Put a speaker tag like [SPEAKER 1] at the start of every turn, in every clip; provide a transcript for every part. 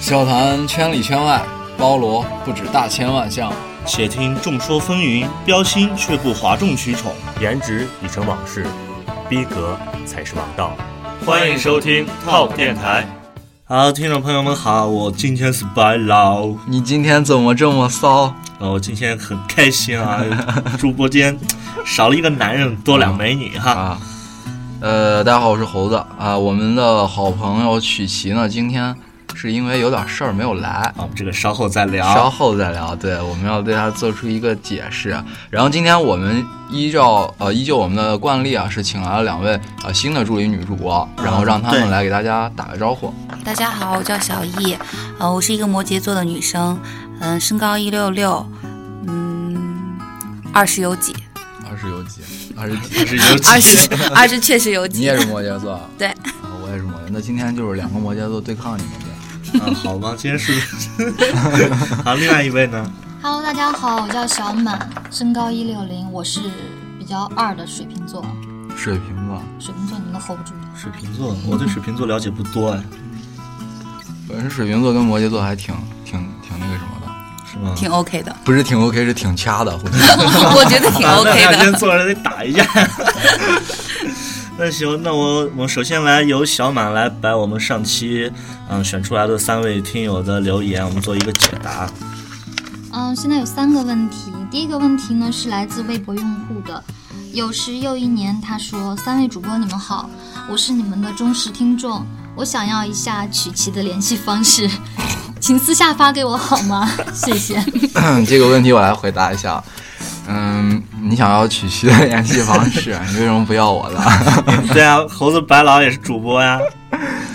[SPEAKER 1] 笑谈圈里圈外，包罗不止大千万项。
[SPEAKER 2] 且听众说纷纭，标新却不哗众取宠。
[SPEAKER 3] 颜值已成往事，逼格才是王道。
[SPEAKER 4] 欢迎收听 Top 电台。
[SPEAKER 2] 好，听众朋友们好，我今天是白老，
[SPEAKER 1] 你今天怎么这么骚？
[SPEAKER 2] 呃，我今天很开心 啊，主播间少了一个男人，多俩美女哈。
[SPEAKER 1] 啊，呃，大家好，我是猴子啊。我们的好朋友曲奇呢，今天是因为有点事儿没有来，
[SPEAKER 2] 啊，我们这个稍后再
[SPEAKER 1] 稍
[SPEAKER 2] 聊。
[SPEAKER 1] 后再聊。对，我们要对他做出一个解释。然后今天我们依照呃依旧我们的惯例啊，是请来了两位呃新的助理女主播，然后让他
[SPEAKER 2] 对
[SPEAKER 1] 们来给大家打个招呼。
[SPEAKER 5] 大家好，我叫小易，呃，我是一个摩羯座的女生，嗯、身高一六六，嗯，二十 有几，
[SPEAKER 1] 二十有几？二十几？
[SPEAKER 2] 是有
[SPEAKER 5] 二
[SPEAKER 2] 几
[SPEAKER 4] 哎
[SPEAKER 5] 十二十确实 有
[SPEAKER 1] 你
[SPEAKER 5] 几
[SPEAKER 1] 也，是摩羯座啊？
[SPEAKER 5] 对
[SPEAKER 1] 啊，我也是摩羯。那今天就是两个摩羯座对抗你们呗。
[SPEAKER 2] 啊？好吗？今天 是。好，另外一位呢？
[SPEAKER 6] Hello，大家好，我叫小满，身高一六零，我是比较二的水瓶座，
[SPEAKER 1] 水瓶座，
[SPEAKER 6] 水瓶座你们都 hold 不住的。
[SPEAKER 2] 水瓶座，我对水瓶座了解不多哎，
[SPEAKER 1] 本身水瓶座跟摩羯座还挺挺挺那个什么的，
[SPEAKER 2] 是吗？
[SPEAKER 5] 挺 OK 的，
[SPEAKER 1] 不是挺 OK，是挺掐的。我觉得
[SPEAKER 5] 我觉得挺
[SPEAKER 2] 啊，那
[SPEAKER 5] OK
[SPEAKER 2] 俩今 天
[SPEAKER 5] 的。
[SPEAKER 2] 坐着得打一架。 那行，那我我首先来由小满来把我们上期嗯选出来的三位听友的留言，我们做一个解答。
[SPEAKER 6] 嗯，现在有三个问题，第一个问题呢是来自微博用户的。有时又一年，他说：“三位主播，你们好，我是你们的忠实听众，我想要一下曲奇的联系方式，请私下发给我好吗？谢谢。
[SPEAKER 1] 这个问题我来回答一下。啊嗯，你想要曲奇的联系方式，你为什么不要我的？
[SPEAKER 2] 对啊，猴子白老也是主播呀、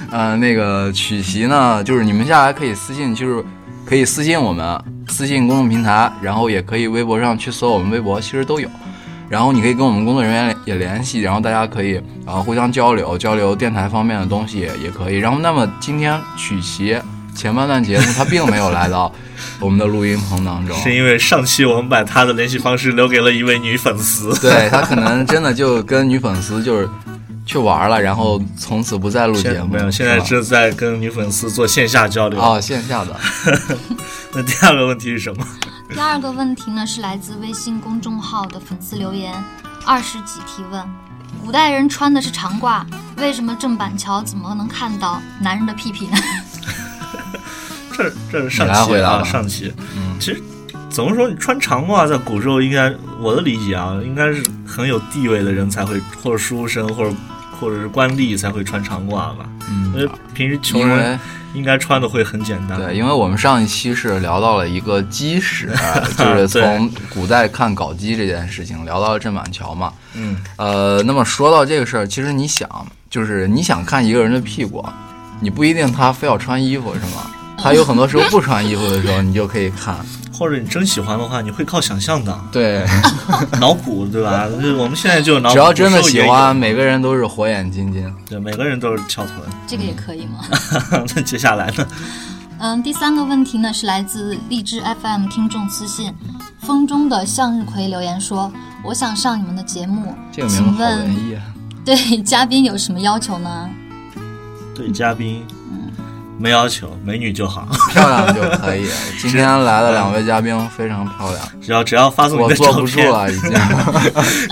[SPEAKER 1] 呃，那个曲奇呢，就是你们下来可以私信，就是可以私信我们，私信公众平台，然后也可以微博上去搜我们微博，其实都有。然后你可以跟我们工作人员也联系，然后大家可以啊、呃互相交流交流电台方面的东西也可以。然后那么今天曲奇前半段节目他并没有来到我们的录音棚当中，
[SPEAKER 2] 是因为上期我们把他的联系方式留给了一位女粉丝。
[SPEAKER 1] 对他可能真的就跟女粉丝就是去玩了，然后从此不再录
[SPEAKER 2] 现
[SPEAKER 1] 节
[SPEAKER 2] 在
[SPEAKER 1] 目
[SPEAKER 2] 没有，
[SPEAKER 1] 了，
[SPEAKER 2] 现在
[SPEAKER 1] 是吧
[SPEAKER 2] 正在跟女粉丝做线下交流。
[SPEAKER 1] 哦线下的。
[SPEAKER 2] 那第二个问题是什么？
[SPEAKER 6] 第二个问题呢是来自微信公众号的粉丝留言，二十几提问：古代人穿的是长褂，为什么郑板桥怎么能看到男人的屁屁呢？
[SPEAKER 2] 这这是上
[SPEAKER 1] 你来
[SPEAKER 2] 期
[SPEAKER 1] 回答
[SPEAKER 2] 啊，
[SPEAKER 1] 吧
[SPEAKER 2] 上期。
[SPEAKER 1] 嗯
[SPEAKER 2] 其实怎么说，你穿长褂在古时候，应该我的理解啊，应该是很有地位的人才会，或者书生，或者或者是官吏才会穿长褂吧。
[SPEAKER 1] 嗯
[SPEAKER 2] 因为平时穷
[SPEAKER 1] 因
[SPEAKER 2] 人
[SPEAKER 1] 为
[SPEAKER 2] 应该穿的会很简单。
[SPEAKER 1] 对，因为我们上一期是聊到了一个基史， 就是从古代看搞基这件事情，聊到了郑板桥嘛。
[SPEAKER 2] 嗯，
[SPEAKER 1] 呃，那么说到这个事儿，其实你想，就是你想看一个人的屁股，你不一定他非要穿衣服，是 吗？他有很多时候不穿衣服的时候，你就可以看。
[SPEAKER 2] 或者你真喜欢的话，你会靠想象的
[SPEAKER 1] 对，
[SPEAKER 2] 脑补，对吧？就是我们现在就有脑补，
[SPEAKER 1] 只要真的喜
[SPEAKER 2] 有时候也
[SPEAKER 1] 欢，
[SPEAKER 2] 有，
[SPEAKER 1] 每个人都是火眼金睛。
[SPEAKER 2] 对，每个人都是翘臀。
[SPEAKER 6] 这个也可以吗？
[SPEAKER 2] 那接下来呢？
[SPEAKER 6] 嗯，第三个问题呢是来自荔枝 FM 听众私信，风中的向日葵留言说：“我想上你们的节目，
[SPEAKER 1] 这个名字
[SPEAKER 6] 请
[SPEAKER 1] 好文
[SPEAKER 6] 问
[SPEAKER 1] 艺啊！
[SPEAKER 6] 对嘉宾有什么要求呢
[SPEAKER 2] 对嘉宾，
[SPEAKER 1] 嗯
[SPEAKER 2] 没要求，美女就好，
[SPEAKER 1] 漂亮就可以。今天来的两位嘉宾非常漂 亮，
[SPEAKER 2] 只要只要发送你
[SPEAKER 1] 我
[SPEAKER 2] 的
[SPEAKER 1] 坐
[SPEAKER 2] 照
[SPEAKER 1] 不住
[SPEAKER 2] 片，
[SPEAKER 1] 了已经。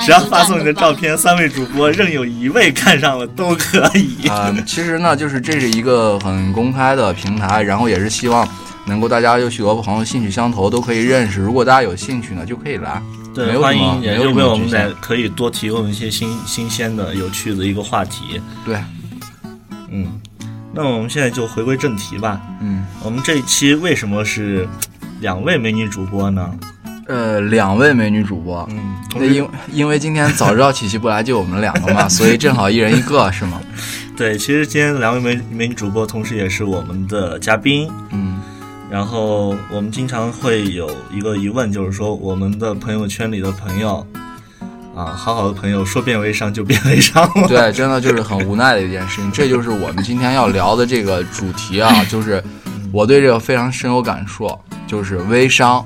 [SPEAKER 2] 只要发送你的照片，三位主播任有一位看上了都可以。
[SPEAKER 1] 啊、其实呢，就是这是一个很公开的平台，然后也是希望能够大家有许多朋友兴趣相投都可以认识。如果大家有兴趣呢，就可以来。没
[SPEAKER 2] 对，
[SPEAKER 1] 有
[SPEAKER 2] 欢
[SPEAKER 1] 什么
[SPEAKER 2] 迎也
[SPEAKER 1] 没有
[SPEAKER 2] 就
[SPEAKER 1] 什
[SPEAKER 2] 为
[SPEAKER 1] 么
[SPEAKER 2] 我们
[SPEAKER 1] 局限
[SPEAKER 2] 在可以多提供一些新新鲜的、有趣的一个话题。
[SPEAKER 1] 对，
[SPEAKER 2] 嗯，那我们现在就回归正题吧。
[SPEAKER 1] 嗯，
[SPEAKER 2] 我们这一期为什么是两位美女主播呢？
[SPEAKER 1] 呃，两位美女主播，
[SPEAKER 2] 嗯，同
[SPEAKER 1] 那
[SPEAKER 2] 时
[SPEAKER 1] 因因为今天早知道琪琪不来，就我们两个嘛，所以正好一人一个，是吗？
[SPEAKER 2] 对，其实今天两位美美女主播，同时也是我们的嘉宾。
[SPEAKER 1] 嗯，
[SPEAKER 2] 然后我们经常会有一个疑问，就是说我们的朋友圈里的朋友，啊，好好的朋友说变微商就变微商 了。
[SPEAKER 1] 对，真的就是很无奈的一件事情。这就是我们今天要聊的这个主题啊，就是我对这个非常深有感触，就是微商，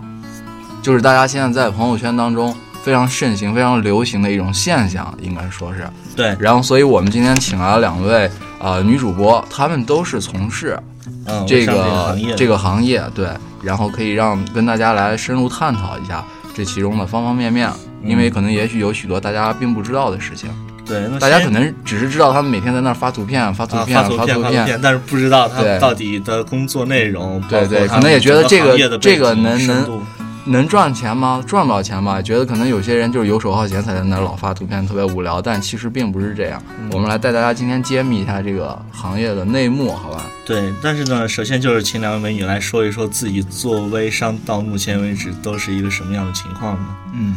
[SPEAKER 1] 就是大家现在在朋友圈当中非常盛行、非常流行的一种现象，应该说是。
[SPEAKER 2] 对，
[SPEAKER 1] 然后，所以我们今天请来了两位呃女主播，她们都是从事
[SPEAKER 2] 嗯，
[SPEAKER 1] 这
[SPEAKER 2] 我上个
[SPEAKER 1] 个
[SPEAKER 2] 行业，
[SPEAKER 1] 这个行业，对，然后可以让跟大家来深入探讨一下这其中的方方面面，因为可能也许有许多大家并不知道的事情，
[SPEAKER 2] 对，那
[SPEAKER 1] 大家
[SPEAKER 2] 先
[SPEAKER 1] 可能只是知道他们每天在那儿发图片、发图
[SPEAKER 2] 啊，
[SPEAKER 1] 片、
[SPEAKER 2] 发图
[SPEAKER 1] 发
[SPEAKER 2] 片，
[SPEAKER 1] 图
[SPEAKER 2] 发图片，但是不知道他
[SPEAKER 1] 对
[SPEAKER 2] 到底的工作内容，
[SPEAKER 1] 对
[SPEAKER 2] 包括
[SPEAKER 1] 对
[SPEAKER 2] 他
[SPEAKER 1] 可能也觉得
[SPEAKER 2] 整
[SPEAKER 1] 这个
[SPEAKER 2] 行业的
[SPEAKER 1] 这个
[SPEAKER 2] 背景
[SPEAKER 1] 能
[SPEAKER 2] 深
[SPEAKER 1] 能
[SPEAKER 2] 度
[SPEAKER 1] 能赚钱吗？赚不了钱吧？觉得可能有些人就是游手好闲，才在那儿老发图片，特别无聊。但其实并不是这样。
[SPEAKER 2] 嗯
[SPEAKER 1] 我们来带大家今天揭秘一下这个行业的内幕，好吧？
[SPEAKER 2] 对，但是呢，首先就是请两位美女来说一说自己做微商到目前为止都是一个什么样的情况呢？
[SPEAKER 1] 嗯，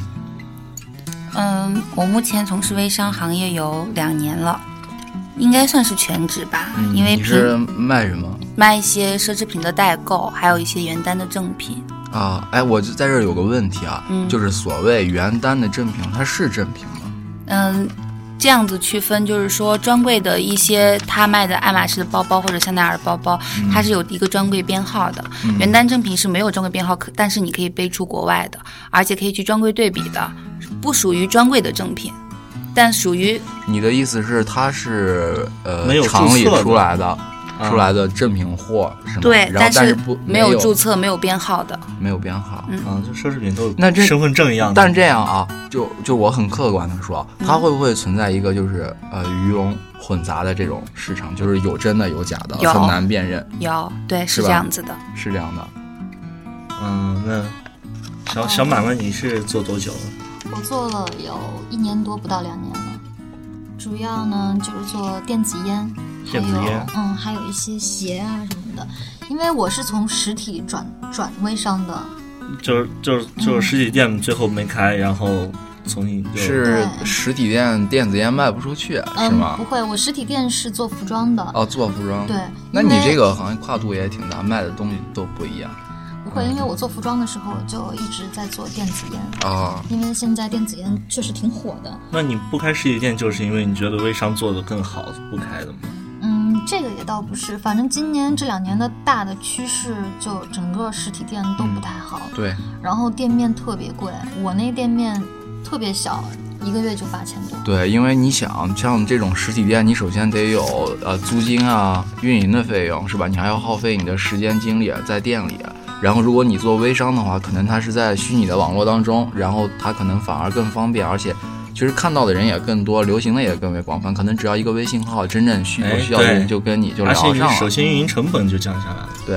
[SPEAKER 5] 嗯，我目前从事微商行业有两年了，应该算是全职吧，因为
[SPEAKER 1] 嗯你
[SPEAKER 5] 平
[SPEAKER 1] 是卖什么
[SPEAKER 5] 卖一些奢侈品的代购，还有一些原单的正品。
[SPEAKER 1] 啊？哎，我就在这儿有个问题啊，
[SPEAKER 5] 嗯
[SPEAKER 1] 就是所谓原单的正品，它是正品吗？
[SPEAKER 5] 嗯，这样子区分就是说，专柜的一些他卖的爱马仕的包包或者香奈儿的包包，它是有一个专柜编号的。原单正品是没有专柜编号，可但是你可以背出国外的，而且可以去专柜对比的，不属于专柜的正品，但属于
[SPEAKER 1] 你的意思是它是呃
[SPEAKER 2] 没有注册的啊
[SPEAKER 1] 厂里出来的？出来的正品货是吗？
[SPEAKER 5] 对，
[SPEAKER 1] 然后但
[SPEAKER 5] 是
[SPEAKER 1] 不
[SPEAKER 5] 没
[SPEAKER 1] 有
[SPEAKER 5] 有注册、没有编号的。
[SPEAKER 1] 没有编号，
[SPEAKER 2] 啊，就奢侈品都有
[SPEAKER 1] 那这
[SPEAKER 2] 身份证一样的，
[SPEAKER 1] 但是这样啊，就就我很客观的说，它会不会存在一个就是呃鱼龙混杂的这种市场，就是有真的有假的，
[SPEAKER 5] 有
[SPEAKER 1] 很难辨认，
[SPEAKER 5] 有，对，
[SPEAKER 1] 是
[SPEAKER 5] 是
[SPEAKER 1] 吧
[SPEAKER 5] 这样子的。
[SPEAKER 1] 是这样的。
[SPEAKER 2] 嗯，那小小满满你是做多久了？
[SPEAKER 6] 我做了有一年多，不到两年了。主要呢就是做电子烟，还
[SPEAKER 2] 电子
[SPEAKER 6] 有
[SPEAKER 2] 烟
[SPEAKER 6] 嗯，还有一些鞋啊什么的。因为我是从实体转转微商的，
[SPEAKER 2] 就是就是就是实体店最后没开，然后从你就。
[SPEAKER 1] 是呃
[SPEAKER 6] 对
[SPEAKER 1] 实体店电子烟卖不出去是
[SPEAKER 6] 嗯，
[SPEAKER 1] 吗
[SPEAKER 6] 不？会，我实体店是做服装的，
[SPEAKER 1] 哦，做服装。
[SPEAKER 6] 对。。
[SPEAKER 1] 那
[SPEAKER 6] 因
[SPEAKER 1] 你
[SPEAKER 6] 为
[SPEAKER 1] 这个好像跨度也挺大，卖的东西都不一样
[SPEAKER 6] 不会，因为我做服装的时候就一直在做电子烟，
[SPEAKER 2] 哦
[SPEAKER 1] 啊。
[SPEAKER 6] 因为现在电子烟确实挺火的。
[SPEAKER 2] 那你不开实体店，就是因为你觉得微商做的更好，不开的吗？
[SPEAKER 6] 嗯，这个也倒不是，反正今年这两年的大的趋势就整个实体店都不太好，
[SPEAKER 1] 对，
[SPEAKER 6] 然后店面特别贵，我那店面特别小，一个月就八千多。
[SPEAKER 1] 对，因为你想，像这种实体店，你首先得有呃租金啊、运营的费用，是吧？你还要耗费你的时间精力啊在店里。然后，如果你做微商的话，可能它是在虚拟的网络当中，然后它可能反而更方便，而且其实看到的人也更多，流行的也更为广泛。可能只要一个微信号，真正需有
[SPEAKER 2] 哎
[SPEAKER 1] 需要的
[SPEAKER 2] 对
[SPEAKER 1] 人就跟你就
[SPEAKER 2] 而
[SPEAKER 1] 聊
[SPEAKER 2] 且
[SPEAKER 1] 上
[SPEAKER 2] 你首
[SPEAKER 1] 了。
[SPEAKER 2] 先运营成本就降下来了。
[SPEAKER 1] 对，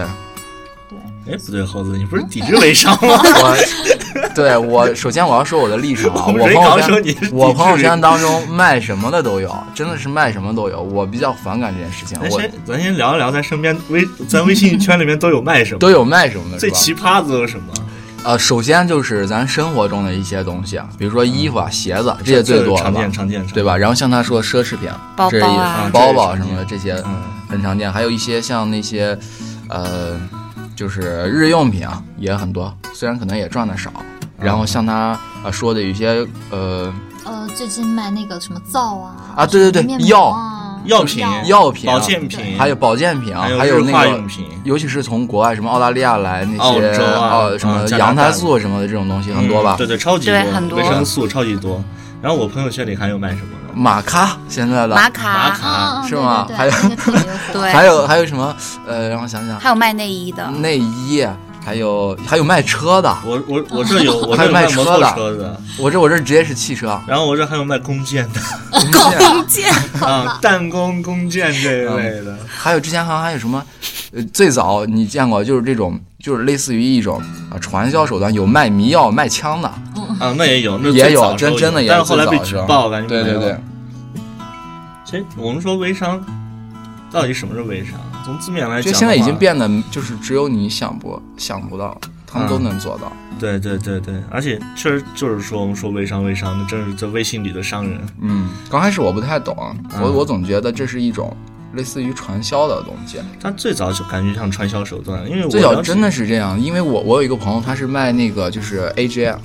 [SPEAKER 6] 对，
[SPEAKER 2] 哎，不对，猴子，你不是 抵制微商吗？
[SPEAKER 1] 我对我首先我要说我的立场 啊，我
[SPEAKER 2] 我们
[SPEAKER 1] 朋
[SPEAKER 2] 人
[SPEAKER 1] 友
[SPEAKER 2] 搞说你
[SPEAKER 1] 圈
[SPEAKER 2] 是
[SPEAKER 1] 我
[SPEAKER 2] 抵制
[SPEAKER 1] 朋友
[SPEAKER 2] 人
[SPEAKER 1] 圈当中卖什么的都有，真的是卖什么都有。我比较反感这件事情，
[SPEAKER 2] 咱
[SPEAKER 1] 我
[SPEAKER 2] 先咱先聊一聊，咱身边微咱微信圈里面都有卖什么，
[SPEAKER 1] 都有卖什么的，
[SPEAKER 2] 最
[SPEAKER 1] 是吧？
[SPEAKER 2] 奇葩的都是什么？
[SPEAKER 1] 呃，首先就是咱生活中的一些东西啊，比如说衣服啊、鞋子啊，这些最多了
[SPEAKER 2] 嗯常
[SPEAKER 1] 吧
[SPEAKER 2] 见，常见，
[SPEAKER 1] 对吧？然后像他说奢侈品，
[SPEAKER 5] 包
[SPEAKER 1] 这
[SPEAKER 5] 包啊
[SPEAKER 1] 也包包
[SPEAKER 2] 嗯
[SPEAKER 1] 什么的，这些
[SPEAKER 2] 常见？嗯，
[SPEAKER 1] 很常见。还有一些像那些，呃，就是日用品啊，也很多，虽然可能也赚的少。然后像他呃说的有些呃
[SPEAKER 6] 呃，最近卖那个什么皂啊，
[SPEAKER 1] 啊对对对
[SPEAKER 6] 什么面
[SPEAKER 1] 药
[SPEAKER 6] 膜啊，
[SPEAKER 2] 药品
[SPEAKER 1] 药品啊、
[SPEAKER 2] 保健品，嗯
[SPEAKER 1] 还有保健品啊，还
[SPEAKER 2] 有
[SPEAKER 1] 有
[SPEAKER 2] 日
[SPEAKER 1] 那
[SPEAKER 2] 化
[SPEAKER 1] 个
[SPEAKER 2] 用品，
[SPEAKER 1] 尤其是从国外什么澳大利亚来那
[SPEAKER 2] 澳
[SPEAKER 1] 些
[SPEAKER 2] 洲啊
[SPEAKER 1] 哦什
[SPEAKER 2] 嗯
[SPEAKER 1] 么
[SPEAKER 2] 加拿
[SPEAKER 1] 羊
[SPEAKER 2] 大
[SPEAKER 1] 胎素什么的这种东西很多
[SPEAKER 2] 嗯
[SPEAKER 1] 吧？
[SPEAKER 2] 对对，超级
[SPEAKER 5] 对很多
[SPEAKER 2] 维生素超级多。然后我朋友圈里还有卖什么呢？
[SPEAKER 1] 玛咖现在的
[SPEAKER 5] 玛卡，
[SPEAKER 2] 玛卡
[SPEAKER 6] 啊啊，
[SPEAKER 1] 是吗
[SPEAKER 6] 对
[SPEAKER 1] 还有
[SPEAKER 6] 对对，那个特别 火。
[SPEAKER 5] 对，
[SPEAKER 1] 还有还有什么？呃，让我想想，
[SPEAKER 5] 还有卖内衣的，
[SPEAKER 1] 内衣，还有还有卖车的。
[SPEAKER 2] 我我我这有，我这
[SPEAKER 1] 还有
[SPEAKER 2] 有
[SPEAKER 1] 卖车
[SPEAKER 2] 摩托
[SPEAKER 1] 的
[SPEAKER 2] 车的，
[SPEAKER 1] 我这我这直接是汽车，啊
[SPEAKER 2] 然后我这还有卖弓箭的
[SPEAKER 5] 弓箭，
[SPEAKER 2] 啊，弹弓、弓箭这一类的。
[SPEAKER 1] 还有之前好像还有什么，呃，最早你见过就是这种，就是类似于一种啊传销手段，有卖迷药、卖枪的，
[SPEAKER 2] 啊，那也有，那
[SPEAKER 1] 也
[SPEAKER 2] 最
[SPEAKER 1] 有
[SPEAKER 2] 早时
[SPEAKER 1] 真
[SPEAKER 2] 候
[SPEAKER 1] 真的也
[SPEAKER 2] 但
[SPEAKER 1] 是
[SPEAKER 2] 是后来
[SPEAKER 1] 最
[SPEAKER 2] 被
[SPEAKER 1] 早的
[SPEAKER 2] 举
[SPEAKER 1] 时候
[SPEAKER 2] 报，感觉
[SPEAKER 1] 对
[SPEAKER 2] 没
[SPEAKER 1] 对
[SPEAKER 2] 有
[SPEAKER 1] 对。，
[SPEAKER 2] 其实我们说微商，到底什么是微商？从字面来
[SPEAKER 1] 就
[SPEAKER 2] 讲，
[SPEAKER 1] 现在已经。变得就是只有你想不想不到，他
[SPEAKER 2] 嗯
[SPEAKER 1] 们都能做到。
[SPEAKER 2] 对对对对，而且确实就是说，我们说微商，微商，那真是这微信里的商人。
[SPEAKER 1] 嗯，刚开始我不太懂，我
[SPEAKER 2] 嗯
[SPEAKER 1] 我总觉得这是一种类似于传销的东西，
[SPEAKER 2] 他最早就感觉像传销手段，因为我
[SPEAKER 1] 最早
[SPEAKER 2] 了解
[SPEAKER 1] 真的是这样，因为我我有一个朋友，他是卖那个就是 AJ，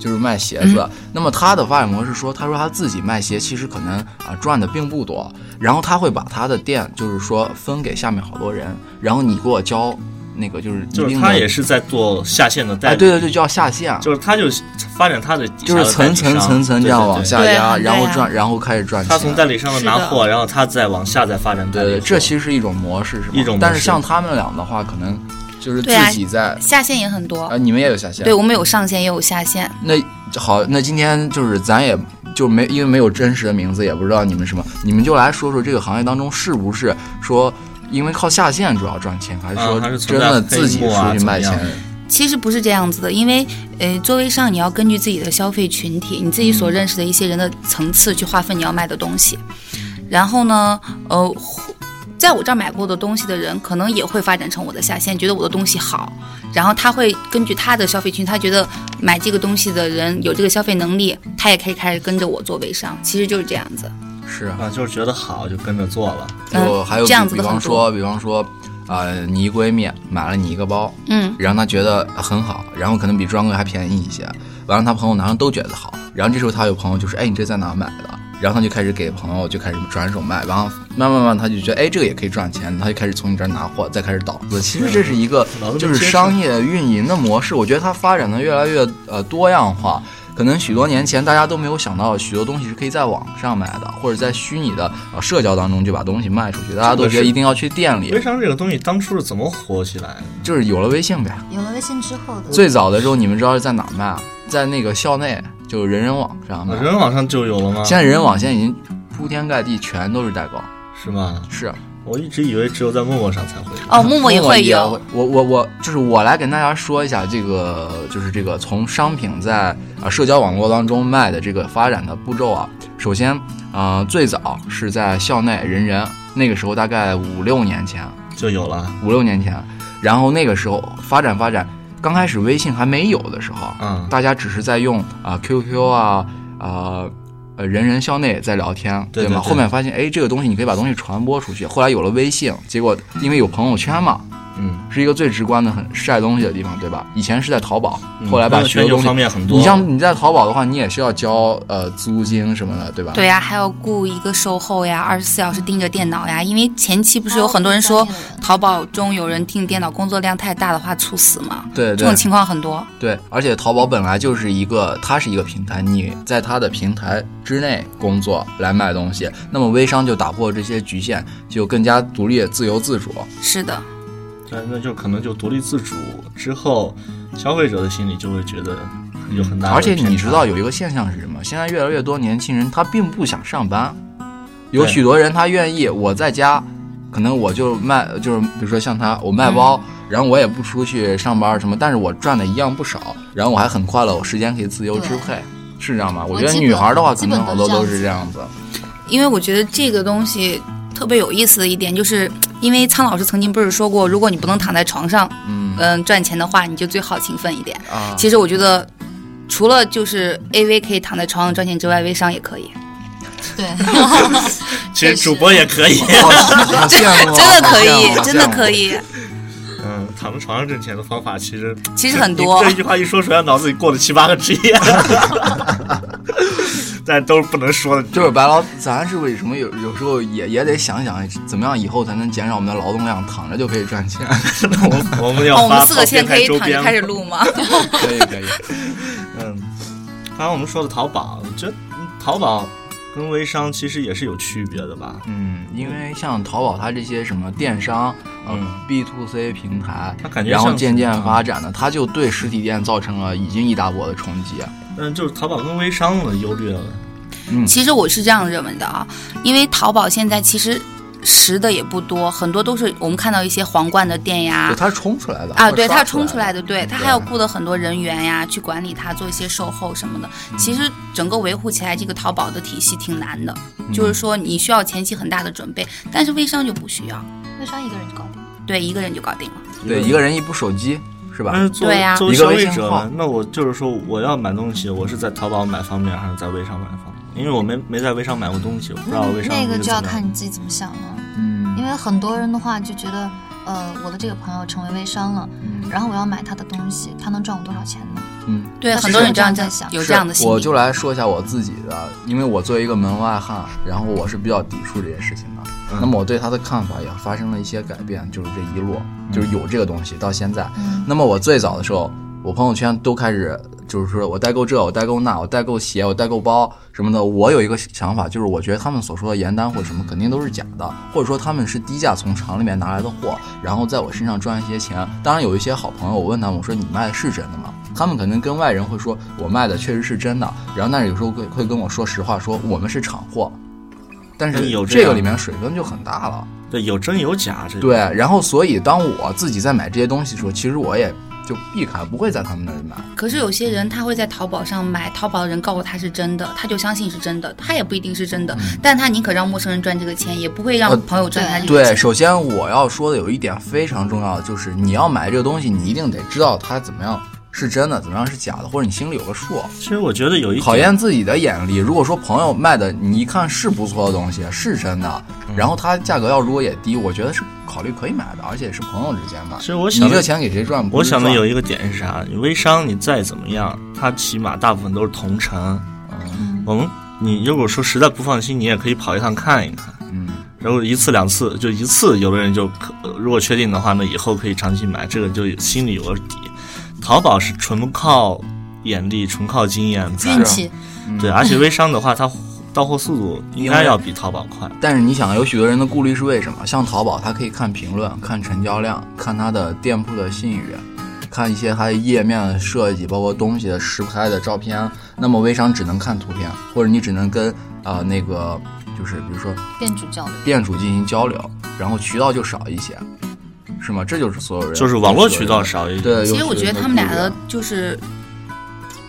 [SPEAKER 1] 就是卖鞋子。
[SPEAKER 2] 嗯
[SPEAKER 1] 那么他的发展模式说，他说他自己卖鞋，其实可能啊赚的并不多，然后他会把他的店就是说分给下面好多人，然后你给我交那个就是一
[SPEAKER 2] 就是
[SPEAKER 1] 定
[SPEAKER 2] 他
[SPEAKER 1] 的
[SPEAKER 2] 也是在做下线的代理，
[SPEAKER 1] 哎，对对对，叫下线，
[SPEAKER 2] 就是他就是发展他的底下
[SPEAKER 1] 就
[SPEAKER 2] 的
[SPEAKER 1] 是层
[SPEAKER 2] 代
[SPEAKER 1] 层
[SPEAKER 2] 理商
[SPEAKER 1] 层层这样
[SPEAKER 2] 对对
[SPEAKER 1] 往
[SPEAKER 2] 对
[SPEAKER 1] 下压，
[SPEAKER 5] 对
[SPEAKER 1] 然后
[SPEAKER 5] 对啊
[SPEAKER 1] 赚，然后开始赚钱。
[SPEAKER 2] 他从代理商拿
[SPEAKER 5] 是
[SPEAKER 2] 货，然后他再往下再发展代
[SPEAKER 1] 对
[SPEAKER 2] 理
[SPEAKER 1] 对，
[SPEAKER 2] 货
[SPEAKER 1] 这其实是一种模式，是吧？
[SPEAKER 2] 一种模式
[SPEAKER 1] 但是像他们俩的话，可能就是自
[SPEAKER 5] 对啊
[SPEAKER 1] 己在
[SPEAKER 5] 下线也很
[SPEAKER 1] 啊
[SPEAKER 5] 多，
[SPEAKER 1] 你们也有下线。
[SPEAKER 5] 对我们有上线也有下线，
[SPEAKER 1] 那好，那今天就是咱也就没因为没有真实的名字，也不知道你们什么，你们就来说说这个行业当中是不是说因为靠下线主要赚钱，还是
[SPEAKER 2] 啊
[SPEAKER 1] 说
[SPEAKER 2] 还是
[SPEAKER 1] 真
[SPEAKER 2] 存
[SPEAKER 1] 的
[SPEAKER 2] 在
[SPEAKER 1] 自己
[SPEAKER 2] 黑幕啊
[SPEAKER 1] 出去卖钱？
[SPEAKER 2] 怎么
[SPEAKER 5] 其实不是这样子的，因为呃，做微商你要根据自己的消费群体，你自己所认识的一些人的层次去划分你要卖的东西。然后呢，呃，在我这儿买过的东西的人，可能也会发展成我的下线，觉得我的东西好，然后他会根据他的消费群，他觉得买这个东西的人有这个消费能力，他也可以开始跟着我做微商，其实就是这样子。
[SPEAKER 1] 是啊，
[SPEAKER 2] 啊，就是觉得好就跟着做了，
[SPEAKER 5] 嗯
[SPEAKER 1] 就还有比
[SPEAKER 5] 这样子
[SPEAKER 1] 比
[SPEAKER 5] 的
[SPEAKER 1] 方
[SPEAKER 5] 很
[SPEAKER 1] 说，
[SPEAKER 5] 多
[SPEAKER 1] 比方说，呃，你一闺蜜买了你一个包，
[SPEAKER 5] 嗯，
[SPEAKER 1] 让她觉得很好，然后可能比专柜还便宜一些，完了她朋友拿上都觉得好，然后这时候她有朋友就说，哎，你这在哪买的？然后她就开始给朋友就开始转手卖，然后慢慢慢慢她就觉得，哎，这个也可以赚钱，她就开始从你这儿拿货，再开始倒资。其实这哦是一个
[SPEAKER 2] 脑子
[SPEAKER 1] 就
[SPEAKER 2] 没
[SPEAKER 1] 是
[SPEAKER 2] 接触
[SPEAKER 1] 商业运营的模式，我觉得它发展的越来越呃多样化。可能许多年前大家都没有想到，许多东西是可以在网上买的，或者在虚拟的呃社交当中就把东西卖出去。大家都觉得一定要去店里
[SPEAKER 2] 微，商这个东西当初是怎么火起来的？
[SPEAKER 1] 就是有了微信呗。
[SPEAKER 6] 有了微信之后的，
[SPEAKER 1] 最早的时候，你们知道是在哪儿卖啊？在那个校内，就是人人网上卖
[SPEAKER 2] 啊。人人网上就有了吗？
[SPEAKER 1] 嗯现在人人网现在已经铺天盖地，全都是代购。
[SPEAKER 2] 是吗？
[SPEAKER 1] 是，
[SPEAKER 2] 我一直以为只有在陌陌上才会有。
[SPEAKER 5] 哦，陌陌也会有，。
[SPEAKER 1] 我我我，就是我来跟大家说一下这个，就是这个从商品在啊社交网络当中卖的这个发展的步骤啊。首先，呃，最早是在校内人人，那个时候大概五六年前，
[SPEAKER 2] 就有了。
[SPEAKER 1] 五六年前，然后那个时候发展发展，刚开始微信还没有的时候，
[SPEAKER 2] 嗯，
[SPEAKER 1] 大家只是在用啊、QQ 啊啊呃人人校内在聊天，
[SPEAKER 2] 对
[SPEAKER 1] 吗？
[SPEAKER 2] 对对
[SPEAKER 1] 后面发现哎，这个东西你可以把东西传播出去。后来有了微信，结果因为有朋友圈嘛，
[SPEAKER 2] 嗯，
[SPEAKER 1] 是一个最直观的很晒东西的地方，对吧？以前是在淘宝，
[SPEAKER 2] 嗯
[SPEAKER 1] 后来把
[SPEAKER 2] 朋友
[SPEAKER 1] 许多
[SPEAKER 2] 圈就
[SPEAKER 1] 东西
[SPEAKER 2] 方。便很多。
[SPEAKER 1] 你像你在淘宝的话，你也需要交呃租金什么的，对吧？
[SPEAKER 5] 对呀、还要雇一个售后呀，二十四小时盯着电脑呀，因为前期不是有很多人说
[SPEAKER 6] 还
[SPEAKER 5] 淘
[SPEAKER 6] 有不专业的人
[SPEAKER 5] 宝中有人盯电脑工作量太大的话猝死嘛，
[SPEAKER 1] 对
[SPEAKER 5] 这
[SPEAKER 1] 对
[SPEAKER 5] 种情况很多。
[SPEAKER 1] 对，而且淘宝本来就是一个，它是一个平台，你在它的平台之内工作来卖东西，那么微商就打破这些局限，就更加独立、自由自主。
[SPEAKER 5] 是的，
[SPEAKER 2] 对，那就可能就独立自主之后，消费者的心里就会觉得有很大的
[SPEAKER 1] 而且你
[SPEAKER 2] 偏
[SPEAKER 1] 知
[SPEAKER 2] 差
[SPEAKER 1] 道有一个现象是什么？现在越来越多年轻人他并不想上班，有
[SPEAKER 2] 对
[SPEAKER 1] 许多人他愿意我在家，可能我就卖，就是比如说像他，我卖
[SPEAKER 2] 嗯
[SPEAKER 1] 包，然后我也不出去上班什么，但是我赚的一样不少，然后我还很快乐，我时间可以自由支配，是这样吗？我觉得
[SPEAKER 6] 基
[SPEAKER 1] 女
[SPEAKER 6] 本
[SPEAKER 1] 孩的话，可
[SPEAKER 6] 基本
[SPEAKER 1] 能好
[SPEAKER 6] 都
[SPEAKER 1] 多
[SPEAKER 6] 是
[SPEAKER 1] 都
[SPEAKER 6] 这样
[SPEAKER 1] 是
[SPEAKER 6] 子
[SPEAKER 1] 这样子。
[SPEAKER 5] 因为我觉得这个东西特别有意思的一点，就是因为苍老师曾经不是说过，如果你不能躺在床上，
[SPEAKER 1] 嗯
[SPEAKER 5] 嗯、赚钱的话，你就最好勤奋一点。
[SPEAKER 1] 啊，
[SPEAKER 5] 其实我觉得，除了就是 AV 可以躺在床上赚钱之外，微商也可以，
[SPEAKER 6] 对，
[SPEAKER 2] 其实主播也可以，
[SPEAKER 1] 好好羡慕啊，
[SPEAKER 5] 真的
[SPEAKER 1] 好
[SPEAKER 5] 可
[SPEAKER 1] 羡
[SPEAKER 5] 以
[SPEAKER 1] 慕，
[SPEAKER 5] 真的可。以。
[SPEAKER 2] 嗯，躺在床上挣钱的方法其实
[SPEAKER 5] 其实很多
[SPEAKER 2] 你这句话一说出来，脑子里过了七八个职 业， 但都是不能说的。
[SPEAKER 1] 就是白老，咱是为什么有有时候也也得想想，怎么样以后才能减少我们的劳动量，躺着就可以赚钱。
[SPEAKER 2] 我们要
[SPEAKER 5] 哦，我
[SPEAKER 2] 发
[SPEAKER 5] 们四个现在可以
[SPEAKER 2] 周
[SPEAKER 5] 躺
[SPEAKER 2] 边
[SPEAKER 5] 着开始录吗？
[SPEAKER 1] 可以可以，
[SPEAKER 2] 嗯，刚刚我们说的淘宝，我觉得嗯淘宝跟微商其实也是有区别的吧？
[SPEAKER 1] 嗯，因为像淘宝它这些什么电商，呃
[SPEAKER 2] 嗯
[SPEAKER 1] ，B to C 平台，
[SPEAKER 2] 它感觉
[SPEAKER 1] 然后
[SPEAKER 2] 像是
[SPEAKER 1] 渐渐发展的，它就对实体店造成了已经一大波的冲击。啊
[SPEAKER 2] 嗯，就是淘宝跟微商的优劣了。
[SPEAKER 1] 嗯
[SPEAKER 5] 其实我是这样认为的啊，因为淘宝现在其实实的也不多，很多都是我们看到一些皇冠的店呀
[SPEAKER 1] 对，。它是冲出来的
[SPEAKER 5] 啊，对，
[SPEAKER 1] 它
[SPEAKER 5] 它
[SPEAKER 1] 是
[SPEAKER 5] 冲
[SPEAKER 1] 冲
[SPEAKER 5] 出
[SPEAKER 1] 出
[SPEAKER 5] 来
[SPEAKER 1] 来
[SPEAKER 5] 的，
[SPEAKER 1] 的，
[SPEAKER 5] 对，它还要雇的很多人员呀，去管理它，做一些售后什么的。其实整个维护起来这个淘宝的体系挺难的，就是说你需要前期很大的准备，但是微商就不需要，
[SPEAKER 6] 微商一个人就搞定。
[SPEAKER 5] 对，一个人就搞定了。
[SPEAKER 1] 对，一个人一部手机是吧
[SPEAKER 2] 但？是作为
[SPEAKER 5] 对呀
[SPEAKER 2] 作为
[SPEAKER 1] 一个
[SPEAKER 2] 消
[SPEAKER 1] 微
[SPEAKER 2] 费
[SPEAKER 1] 信
[SPEAKER 2] 者
[SPEAKER 1] 号
[SPEAKER 2] 呢，那我就是说，我要买东西，我是在淘宝买方便还是在微商买方便？因为我没没在微商买过东西，我不知道
[SPEAKER 5] 嗯
[SPEAKER 2] 微商
[SPEAKER 6] 那个
[SPEAKER 2] 是
[SPEAKER 6] 就要
[SPEAKER 2] 怎么样
[SPEAKER 6] 看你自己怎么想了，
[SPEAKER 1] 嗯，
[SPEAKER 6] 因为很多人的话就觉得，呃，我的这个朋友成为微商了，然后我要买他的东西，他能赚我多少钱呢？
[SPEAKER 1] 嗯，
[SPEAKER 5] 对，
[SPEAKER 6] 他是
[SPEAKER 5] 很多人这样
[SPEAKER 6] 这样
[SPEAKER 5] 讲
[SPEAKER 6] 在想
[SPEAKER 5] 有
[SPEAKER 1] 是
[SPEAKER 5] 这样的心理。
[SPEAKER 1] 我就来说一下我自己的，因为我作为一个门外汉，然后我是比较抵触这些事情的。那么我对他的看法也发生了一些改变，就是这一路，就是有这个东西到现在。
[SPEAKER 6] 嗯
[SPEAKER 1] 那么我最早的时候，我朋友圈都开始就是说我代购这，我代购那，我代购鞋，我代购包什么的。我有一个想法，就是我觉得他们所说的盐单或者什么肯定都是假的，或者说他们是低价从厂里面拿来的货，然后在我身上赚一些钱。当然有一些好朋友，我问他们，我说你卖的是真的吗？他们可能跟外人会说我卖的确实是真的，然后但是有时候会会跟我说实话，说我们是厂货。但是
[SPEAKER 2] 嗯有这
[SPEAKER 1] 这个
[SPEAKER 2] 样
[SPEAKER 1] 里面水分就很大了，
[SPEAKER 2] 对，有真有假，这个
[SPEAKER 1] 对，然后所以当我自己在买这些东西的时候，其实我也就避开，不会在他们那里买。
[SPEAKER 5] 可是有些人他会在淘宝上买，淘宝的人告诉他是真的，他就相信是真的，他也不一定是真的，但他宁可让陌生人赚这个钱，也不会
[SPEAKER 1] 嗯呃
[SPEAKER 5] 让朋友赚他这个钱。
[SPEAKER 1] 对，首先我要说的有一点非常重要，就是你要买这个东西，你一定得知道它怎么样是真的，怎么样是假的，或者你心里有个数，
[SPEAKER 2] 其实我觉得有一
[SPEAKER 1] 考
[SPEAKER 2] 点
[SPEAKER 1] 验自己的眼力。如果说朋友卖的你一看是不错的东西，是真的，
[SPEAKER 2] 嗯
[SPEAKER 1] 然后它价格要如果也低，我觉得是考虑可以买的，而且是朋友之间买。
[SPEAKER 2] 其实我
[SPEAKER 1] 你
[SPEAKER 2] 想
[SPEAKER 1] 这个钱给谁赚？不
[SPEAKER 2] 我
[SPEAKER 1] 是
[SPEAKER 2] 想的
[SPEAKER 1] 赚
[SPEAKER 2] 有一个点是啥？你微商你再怎么样，它起码大部分都是同城。啊我们你如果说实在不放心，你也可以跑一趟看一看。
[SPEAKER 1] 嗯，
[SPEAKER 2] 然后一次两次就一次，有的人就可呃如果确定的话，那以后可以长期买，这个就心里有个底。淘宝是纯靠眼力，纯靠经验在
[SPEAKER 5] 运，气，
[SPEAKER 2] 对，而且微商的话，它到货速度应该要比淘宝快。
[SPEAKER 1] 但是你想，有许多人的顾虑是为什么？像淘宝，它可以看评论、看成交量、看它的店铺的信誉，看一些它的页面的设计，包括东西的实拍的照片。那么微商只能看图片，或者你只能跟啊、呃那个就是比如说
[SPEAKER 6] 店主教流。
[SPEAKER 1] 店主进行交流，然后渠道就少一些，是吗？这就是所有人
[SPEAKER 2] 就是网络渠道。少一点，
[SPEAKER 1] 对，
[SPEAKER 5] 其实我觉得他们俩
[SPEAKER 1] 啊有许多人
[SPEAKER 5] 的
[SPEAKER 1] 顾虑
[SPEAKER 5] 就是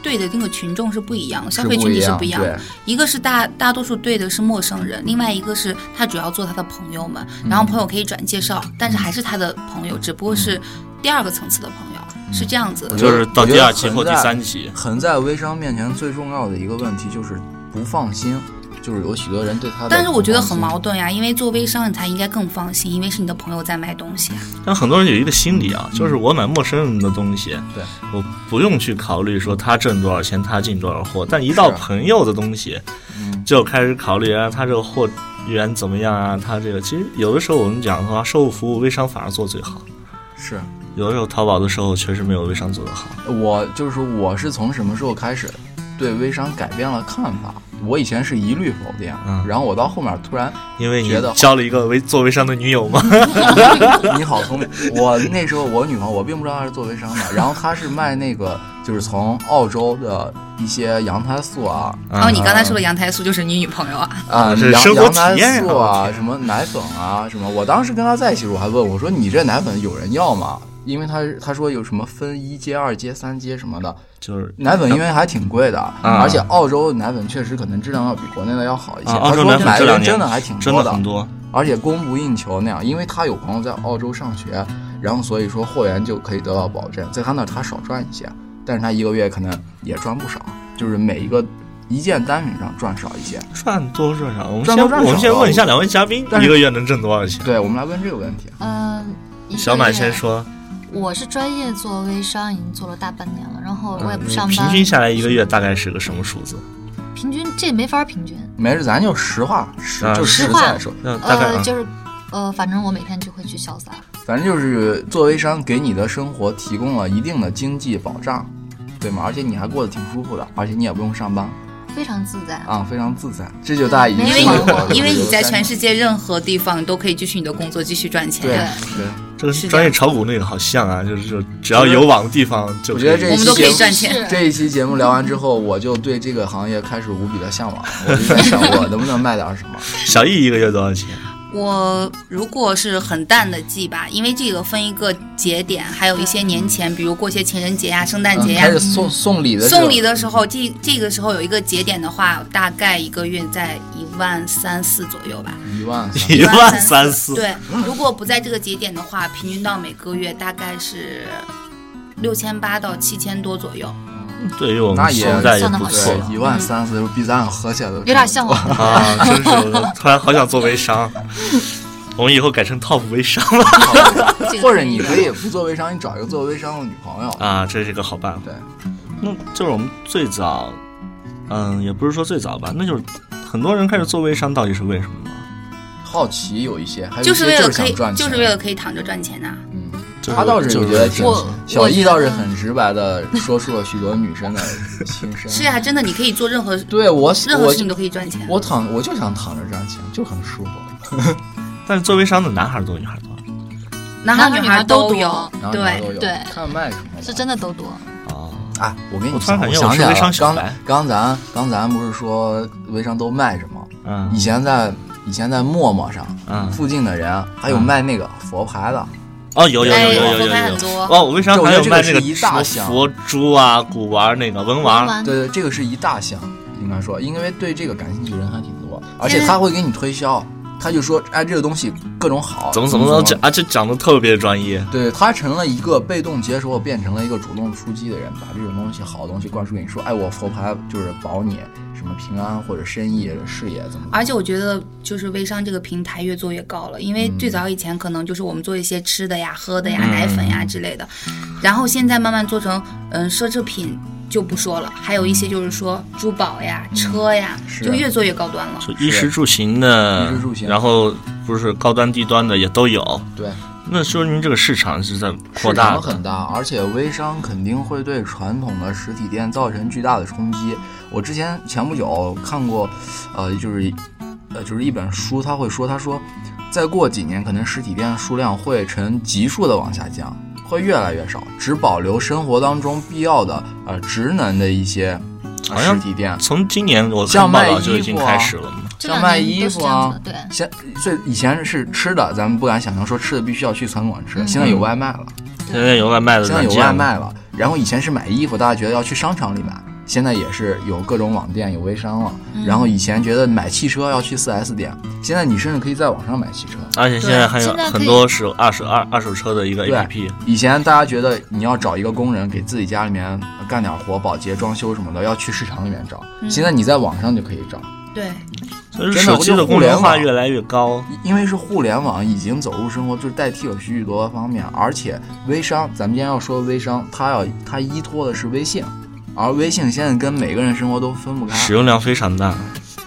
[SPEAKER 5] 对的那个群众是不一样的，消
[SPEAKER 1] 是
[SPEAKER 5] 费群体是
[SPEAKER 1] 不
[SPEAKER 5] 不一样的。
[SPEAKER 1] 对
[SPEAKER 5] 一个是大大多数对的是陌生人，另外一个是他主要做他的朋友们，
[SPEAKER 1] 嗯
[SPEAKER 5] 然后朋友可以转介绍，但是还是他的朋友，只不过是
[SPEAKER 1] 嗯
[SPEAKER 5] 第二个层次的朋友，是这样子的。
[SPEAKER 2] 就是到第二期
[SPEAKER 1] 我觉得
[SPEAKER 2] 或第
[SPEAKER 1] 存在
[SPEAKER 2] 三期，
[SPEAKER 1] 横在微商面前最重要的一个问题就是不放心，就是有许多人对他的不放心。
[SPEAKER 5] 但是我觉得很矛盾呀，因为做微商你才应该更放心，因为是你的朋友在卖东西啊。
[SPEAKER 2] 但很多人有一个心理啊，就是我买陌生人的东西，
[SPEAKER 1] 嗯对，
[SPEAKER 2] 我不用去考虑说他挣多少钱，他进多少货，但一到
[SPEAKER 1] 是啊
[SPEAKER 2] 朋友的东西，
[SPEAKER 1] 嗯
[SPEAKER 2] 就开始考虑啊，他这个货源怎么样啊，他这个其实有的时候我们讲的话，售后服务微商反而做最好，
[SPEAKER 1] 是。
[SPEAKER 2] 有的时候淘宝的时候确实没有微商做得好，
[SPEAKER 1] 我就是我是从什么时候开始对微商改变了看法？我以前是一律否定，
[SPEAKER 2] 嗯
[SPEAKER 1] 然后我到后面突 然，
[SPEAKER 2] 因为你
[SPEAKER 1] 觉得好
[SPEAKER 2] 交了一个微做微商的女友嘛，
[SPEAKER 1] 你好聪明。我那时候我女朋友我并不知道她是做微商的，然后她是卖那个就是从澳洲的一些羊胎素啊
[SPEAKER 5] 然哦后你刚才说的羊胎素就是你女朋友啊，
[SPEAKER 1] 啊、
[SPEAKER 2] 这是
[SPEAKER 1] 羊
[SPEAKER 2] 生活
[SPEAKER 1] 羊
[SPEAKER 2] 体
[SPEAKER 1] 胎
[SPEAKER 2] 验
[SPEAKER 1] 素
[SPEAKER 2] 啊我
[SPEAKER 1] 啊什么奶粉啊什么。我当时跟她在一起，我还问我说你这奶粉有人要吗？因为她她说有什么分一阶、二阶、三阶什么的，
[SPEAKER 2] 就是
[SPEAKER 1] 奶粉因为还挺贵的，而且澳洲奶粉确实可能质量要比国内的要好一些。
[SPEAKER 2] 啊
[SPEAKER 1] 他
[SPEAKER 2] 澳洲
[SPEAKER 1] 说
[SPEAKER 2] 奶粉
[SPEAKER 1] 买
[SPEAKER 2] 这
[SPEAKER 1] 的
[SPEAKER 2] 两
[SPEAKER 1] 人
[SPEAKER 2] 年
[SPEAKER 1] 真的还挺
[SPEAKER 2] 真
[SPEAKER 1] 多
[SPEAKER 2] 的很多，
[SPEAKER 1] 而且供不应求那样。因为他有朋友在澳洲上学，然后所以说货源就可以得到保证，在他那儿他少赚一些，但是他一个月可能也赚不少，就是每一个一件单品上赚少一些。
[SPEAKER 2] 赚多赚少，我们
[SPEAKER 1] 赚多
[SPEAKER 2] 先
[SPEAKER 1] 赚少
[SPEAKER 2] 我们先问一下
[SPEAKER 1] 我
[SPEAKER 2] 两位嘉宾，
[SPEAKER 1] 但是
[SPEAKER 2] 一个月能挣多少钱？
[SPEAKER 1] 对，我们来问这个问题。
[SPEAKER 6] 嗯，一个
[SPEAKER 2] 小满
[SPEAKER 6] 月
[SPEAKER 2] 先，说，
[SPEAKER 6] 我是专业做微商，已经做了大半年了，然后我也不上
[SPEAKER 2] 嗯
[SPEAKER 6] 班，
[SPEAKER 2] 平均下来一个月大概是个什么数字？
[SPEAKER 6] 平均这也没法平均，
[SPEAKER 1] 没事，咱就实话实
[SPEAKER 2] 啊
[SPEAKER 1] 就实
[SPEAKER 6] 实话
[SPEAKER 1] 在说，
[SPEAKER 2] 那嗯大概、啊
[SPEAKER 6] 呃，就是呃，反正我每天就会去潇洒，
[SPEAKER 1] 反正就是做微商给你的生活提供了一定的经济保障，对吗？而且你还过得挺舒服的，而且你也不用上班。
[SPEAKER 6] 非常自在。
[SPEAKER 1] 啊，非常自在，这就大姨
[SPEAKER 5] 因
[SPEAKER 6] 因为
[SPEAKER 5] 为
[SPEAKER 6] 是的
[SPEAKER 5] 你因为你在全世界任何地方你都可以继续你的工作，继续赚钱。
[SPEAKER 1] 对
[SPEAKER 6] 对
[SPEAKER 1] 对，
[SPEAKER 2] 这个
[SPEAKER 5] 是这样
[SPEAKER 2] 专业炒股那个好像啊，就是就只要有网的地方就
[SPEAKER 1] 我
[SPEAKER 2] 可以
[SPEAKER 1] 觉得这
[SPEAKER 5] 我们都可以赚钱。
[SPEAKER 6] 是
[SPEAKER 1] 这一期节目聊完之后，我就对这个行业开始无比的向往，我就在想我能不能卖点什 么。
[SPEAKER 2] 小易一个月多少钱？
[SPEAKER 5] 我如果是很淡的记吧，因为这个分一个节点，还有一些年前，比如过些情人节呀、圣诞节
[SPEAKER 1] 嗯、
[SPEAKER 5] 呀
[SPEAKER 1] 开、始送送礼的时候
[SPEAKER 5] 送礼的时候，这这个时候有一个节点的话，大概一个月在一万三四左右吧。
[SPEAKER 1] 一万 三，
[SPEAKER 2] 一万三
[SPEAKER 5] 四。
[SPEAKER 2] 四，
[SPEAKER 5] 对，如果不在这个节点的话，平均到每个月大概是六千八到七千多左右。
[SPEAKER 2] 对于我
[SPEAKER 1] 那
[SPEAKER 2] 们
[SPEAKER 1] 也
[SPEAKER 2] 现在也不错
[SPEAKER 1] 对，
[SPEAKER 2] 了
[SPEAKER 1] 一万三四比咱俩合起来都
[SPEAKER 6] 有点像我。
[SPEAKER 2] 啊！真是，我突然好想做微商， 我们以后改成 top 微商 了
[SPEAKER 1] 或者你可以不做微商，你找一个做微商的女朋友。
[SPEAKER 2] 啊啊！这是个好办法。
[SPEAKER 1] 对，
[SPEAKER 2] 那就是我们最早，嗯，也不是说最早吧，那就是很多人开始做微商，到底是为什么呢？
[SPEAKER 1] 好奇有一些，还有
[SPEAKER 5] 就
[SPEAKER 1] 一
[SPEAKER 5] 是
[SPEAKER 1] 些
[SPEAKER 5] 为了
[SPEAKER 1] 是
[SPEAKER 5] 可
[SPEAKER 1] 想
[SPEAKER 5] 以，
[SPEAKER 1] 赚钱，
[SPEAKER 5] 就是为了可以躺着赚钱呐、
[SPEAKER 1] 嗯，
[SPEAKER 2] 就是
[SPEAKER 1] 他倒是
[SPEAKER 2] 就
[SPEAKER 1] 我
[SPEAKER 2] 是
[SPEAKER 1] 觉得挺
[SPEAKER 5] 我，
[SPEAKER 1] 小易
[SPEAKER 6] 我
[SPEAKER 1] 倒是很直白的说出了许多女生的心 声。
[SPEAKER 5] 是啊，真的，你可以做任何
[SPEAKER 1] 对我
[SPEAKER 5] 任何
[SPEAKER 1] 我
[SPEAKER 5] 事情都可以赚钱。
[SPEAKER 1] 我躺我就想躺着赚钱，就很舒服，
[SPEAKER 2] 但是做微商的男孩儿多，女孩儿多
[SPEAKER 5] 男孩女孩都有，
[SPEAKER 1] 然后
[SPEAKER 5] 对哎
[SPEAKER 1] 哪儿都有，
[SPEAKER 6] 对
[SPEAKER 1] 看麦什么的
[SPEAKER 6] 是真的都多。
[SPEAKER 2] 啊。
[SPEAKER 1] 啊！我跟你
[SPEAKER 2] 我突
[SPEAKER 1] 讲，
[SPEAKER 2] 然感觉
[SPEAKER 1] 想
[SPEAKER 2] 我
[SPEAKER 1] 起
[SPEAKER 2] 是
[SPEAKER 1] 来
[SPEAKER 2] 微
[SPEAKER 1] 了
[SPEAKER 2] 商，小
[SPEAKER 1] 刚
[SPEAKER 2] 白
[SPEAKER 1] 刚咱刚咱不是说微商都卖什么？以
[SPEAKER 2] 嗯
[SPEAKER 1] 前在以前在陌陌上，
[SPEAKER 2] 嗯，
[SPEAKER 1] 附近的人还有卖那个佛牌的，
[SPEAKER 2] 哦，有有有
[SPEAKER 5] 哎
[SPEAKER 2] 有有
[SPEAKER 5] 我
[SPEAKER 2] 有
[SPEAKER 5] 分开
[SPEAKER 2] 有
[SPEAKER 5] 很。多
[SPEAKER 2] 哦，我微商还有
[SPEAKER 1] 这我
[SPEAKER 2] 卖那
[SPEAKER 1] 觉得这个是一
[SPEAKER 2] 什
[SPEAKER 1] 大
[SPEAKER 2] 么
[SPEAKER 1] 项
[SPEAKER 2] 佛珠啊、古玩儿那个文玩
[SPEAKER 5] 嗯
[SPEAKER 2] 儿，
[SPEAKER 6] 玩
[SPEAKER 1] 对对，这个是一大项，应该说，因为对这个感兴趣的人还挺多，
[SPEAKER 5] 嗯
[SPEAKER 1] 而且他会给你推销，他就说，哎，这个东西各种好，
[SPEAKER 2] 怎么
[SPEAKER 1] 怎
[SPEAKER 2] 怎么能
[SPEAKER 1] 怎
[SPEAKER 2] 讲啊？这讲的特别专业。
[SPEAKER 1] 对他成了一个被动接受，变成了一个主动出击的人，把这种东西好的东西灌输给你，说，哎，我佛牌就是保你什么平安或者生意事业怎么
[SPEAKER 5] 而且我觉得，就是微商这个平台越做越高了，因为最早以前可能就是我们做一些吃的呀、喝的呀、奶粉呀之类的，然后现在慢慢做成嗯奢侈品就不说了，还有一些就是说珠宝呀、车呀，
[SPEAKER 1] 是
[SPEAKER 5] 就越做越高端了。
[SPEAKER 2] 就衣食住行的
[SPEAKER 1] 衣食住，行
[SPEAKER 2] 然后不是高端低端的也都有，
[SPEAKER 1] 对，
[SPEAKER 2] 那说明这个市场是在扩
[SPEAKER 1] 市
[SPEAKER 2] 大
[SPEAKER 1] 场
[SPEAKER 2] 的。
[SPEAKER 1] 很大，而且微商肯定会对传统的实体店造成巨大的冲击。我之前前不久看过，呃，就是呃，就是一本书，他会说，他说，再过几年，可能实体店的数量会呈急速的往下降，会越来越少，只保留生活当中必要的呃职能的一些呃
[SPEAKER 2] 好像
[SPEAKER 1] 实体店。
[SPEAKER 2] 从今年我看
[SPEAKER 1] 像
[SPEAKER 2] 报
[SPEAKER 1] 卖
[SPEAKER 2] 道就已
[SPEAKER 1] 衣
[SPEAKER 2] 经
[SPEAKER 1] 服啊
[SPEAKER 2] 开始了嘛，
[SPEAKER 6] 这
[SPEAKER 1] 像
[SPEAKER 6] 两
[SPEAKER 1] 卖
[SPEAKER 6] 年
[SPEAKER 1] 衣
[SPEAKER 6] 都是
[SPEAKER 1] 服
[SPEAKER 6] 这样
[SPEAKER 1] 啊
[SPEAKER 6] 子的，对。
[SPEAKER 1] 现最以前是吃的，咱们不敢想象说吃的必须要去餐馆吃，
[SPEAKER 6] 嗯
[SPEAKER 1] 现在有外卖了。
[SPEAKER 2] 现在有外卖的
[SPEAKER 1] 现在
[SPEAKER 2] 呃软
[SPEAKER 1] 有
[SPEAKER 2] 件，
[SPEAKER 1] 外卖了，然后以前是买衣服，大家觉得要去商场里买，现在也是有各种网店有微商了。然后以前觉得买汽车要去 4S 店，现在你甚至可以在网上买汽车。
[SPEAKER 2] 而且现在还有
[SPEAKER 6] 现在可以
[SPEAKER 2] 很多是二手二二手车的一个 APP，
[SPEAKER 1] 以前大家觉得你要找一个工人给自己家里面干点活，保洁、装修什么的，要去市场里面找。现在你在网上就可以找，
[SPEAKER 5] 对，
[SPEAKER 2] 所以
[SPEAKER 1] 真的
[SPEAKER 2] 手机
[SPEAKER 1] 我觉得
[SPEAKER 2] 的
[SPEAKER 1] 互
[SPEAKER 2] 功
[SPEAKER 1] 联
[SPEAKER 2] 能化
[SPEAKER 1] 网啊
[SPEAKER 2] 越来越高。
[SPEAKER 1] 因因为是互联网已经走入生活，就是代替了许许多多方面，而且微商，咱们今天要说微商，它要它依托的是微信，而微信现在跟每个人生活都分不开。
[SPEAKER 2] 使用量非常大，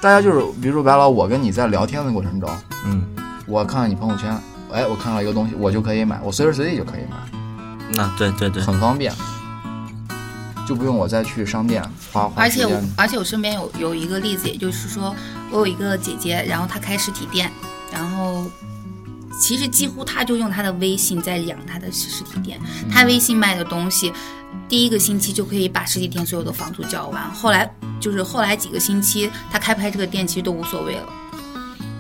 [SPEAKER 1] 大家就是，比如说白老，我跟你在聊天的过程中，
[SPEAKER 2] 嗯，
[SPEAKER 1] 我看看你朋友圈，哎，我看到一个东西，我就可以买，我随时随地就可以买，
[SPEAKER 2] 那对对对，
[SPEAKER 1] 很方便，就不用我再去商店花花
[SPEAKER 5] 而
[SPEAKER 1] 时
[SPEAKER 5] 且我
[SPEAKER 1] 间。
[SPEAKER 5] 而且我身边有有一个例子，也就是说，我有一个姐姐，然后她开实体店，然后其实几乎她就用她的微信在养她的实体店，
[SPEAKER 1] 嗯
[SPEAKER 5] 她微信卖的东西。第一个星期就可以把实体店所有的房租交完，后来就是后来几个星期，她开不开这个店其实都无所谓了，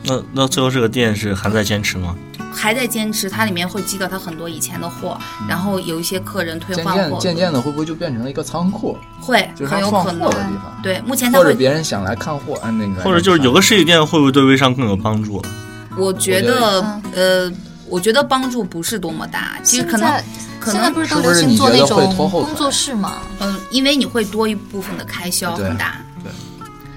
[SPEAKER 2] 那那最后这个店是还在坚持吗？
[SPEAKER 5] 还在坚持。它里面会积到她很多以前的货，然后有一些客人退
[SPEAKER 1] 渐
[SPEAKER 5] 换
[SPEAKER 1] 渐
[SPEAKER 5] 货，
[SPEAKER 1] 渐渐的，会不会就变成了一个仓库，
[SPEAKER 5] 会
[SPEAKER 1] 就是它
[SPEAKER 5] 很有
[SPEAKER 1] 放
[SPEAKER 5] 可
[SPEAKER 1] 货
[SPEAKER 5] 能
[SPEAKER 1] 的。地方，
[SPEAKER 5] 对，目前她
[SPEAKER 1] 或者
[SPEAKER 5] 会，
[SPEAKER 1] 别人想来看货，按那个，
[SPEAKER 2] 或者就是有个实体店会不会对微商更有帮助？
[SPEAKER 1] 我
[SPEAKER 5] 我觉
[SPEAKER 1] 觉
[SPEAKER 5] 得呃，我觉得帮助不是多么大，其实可能
[SPEAKER 6] 嗯
[SPEAKER 5] 可
[SPEAKER 6] 现在现在
[SPEAKER 5] 能
[SPEAKER 6] 不是都
[SPEAKER 1] 是不
[SPEAKER 6] 流
[SPEAKER 1] 是
[SPEAKER 6] 行
[SPEAKER 1] 你
[SPEAKER 6] 做
[SPEAKER 1] 觉
[SPEAKER 6] 那
[SPEAKER 1] 得会
[SPEAKER 6] 种
[SPEAKER 1] 拖后
[SPEAKER 6] 工
[SPEAKER 1] 腿
[SPEAKER 6] 作室嘛？
[SPEAKER 5] 嗯，因为你会多一部分的开销
[SPEAKER 1] 对
[SPEAKER 5] 很大。
[SPEAKER 1] 对，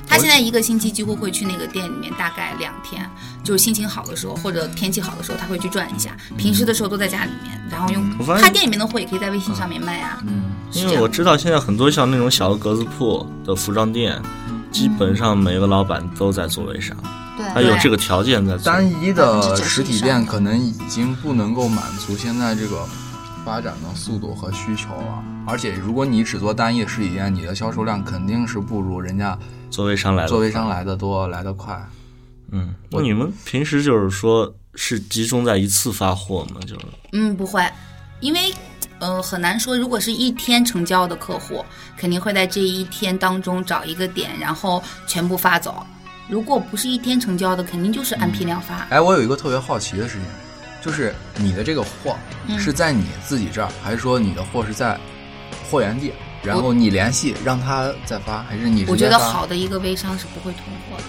[SPEAKER 5] 他现在一个星期几乎会去那个店里面，大概两天，就是心情好的时候或者天气好的时候，他会去转一下。平时的时候都在家里面，然后用
[SPEAKER 2] 我发现
[SPEAKER 5] 他店里面的货也可以在微信上面卖啊。
[SPEAKER 1] 嗯，
[SPEAKER 2] 因为我知道现在很多像那种小的格子铺的服装店，基本上每个老板都在做微商，他
[SPEAKER 6] 嗯对，
[SPEAKER 2] 有这个条件在做。
[SPEAKER 1] 单一的
[SPEAKER 6] 90%
[SPEAKER 1] 实体店可能已经不能够满足现在这个发展的速度和需求了，而且如果你只做单一的实体店，你的销售量肯定是不如人家。
[SPEAKER 2] 做微商来的，
[SPEAKER 1] 做微商来的多，来的快。
[SPEAKER 2] 嗯，那你们平时就是说是集中在一次发货吗？就是
[SPEAKER 5] 嗯，不会，因为。呃，很难说。如果是一天成交的客户，肯定会在这一天当中找一个点，然后全部发走。如果不是一天成交的，肯定就是按批量发。
[SPEAKER 1] 哎，我有一个特别好奇的事情，就是你的这个货
[SPEAKER 5] 嗯
[SPEAKER 1] 是在你自己这儿，还是说你的货是在货源地，然后你联系让他再发，还是你
[SPEAKER 5] 我
[SPEAKER 1] 直接
[SPEAKER 5] 觉得
[SPEAKER 1] 嗯发？
[SPEAKER 5] 好的一个微商是不会囤货的，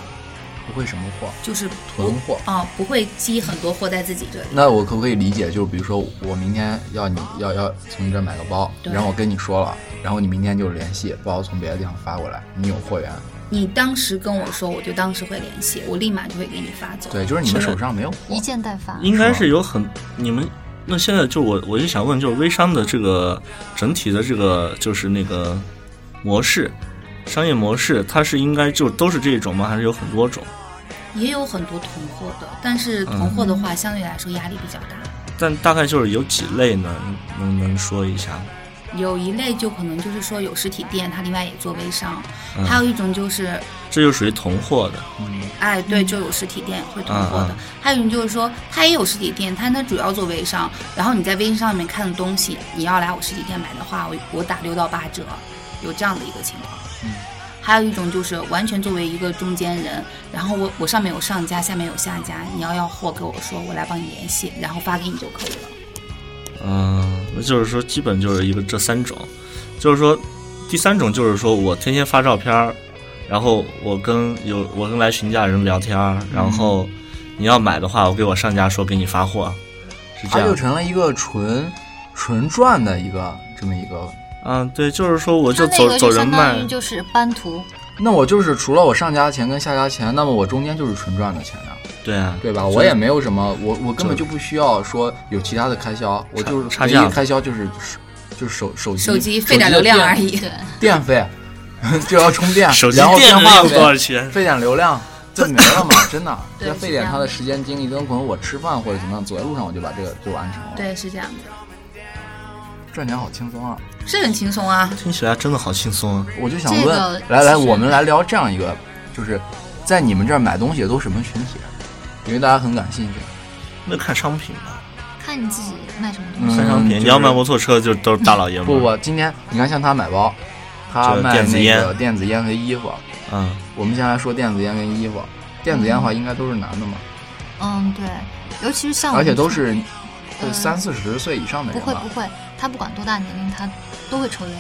[SPEAKER 1] 不会什么货。
[SPEAKER 5] 就是不
[SPEAKER 1] 囤货
[SPEAKER 5] 啊、不会积很多货在自己这里。
[SPEAKER 1] 那我可不可以理解，就是比如说我明天要你要要从你这儿买个包，
[SPEAKER 5] 对
[SPEAKER 1] 然后我跟你说了，然后你明天就联系包从别的地方发过来，你有货源。
[SPEAKER 5] 你当时跟我说，我就当时会联系，我立马就会给你发走。
[SPEAKER 1] 对，就是你们手上没有
[SPEAKER 6] 一
[SPEAKER 1] 货。
[SPEAKER 6] 件代发。
[SPEAKER 2] 应该是有很你们那现在就我我就想问，就是微商的这个整体的这个就是那个模式，商业模式，它是应该就都是这一种吗？还是有很多种？
[SPEAKER 5] 也有很多囤货的，但
[SPEAKER 1] 嗯
[SPEAKER 5] 是囤货的话，相对来说压力比较大。
[SPEAKER 2] 但大概就是有几类呢？能能说一下？
[SPEAKER 5] 有一类就可能就是说有实体店，它另外也做微商；还有一种就是，
[SPEAKER 2] 这就属于囤货的，
[SPEAKER 5] 哎，对，就有实体店会囤货的；
[SPEAKER 2] 嗯嗯
[SPEAKER 5] 还有一种就是说，它也有实体店，但它主要做微商。然后你在微商上面看的东西，你要来我实体店买的话，我我打六到八折，有这样的一个情况。还有一种就是完全作为一个中间人，然后我我上面有上家，下面有下家，你要要货给我说，我来帮你联系，然后发给你就可以了。
[SPEAKER 2] 嗯，那就是说基本就是一个这三种，就是说第三种就是说我天天发照片儿，然后我跟有我跟来询价人聊天儿，然后你要买的话，我给我上家说给你发货，是这
[SPEAKER 1] 它
[SPEAKER 2] 样
[SPEAKER 1] 就。成了一个纯纯赚的一个这么一个。
[SPEAKER 2] 嗯，对，就是说我就
[SPEAKER 6] 它那
[SPEAKER 2] 走走
[SPEAKER 6] 个就
[SPEAKER 2] 人
[SPEAKER 6] 相
[SPEAKER 2] 脉
[SPEAKER 6] 当于，就是班图，
[SPEAKER 1] 那我就是除了我上家钱跟下家钱，那么我中间就是纯赚的钱呀、
[SPEAKER 2] 对啊，
[SPEAKER 1] 对吧？
[SPEAKER 2] 就是
[SPEAKER 1] 我也没有什么，我我根本就不需要说有其他的开销，我就是
[SPEAKER 2] 差
[SPEAKER 1] 唯
[SPEAKER 2] 价
[SPEAKER 1] 一开销就是就是手手机
[SPEAKER 5] 手机费点
[SPEAKER 1] 的
[SPEAKER 5] 流量而
[SPEAKER 1] 电
[SPEAKER 5] 已。
[SPEAKER 6] 对，
[SPEAKER 1] 电费 就要充电，
[SPEAKER 2] 手机
[SPEAKER 1] 然后
[SPEAKER 2] 电
[SPEAKER 1] 啊电
[SPEAKER 2] 费
[SPEAKER 1] 话
[SPEAKER 2] 有多少
[SPEAKER 1] 费
[SPEAKER 2] 钱？
[SPEAKER 1] 费点流量，这没了嘛，真的，
[SPEAKER 5] 对
[SPEAKER 1] 这费点他的时间精力跟可能我吃饭或者怎么样，走在路上我就把这个就完成了。，
[SPEAKER 5] 对，是这样的，
[SPEAKER 1] 赚钱好轻松啊！
[SPEAKER 5] 是很轻松啊。
[SPEAKER 2] 听起来真的好轻松啊！
[SPEAKER 1] 我就想
[SPEAKER 6] 这
[SPEAKER 1] 问，
[SPEAKER 6] 个
[SPEAKER 1] 来
[SPEAKER 6] 其
[SPEAKER 1] 来，
[SPEAKER 6] 实
[SPEAKER 1] 我们来聊这样一个，就是在你们这儿买东西的都什么群体？啊因为大家很感兴趣。
[SPEAKER 2] 那看商品吧，
[SPEAKER 6] 看你自己卖什么东西。
[SPEAKER 1] 嗯
[SPEAKER 2] 看商品。你要卖摩托车，就都是大老爷们。
[SPEAKER 1] 不，不，今天你看像他买包，他
[SPEAKER 2] 这
[SPEAKER 1] 卖
[SPEAKER 2] 电子
[SPEAKER 1] 那
[SPEAKER 2] 烟
[SPEAKER 1] 个电子烟和衣服。
[SPEAKER 2] 嗯，
[SPEAKER 1] 我们先来说电子烟跟衣服。电子烟的话，应该都是男的嘛，
[SPEAKER 6] 嗯，对，尤其是像
[SPEAKER 1] 而
[SPEAKER 6] 我们
[SPEAKER 1] 且都
[SPEAKER 6] 这种
[SPEAKER 1] 是
[SPEAKER 6] 嗯
[SPEAKER 1] 三四十岁以上的
[SPEAKER 6] 不
[SPEAKER 1] 人
[SPEAKER 6] 会
[SPEAKER 1] 吧
[SPEAKER 6] 不。会，他不管多大年龄，他都会抽 烟。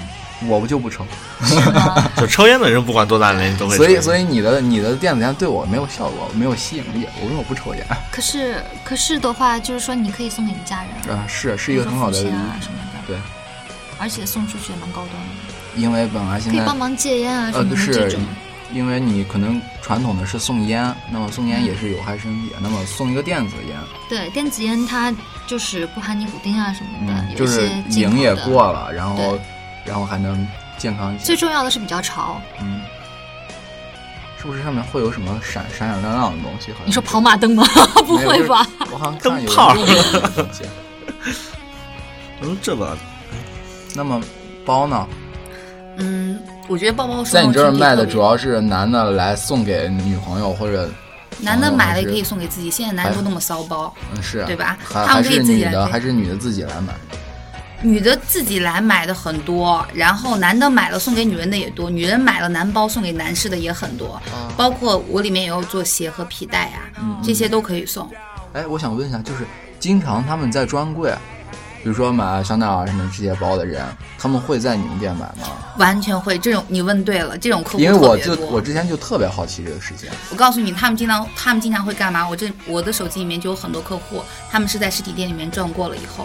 [SPEAKER 1] 我不就不抽，
[SPEAKER 6] 是吗
[SPEAKER 2] 就抽烟的人不管多大年龄都会抽
[SPEAKER 1] 所
[SPEAKER 2] 烟。
[SPEAKER 1] 以所以你的你的电子烟对我没有效果，没有吸引力，我因为我不 抽烟。
[SPEAKER 6] 可是可是的话，就是说你可以送给你家人，
[SPEAKER 1] 啊，是是一个
[SPEAKER 6] 比如
[SPEAKER 1] 很
[SPEAKER 6] 说
[SPEAKER 1] 好的
[SPEAKER 6] 父
[SPEAKER 1] 理
[SPEAKER 6] 亲
[SPEAKER 1] 解，
[SPEAKER 6] 啊什么的，
[SPEAKER 1] 对，
[SPEAKER 6] 而且送出去也蛮高端的，
[SPEAKER 1] 因为本来现
[SPEAKER 6] 可以
[SPEAKER 1] 在
[SPEAKER 6] 帮忙戒烟啊什
[SPEAKER 1] 呃
[SPEAKER 6] 么的这
[SPEAKER 1] 是
[SPEAKER 6] 种。，
[SPEAKER 1] 因为你可能传统的是送烟，那么送烟也是有害身
[SPEAKER 6] 嗯
[SPEAKER 1] 体，那么送一个电子烟，
[SPEAKER 6] 对，电子烟它就是不含尼古丁啊什么的，
[SPEAKER 1] 嗯，
[SPEAKER 6] 有
[SPEAKER 1] 就
[SPEAKER 6] 一
[SPEAKER 1] 是
[SPEAKER 6] 些进
[SPEAKER 1] 瘾
[SPEAKER 6] 口
[SPEAKER 1] 也
[SPEAKER 6] 的。
[SPEAKER 1] 过了，然后
[SPEAKER 6] 对
[SPEAKER 1] 然后还能健康一些
[SPEAKER 6] 最。重要的是比较潮，
[SPEAKER 1] 嗯，是不是上面会有什么闪闪闪亮亮的东西？好像
[SPEAKER 6] 你
[SPEAKER 1] 是
[SPEAKER 6] 说跑马灯吗？ 不
[SPEAKER 1] 没有
[SPEAKER 6] 会吧？？
[SPEAKER 1] 就是我好像看
[SPEAKER 2] 灯
[SPEAKER 1] 有人
[SPEAKER 2] 泡
[SPEAKER 1] 用过这个东西
[SPEAKER 2] 嗯，这吧，
[SPEAKER 1] 那么包呢？
[SPEAKER 5] 嗯，我觉得包包收
[SPEAKER 1] 在你这儿卖的主
[SPEAKER 5] 要
[SPEAKER 1] 要是男的来送给女朋友，或者
[SPEAKER 5] 男的买了也可以
[SPEAKER 1] 是
[SPEAKER 5] 送给自己，现在男的都那么骚包，
[SPEAKER 1] 嗯是
[SPEAKER 5] 对吧
[SPEAKER 1] 还
[SPEAKER 5] 他
[SPEAKER 1] 还
[SPEAKER 5] 们可以
[SPEAKER 1] 是
[SPEAKER 5] 自己
[SPEAKER 1] 女
[SPEAKER 5] 来
[SPEAKER 1] 的
[SPEAKER 5] 配
[SPEAKER 1] 还是女的自己来买，
[SPEAKER 5] 女的自己来买的很多，然后男的买了送给女人的也多，女人买了男包送给男士的也很多，包括我里面也有做鞋和皮带啊，
[SPEAKER 1] 嗯
[SPEAKER 5] 这些都可以送。
[SPEAKER 1] 哎，我想问一下，就是经常他们在专柜，比如说买香奈儿什么这些包的人，他们会在你们店买吗？
[SPEAKER 5] 完全会，这种你问对了，这种客户
[SPEAKER 1] 因为
[SPEAKER 5] 特
[SPEAKER 1] 我
[SPEAKER 5] 别
[SPEAKER 1] 就
[SPEAKER 5] 多。
[SPEAKER 1] 我之前就特别好奇这个事情。
[SPEAKER 5] 我告诉你，他们经常他们经常会干嘛？我这我的手机里面就有很多客户，他们是在实体店里面转过了以后，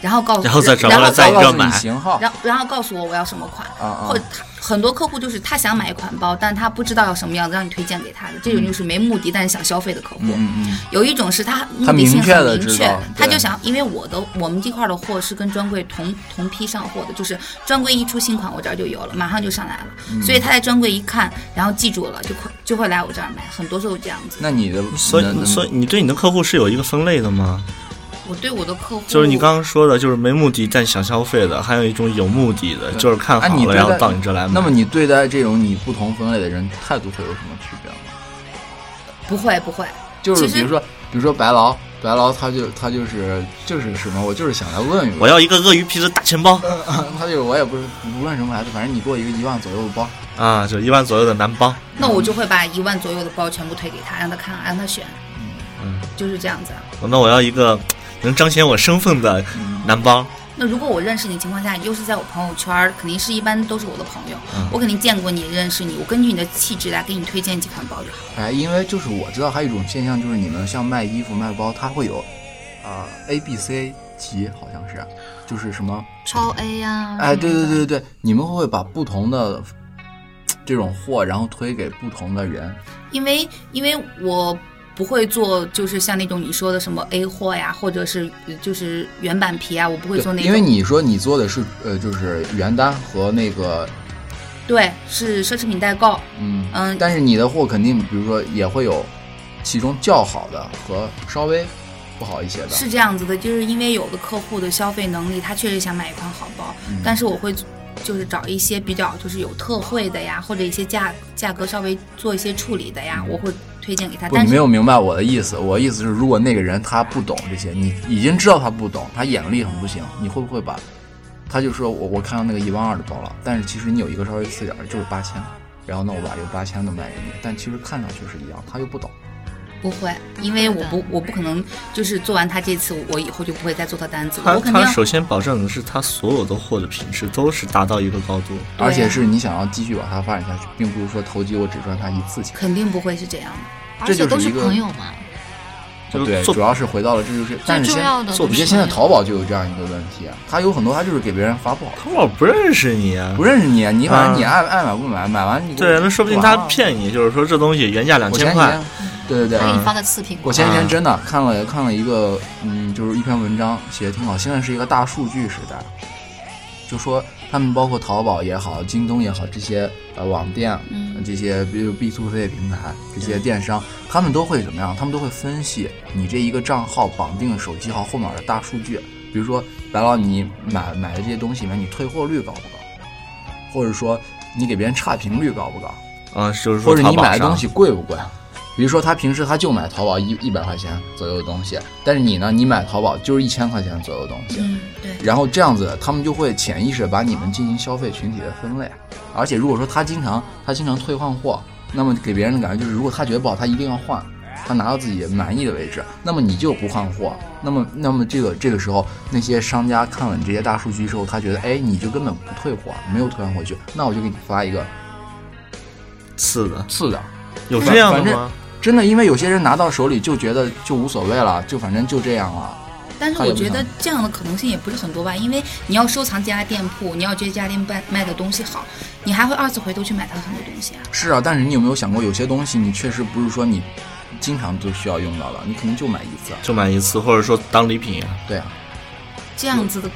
[SPEAKER 5] 然后告诉
[SPEAKER 2] 然后再转过
[SPEAKER 5] 然
[SPEAKER 2] 来
[SPEAKER 5] 后
[SPEAKER 2] 再
[SPEAKER 5] 告
[SPEAKER 1] 我
[SPEAKER 2] 一
[SPEAKER 1] 告
[SPEAKER 2] 个
[SPEAKER 1] 诉你
[SPEAKER 2] 买
[SPEAKER 1] 型号，
[SPEAKER 5] 然然后告诉我我要什么款，
[SPEAKER 1] 啊啊
[SPEAKER 5] 或者他很多客户就是他想买一款包，但他不知道要什么样子，让你推荐给他的，这种就是没目的但是想消费的客户。
[SPEAKER 1] 嗯嗯。
[SPEAKER 5] 有一种是他目
[SPEAKER 1] 他
[SPEAKER 5] 的性
[SPEAKER 1] 明确
[SPEAKER 5] 很
[SPEAKER 1] 地
[SPEAKER 5] 明
[SPEAKER 1] 知
[SPEAKER 5] 确
[SPEAKER 1] 道，
[SPEAKER 5] 他
[SPEAKER 1] 对
[SPEAKER 5] 就想，因为我的我们这块的货是跟专柜同同批上货的，就是专柜一出新款，我这儿就有了，马上就上来了，
[SPEAKER 1] 嗯
[SPEAKER 5] 所以他在专柜一看，然后记住了，就会就会来我这儿买，很多时候这样子。
[SPEAKER 1] 那你的
[SPEAKER 2] 所
[SPEAKER 1] 那那
[SPEAKER 2] 以所以你对你的客户是有一个分类的吗？
[SPEAKER 5] 我对我的客户
[SPEAKER 2] 就是你刚刚说的，就是没目的但想消费的，还有一种有目的的，就是看
[SPEAKER 1] 啊
[SPEAKER 2] 好
[SPEAKER 1] 你
[SPEAKER 2] 了
[SPEAKER 1] 对
[SPEAKER 2] 然后
[SPEAKER 1] 待
[SPEAKER 2] 到你这来买。
[SPEAKER 1] 那么你对待这种你不同分类的人态度会有什么区别吗？
[SPEAKER 5] 不会不会，
[SPEAKER 1] 就是
[SPEAKER 5] 其实
[SPEAKER 1] 比如说，比如说白劳，白劳他就他就是就是什么，我就是想来问一问，
[SPEAKER 2] 我要一个鳄鱼皮的大钱包
[SPEAKER 1] 他就是我也不是无论什么牌子，反正你给我一个一万左右的包，
[SPEAKER 2] 啊，就一万左右的男包。
[SPEAKER 5] 那
[SPEAKER 1] 嗯
[SPEAKER 5] 我就会把一万左右的包全部推给他，让他看，让他选，
[SPEAKER 2] 嗯，
[SPEAKER 5] 就是这样子啊。
[SPEAKER 2] 那我要一个能彰显我身份的
[SPEAKER 1] 嗯
[SPEAKER 2] 男包。
[SPEAKER 5] 那如果我认识你情况下，你又是在我朋友圈儿，肯定是一般都是我的朋友，
[SPEAKER 1] 嗯
[SPEAKER 5] 我肯定见过你，认识你，我根据你的气质来给你推荐几款包就好。
[SPEAKER 1] 哎，因为就是我知道还有一种现象，就是你们像卖衣服、卖包，它会有啊、A、B、C 级，好像是，就是什么，
[SPEAKER 6] 超 A 啊呀、
[SPEAKER 5] 嗯
[SPEAKER 1] 哎，对对对对对，你们会不会把不同的这种货，然后推给不同的人？
[SPEAKER 5] 因为因为我不会做，就是像那种你说的什么 A 货呀，或者是呃就是原版皮啊，我不会
[SPEAKER 1] 对
[SPEAKER 5] 做那种。
[SPEAKER 1] 因为你说你做的是呃，就是原单和那个
[SPEAKER 5] 对，是奢侈品代购。
[SPEAKER 1] 嗯
[SPEAKER 5] 嗯
[SPEAKER 1] 但是你的货肯定，比如说也会有其中较好的和稍微不好一些的。
[SPEAKER 5] 是这样子的，就是因为有的客户的消费能力，他确实想买一款好包，
[SPEAKER 1] 嗯
[SPEAKER 5] 但是我会就是找一些比较就是有特惠的呀，或者一些价价格稍微做一些处理的呀，我会推荐给他。
[SPEAKER 1] 嗯
[SPEAKER 6] 啊
[SPEAKER 1] 不，
[SPEAKER 5] 但
[SPEAKER 1] 你
[SPEAKER 5] 是
[SPEAKER 1] 没有明白我的意思。我意思是，如果那个人他不懂这些，你已经知道他不懂，他眼力很不行，你会不会把？他就说我我看到那个一万二的包了，但是其实你有一个稍微次点儿就是八千，然后那我把这个八千都卖给你，但其实看上去是一样，他又不懂。
[SPEAKER 5] 不会，因为我不我不可能就是做完他这次，我以后就不会再做他单子，
[SPEAKER 2] 他
[SPEAKER 5] 我肯定
[SPEAKER 2] 他
[SPEAKER 5] 要
[SPEAKER 2] 首先保证的是他所有的货的品质都是达到一个高度，
[SPEAKER 5] 对
[SPEAKER 1] 而且是你想要继续把它发展下去，并不是说投机我只赚他一次钱。
[SPEAKER 5] 肯定不会是这样的。
[SPEAKER 1] 这就
[SPEAKER 6] 而且
[SPEAKER 1] 是
[SPEAKER 6] 都
[SPEAKER 1] 一
[SPEAKER 6] 是
[SPEAKER 1] 个
[SPEAKER 6] 朋友嘛，
[SPEAKER 2] 就是
[SPEAKER 1] 对，
[SPEAKER 2] 做
[SPEAKER 1] 主要是回到了这就是，但是
[SPEAKER 6] 最重
[SPEAKER 1] 现
[SPEAKER 6] 要的
[SPEAKER 1] 我
[SPEAKER 6] 都
[SPEAKER 1] 觉得
[SPEAKER 6] 是
[SPEAKER 1] 现在
[SPEAKER 6] 朋友
[SPEAKER 1] 淘宝就有这样一个问题啊，它有很多它就是给别人发不好，
[SPEAKER 2] 淘宝不认识你啊，
[SPEAKER 1] 不认识你，你反正你
[SPEAKER 2] 嗯
[SPEAKER 1] 爱爱买不买，买完你给我
[SPEAKER 2] 对，那说不定
[SPEAKER 1] 完
[SPEAKER 2] 他
[SPEAKER 1] 了
[SPEAKER 2] 骗你，就是说这东西原价两
[SPEAKER 1] 哦我前
[SPEAKER 2] 千
[SPEAKER 1] 几
[SPEAKER 2] 块
[SPEAKER 1] 天，，对对对
[SPEAKER 6] 他，给
[SPEAKER 2] 嗯
[SPEAKER 6] 你发个次品。
[SPEAKER 1] 我前几天真的看了看了一个，嗯，就是一篇文章，写的挺好。现在是一个大数据时代，就说他们包括淘宝也好，京东也好，这些呃网店，
[SPEAKER 5] 嗯
[SPEAKER 1] 这些比如 B to C 平台，这
[SPEAKER 2] 嗯
[SPEAKER 1] 些电商，他们都会怎么样？他们都会分析你这一个账号绑定手机号后面的大数据，比如说白老你买买的这些东西里面，你退货率高不高，或者说你给别人差评率高不高？
[SPEAKER 2] 啊，就是
[SPEAKER 1] 或
[SPEAKER 2] 说
[SPEAKER 1] 者
[SPEAKER 2] 淘
[SPEAKER 1] 你
[SPEAKER 2] 宝
[SPEAKER 1] 买的
[SPEAKER 2] 上
[SPEAKER 1] 东西贵不贵？啊比如说他平时他就买淘宝一一百块钱左右的东西，但是你呢，你买淘宝就是一千块钱左右的东西。
[SPEAKER 5] 嗯，对，
[SPEAKER 1] 然后这样子，他们就会潜意识地把你们进行消费群体的分类。而且如果说他经常他经常退换货，那么给别人的感觉就是，如果他觉得不好，他一定要换，他拿到自己满意的为止。那么你就不换货，那么那么这个这个时候，那些商家看了你这些大数据之后，他觉得，哎，你就根本不退货，没有退换回去，那我就给你发一个
[SPEAKER 2] 次的，
[SPEAKER 1] 次的，
[SPEAKER 2] 有这样
[SPEAKER 1] 反
[SPEAKER 2] 的
[SPEAKER 1] 正
[SPEAKER 2] 吗？
[SPEAKER 1] 真的，因为有些人拿到手里就觉得就无所谓了，就反正就这样了。
[SPEAKER 5] 但是
[SPEAKER 1] 还有
[SPEAKER 5] 我
[SPEAKER 1] 呢
[SPEAKER 5] 觉得这样的可能性也不是很多吧，因为你要收藏这家店铺，你要觉得这家店卖卖的东西好，你还会二次回头去买它的很多东西啊。
[SPEAKER 1] 是啊，但是你有没有想过，有些东西你确实不是说你经常都需要用到的，你可能就买一次。
[SPEAKER 2] 就买一次，或者说当礼品啊。
[SPEAKER 1] 对啊，
[SPEAKER 5] 这样子的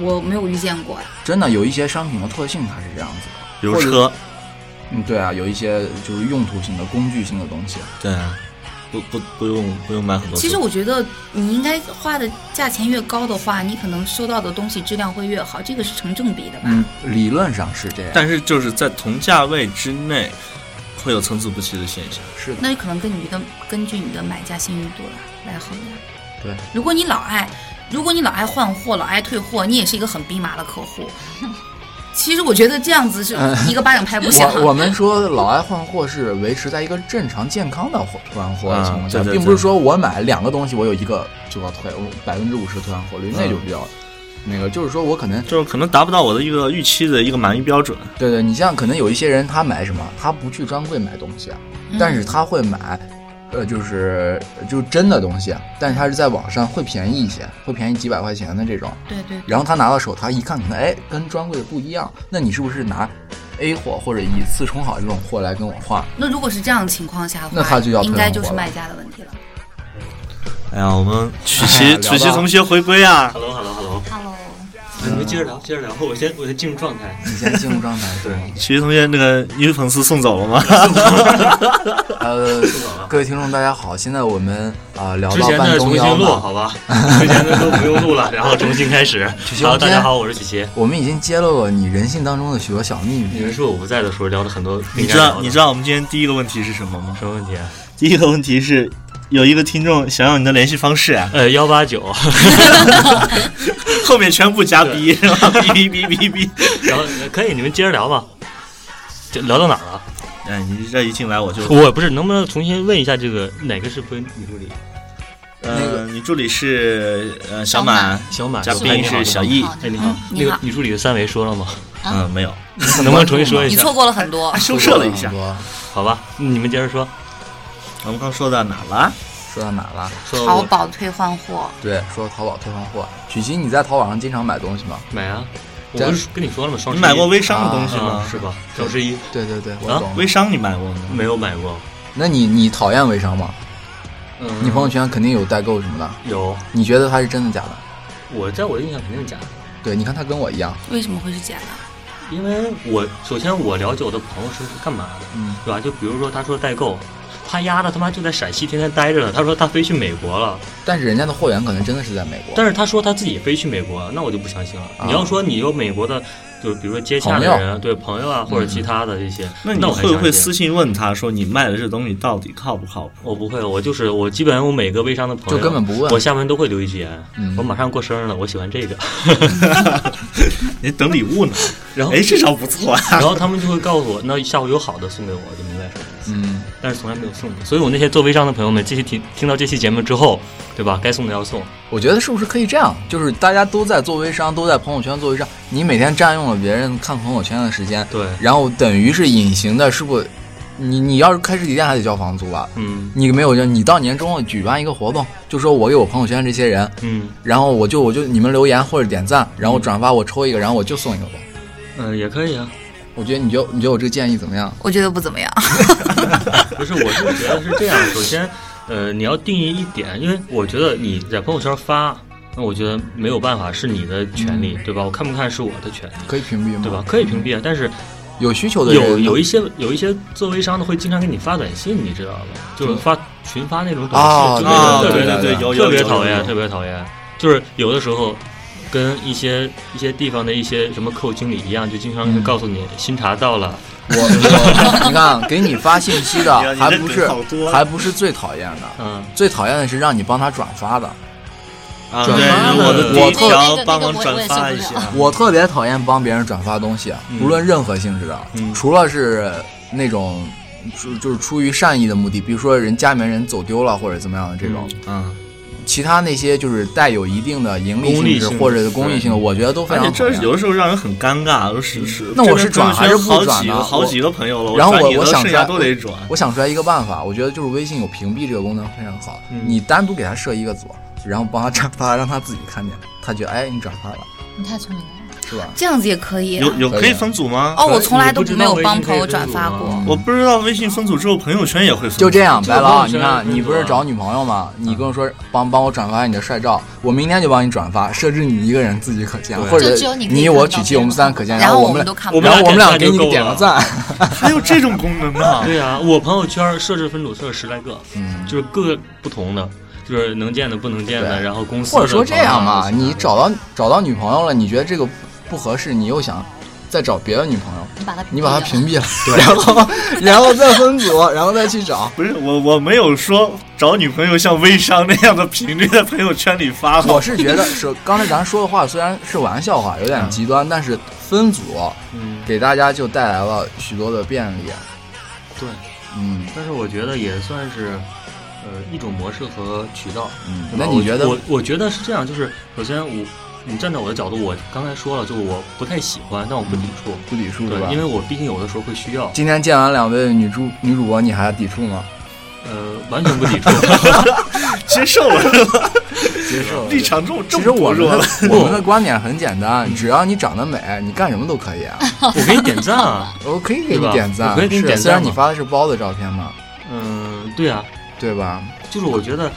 [SPEAKER 5] 我没有遇见过呀。
[SPEAKER 1] 真的有一些商品的特性它是这样子的。
[SPEAKER 2] 比如车，
[SPEAKER 1] 嗯，对啊，有一些就是用途性的、工具性的东西。
[SPEAKER 2] 对啊，不不不用不用买很多次。
[SPEAKER 5] 其实我觉得你应该花的价钱越高的话，你可能收到的东西质量会越好，这个是成正比的吧？
[SPEAKER 1] 嗯，理论上是这样。
[SPEAKER 2] 但是就是在同价位之内，会有参差不齐的现象。
[SPEAKER 1] 是的，
[SPEAKER 5] 那就可能跟你的根据你的买家信誉度来来衡量。
[SPEAKER 1] 对，
[SPEAKER 5] 如果你老爱，如果你老爱换货，老爱退货，你也是一个很兵马的客户。 其实我觉得这样子是一个巴掌拍不响。
[SPEAKER 1] 我我们说老爱换货是维持在一个正常健康的换换货的情况下，
[SPEAKER 2] 啊对对
[SPEAKER 1] 并不是说我买两个东西，我有一个就要退，我百分之五十退换货率，
[SPEAKER 2] 嗯
[SPEAKER 1] 那就比较、那个，就是说我可能
[SPEAKER 2] 就是可能达不到我的一个预期的一个满意标准，
[SPEAKER 1] 对对，你像可能有一些人，他买什么，他不去专柜买东西，啊
[SPEAKER 5] 嗯
[SPEAKER 1] 但是他会买，呃，就是就真的东西，啊但是他是在网上会便宜一些，会便宜几百块钱的这种。
[SPEAKER 5] 对对
[SPEAKER 1] 然后他拿到手，他一看，可能哎，跟专柜的不一样，那你是不是拿 A 货或者以次充好这种货来跟我换？
[SPEAKER 5] 那如果是这样的情况下的话，
[SPEAKER 1] 那他就要退
[SPEAKER 5] 应
[SPEAKER 1] 换
[SPEAKER 5] 该就
[SPEAKER 1] 货
[SPEAKER 5] 是
[SPEAKER 1] 了
[SPEAKER 5] 卖家的问题了。
[SPEAKER 2] 哎呀，我们曲
[SPEAKER 1] 哎
[SPEAKER 2] 奇
[SPEAKER 1] 呀聊到
[SPEAKER 2] 曲奇同学回归啊！
[SPEAKER 4] Hello Hello Hello，
[SPEAKER 6] Hello，
[SPEAKER 4] 你们接着聊，接着聊，我先我先进入状态。
[SPEAKER 1] 你现在进入状态是吗？
[SPEAKER 2] 曲奇同学那个女粉丝送走了吗？
[SPEAKER 1] 呃，各位听众大家好，现在我们啊、聊
[SPEAKER 4] 之
[SPEAKER 1] 到
[SPEAKER 4] 前
[SPEAKER 1] 半
[SPEAKER 4] 的重
[SPEAKER 1] 中
[SPEAKER 4] 新
[SPEAKER 1] 央
[SPEAKER 4] 录，
[SPEAKER 1] 了，
[SPEAKER 4] 好吧？之前的都不用录了，然后重新开始。
[SPEAKER 1] 奇
[SPEAKER 4] 哈喽，
[SPEAKER 1] 我今
[SPEAKER 4] 大
[SPEAKER 1] 天
[SPEAKER 4] 家好，我是曲奇。
[SPEAKER 1] 我们已经揭露了你人性当中的许多小秘
[SPEAKER 4] 你
[SPEAKER 1] 密
[SPEAKER 4] 们。是我不在的时候聊了很多，
[SPEAKER 2] 你知道你知道我们今天第一个问题是什么吗？
[SPEAKER 4] 什么问题啊？
[SPEAKER 2] 第一个问题是有一个听众想要你的联系方式啊，
[SPEAKER 4] 呃，幺八九，
[SPEAKER 2] 后面全部加逼，然后哔哔哔哔哔。
[SPEAKER 4] 然后可以，你们接着聊吧。这聊到哪儿了？
[SPEAKER 2] 哎，你这一进来我就
[SPEAKER 4] 我不是，能不能重新问一下这个哪个是不女助理？
[SPEAKER 1] 那
[SPEAKER 2] 呃
[SPEAKER 1] 个，
[SPEAKER 2] 你助理是呃小
[SPEAKER 6] 小
[SPEAKER 2] 满
[SPEAKER 6] 满，
[SPEAKER 4] 小马
[SPEAKER 2] 嘉宾是小易，
[SPEAKER 6] 好
[SPEAKER 4] 哎，
[SPEAKER 6] 的，
[SPEAKER 4] 你好，
[SPEAKER 5] 嗯
[SPEAKER 4] 那
[SPEAKER 5] 你
[SPEAKER 4] 个
[SPEAKER 5] 好
[SPEAKER 4] 女助理的三维说了吗？
[SPEAKER 6] 嗯
[SPEAKER 2] 嗯，没有，
[SPEAKER 4] 能不能重新说一
[SPEAKER 5] 你
[SPEAKER 4] 下？
[SPEAKER 5] 错过了很多。
[SPEAKER 2] 收摄啊了一下。
[SPEAKER 4] 好吧，你们接着说。
[SPEAKER 2] 我们刚说到哪了？
[SPEAKER 1] 说到哪了？
[SPEAKER 4] 说
[SPEAKER 5] 淘
[SPEAKER 4] 我
[SPEAKER 5] 宝退换货，
[SPEAKER 1] 对，说淘宝退换货。许昕，你在淘宝上经常买东西吗？
[SPEAKER 4] 买啊，我
[SPEAKER 1] 对
[SPEAKER 4] 不是跟你说了吗？双
[SPEAKER 2] 你
[SPEAKER 4] 十一
[SPEAKER 2] 买过微商的东西
[SPEAKER 4] 啊
[SPEAKER 2] 吗？
[SPEAKER 4] 是吧？双十一
[SPEAKER 1] 对对对，我
[SPEAKER 2] 啊
[SPEAKER 1] 懂。，嗯
[SPEAKER 2] 微商你买过吗？
[SPEAKER 4] 没有买过。
[SPEAKER 1] 那你你讨厌微商吗？
[SPEAKER 4] 嗯
[SPEAKER 1] 你朋友圈肯定有代购什么的，
[SPEAKER 4] 有？
[SPEAKER 1] 你觉得他是真的假的？
[SPEAKER 4] 我在我的印象肯定是假的。
[SPEAKER 1] 对，你看他跟我一样，
[SPEAKER 5] 为什么会是假的？
[SPEAKER 4] 因为我首先我了解我的朋友是干嘛的，
[SPEAKER 1] 嗯
[SPEAKER 4] 对吧？就比如说他说代购，他丫的他妈就在陕西天天待着呢，他说他飞去美国了，
[SPEAKER 1] 但是人家的货源可能真的是在美国。
[SPEAKER 4] 但是他说他自己飞去美国了，那我就不相信了。
[SPEAKER 1] 啊
[SPEAKER 4] 你要说你有美国的，就是比如说接洽
[SPEAKER 1] 朋
[SPEAKER 4] 的
[SPEAKER 1] 友
[SPEAKER 4] 人啊，对朋友啊或者其他的一些，
[SPEAKER 2] 那你
[SPEAKER 4] 那我还
[SPEAKER 2] 会不会
[SPEAKER 4] 相信
[SPEAKER 2] 私信问他说你卖的这东西到底靠不靠谱？
[SPEAKER 4] 我不会，我就是我，基本上我每个微商的朋友
[SPEAKER 1] 就根本不问
[SPEAKER 4] 我下面都会留一句言。
[SPEAKER 1] 嗯
[SPEAKER 4] 我马上过生日了，我喜欢这个，
[SPEAKER 2] 你等礼 物呢？
[SPEAKER 4] 然后
[SPEAKER 2] 哎，这招不错 啊！
[SPEAKER 4] 然后他们就会告诉我，那下回有好的送给我，我就明白什么意思。
[SPEAKER 1] 嗯，
[SPEAKER 4] 但是从来没有送过，所以我那些做微商的朋友们，这些听听到这期节目之后，对吧？该送的要送，
[SPEAKER 1] 我觉得是不是可以这样？就是大家都在做微商，都在朋友圈做微商，你每天占用了别人看朋友圈的时间，
[SPEAKER 4] 对，
[SPEAKER 1] 然后等于是隐形的，是不？你你要是开实体店还得交房租吧？
[SPEAKER 4] 嗯
[SPEAKER 1] 你没有就你到年终了举办一个活动，就说我给我朋友圈这些人，
[SPEAKER 4] 嗯
[SPEAKER 1] 然后我就我就你们留言或者点赞，然后转发我抽一个，然后我就送一个吧。
[SPEAKER 4] 嗯、也可以啊。
[SPEAKER 1] 我觉得你就你觉得我这个建议怎么样？
[SPEAKER 5] 我觉得不怎么样。
[SPEAKER 4] 不是，我是觉得是这样。首先，呃，你要定义一点，因为我觉得你在朋友圈发，那我觉得没有办法，是你的权利，对吧？我看不看是我的权利，
[SPEAKER 1] 可以屏蔽吗？
[SPEAKER 4] 对吧？？可以屏蔽啊，但是
[SPEAKER 1] 有需求的人
[SPEAKER 4] 有有
[SPEAKER 1] 一
[SPEAKER 4] 一些有一些做微商的会经常给你发短信，你知道吧？就是发群发那种
[SPEAKER 1] 啊
[SPEAKER 4] 短信，就
[SPEAKER 1] 啊
[SPEAKER 4] 那种特
[SPEAKER 1] 对
[SPEAKER 4] 别
[SPEAKER 1] 对对
[SPEAKER 2] 有
[SPEAKER 4] 特别讨厌，特别讨厌。就是有的时候，跟一些一些地方的一些什么客户经理一样，就经常会
[SPEAKER 1] 嗯
[SPEAKER 4] 告诉你新茶到了，
[SPEAKER 1] 我我你看给你发信息的
[SPEAKER 2] 呀你这
[SPEAKER 1] 还不是
[SPEAKER 2] 梗好多
[SPEAKER 1] 还不是最讨厌的，
[SPEAKER 4] 嗯，
[SPEAKER 1] 最讨厌的是让你帮他转发的。
[SPEAKER 2] 啊！
[SPEAKER 1] 转
[SPEAKER 2] 对
[SPEAKER 1] 发，
[SPEAKER 2] 我的
[SPEAKER 4] 了
[SPEAKER 2] 第一
[SPEAKER 1] 我
[SPEAKER 6] 那个那
[SPEAKER 2] 条
[SPEAKER 6] 个
[SPEAKER 2] 帮忙
[SPEAKER 6] 我
[SPEAKER 2] 转
[SPEAKER 6] 我也
[SPEAKER 2] 发
[SPEAKER 6] 受
[SPEAKER 2] 一
[SPEAKER 6] 不
[SPEAKER 2] 下
[SPEAKER 6] 了。
[SPEAKER 1] 我特别讨厌帮别人转发东西，啊无论任何性质的，
[SPEAKER 2] 嗯
[SPEAKER 1] 除了是那种就就是出于善意的目的，比如说人家里面人走丢了或者怎么样的这种，
[SPEAKER 2] 嗯，
[SPEAKER 1] 其他那些就是带有一定的盈利
[SPEAKER 2] 功利
[SPEAKER 1] 性质
[SPEAKER 2] 性
[SPEAKER 1] 或者
[SPEAKER 2] 质
[SPEAKER 1] 是公益性的，我觉得都非
[SPEAKER 2] 而
[SPEAKER 1] 常
[SPEAKER 2] 且
[SPEAKER 1] 讨
[SPEAKER 2] 这
[SPEAKER 1] 厌。
[SPEAKER 2] 有的时候让人很尴尬，就是是。
[SPEAKER 1] 那我
[SPEAKER 2] 这
[SPEAKER 1] 是
[SPEAKER 2] 边
[SPEAKER 1] 转还是不
[SPEAKER 2] 朋友圈
[SPEAKER 1] 转呢
[SPEAKER 2] 好几个好几个朋友了，
[SPEAKER 1] 然后
[SPEAKER 2] 转
[SPEAKER 1] 我
[SPEAKER 2] 你
[SPEAKER 1] 我
[SPEAKER 2] 的
[SPEAKER 1] 想
[SPEAKER 2] 剩下
[SPEAKER 1] 转
[SPEAKER 2] 都得转。
[SPEAKER 1] 我想出来一个办法，我觉得就是微信有屏蔽这个功能非常好，
[SPEAKER 2] 嗯
[SPEAKER 1] 你单独给他设一个组，然后帮他转发，让他自己看见，他觉得哎你转发了
[SPEAKER 6] 你太聪明了，
[SPEAKER 1] 是吧？
[SPEAKER 5] 这样子也可以、啊
[SPEAKER 2] 有。有
[SPEAKER 1] 可以
[SPEAKER 2] 可以
[SPEAKER 1] 啊
[SPEAKER 2] 分组吗？
[SPEAKER 5] 哦，我从来都
[SPEAKER 4] 你不知
[SPEAKER 5] 没有
[SPEAKER 4] 道微信
[SPEAKER 5] 帮
[SPEAKER 4] 可以
[SPEAKER 5] 朋友
[SPEAKER 4] 分
[SPEAKER 5] 转
[SPEAKER 4] 组
[SPEAKER 5] 发
[SPEAKER 4] 吗
[SPEAKER 5] 过。
[SPEAKER 2] 我不知道微信分组之后，朋友圈也会分组。
[SPEAKER 1] 就这样，白老，
[SPEAKER 4] 这
[SPEAKER 1] 你
[SPEAKER 4] 个
[SPEAKER 1] 看
[SPEAKER 4] 朋友圈
[SPEAKER 1] 你不是找女朋友吗？你
[SPEAKER 4] 嗯
[SPEAKER 1] 跟我说帮帮我转发你的帅照，我明天就帮你转发，设置你一个人自己可见，
[SPEAKER 4] 对
[SPEAKER 1] 或者
[SPEAKER 6] 就只有你可以
[SPEAKER 1] 你
[SPEAKER 6] 看到
[SPEAKER 1] 我取
[SPEAKER 6] 别
[SPEAKER 1] 其
[SPEAKER 6] 人
[SPEAKER 1] 我们三可见，
[SPEAKER 5] 然后
[SPEAKER 1] 后我
[SPEAKER 5] 我们
[SPEAKER 1] 们
[SPEAKER 5] 都看不
[SPEAKER 4] 我
[SPEAKER 1] 俩
[SPEAKER 4] 们
[SPEAKER 1] 然后我们
[SPEAKER 4] 俩
[SPEAKER 1] 俩给你点
[SPEAKER 4] 点赞就够
[SPEAKER 1] 个
[SPEAKER 4] 了
[SPEAKER 1] 赞，
[SPEAKER 2] 还有这种功能啊？
[SPEAKER 4] 对呀，我朋友圈设置分组设十来个，
[SPEAKER 1] 嗯，
[SPEAKER 4] 就是各个不同的，就是能见的、不能见的，
[SPEAKER 1] 对
[SPEAKER 4] 然后公司 的
[SPEAKER 1] 或者说这样嘛，
[SPEAKER 4] 朋友啊
[SPEAKER 1] 你找到找到女朋友了，你觉得这个不合适，你又想再找别的女朋友，
[SPEAKER 6] 你把它
[SPEAKER 1] 你把它
[SPEAKER 6] 屏蔽
[SPEAKER 1] 屏蔽了， 然后然后再分组，然后再去找。
[SPEAKER 2] 不是我，我没有说找女朋友像微商那样的频率在朋友圈里发
[SPEAKER 1] 我
[SPEAKER 2] 过。
[SPEAKER 1] 是觉得是刚才咱说的话虽然是玩笑话，有点极端，但是分组
[SPEAKER 4] 嗯，
[SPEAKER 1] 给大家就带来了许多的便利。
[SPEAKER 4] 对，
[SPEAKER 1] 嗯
[SPEAKER 4] 但是我觉得也算是呃一种模式和渠道。
[SPEAKER 1] 嗯，
[SPEAKER 4] 对吧
[SPEAKER 1] 那你
[SPEAKER 4] 我
[SPEAKER 1] 觉得
[SPEAKER 4] 我我觉得是这样，就是首先我你站在我的角度，我刚才说了，就是我不太喜欢，但我不抵触，
[SPEAKER 1] 不抵触是吧
[SPEAKER 4] 对，因？为我毕竟有的时候会需要，
[SPEAKER 1] 今天见完两位女主女主播，你还抵触吗？
[SPEAKER 4] 呃，完全不抵触。
[SPEAKER 2] 接受了，
[SPEAKER 1] 接受
[SPEAKER 2] 立场这么这
[SPEAKER 1] 其
[SPEAKER 2] 么
[SPEAKER 1] 实我
[SPEAKER 2] 薄
[SPEAKER 1] 们
[SPEAKER 2] 弱
[SPEAKER 1] 的
[SPEAKER 2] 了。
[SPEAKER 1] 我们的观点很简 单，只要你长得美，你干什么都可以啊。
[SPEAKER 4] 我给你点赞啊，
[SPEAKER 1] 我可以给
[SPEAKER 4] 对
[SPEAKER 1] 你
[SPEAKER 4] 吧
[SPEAKER 1] 点赞，
[SPEAKER 4] 我可以给你
[SPEAKER 1] 是
[SPEAKER 4] 点赞
[SPEAKER 1] 虽然你
[SPEAKER 4] 嘛
[SPEAKER 1] 发的是包的照片嘛，
[SPEAKER 4] 嗯、对啊，
[SPEAKER 1] 对吧？
[SPEAKER 4] 就是我觉得，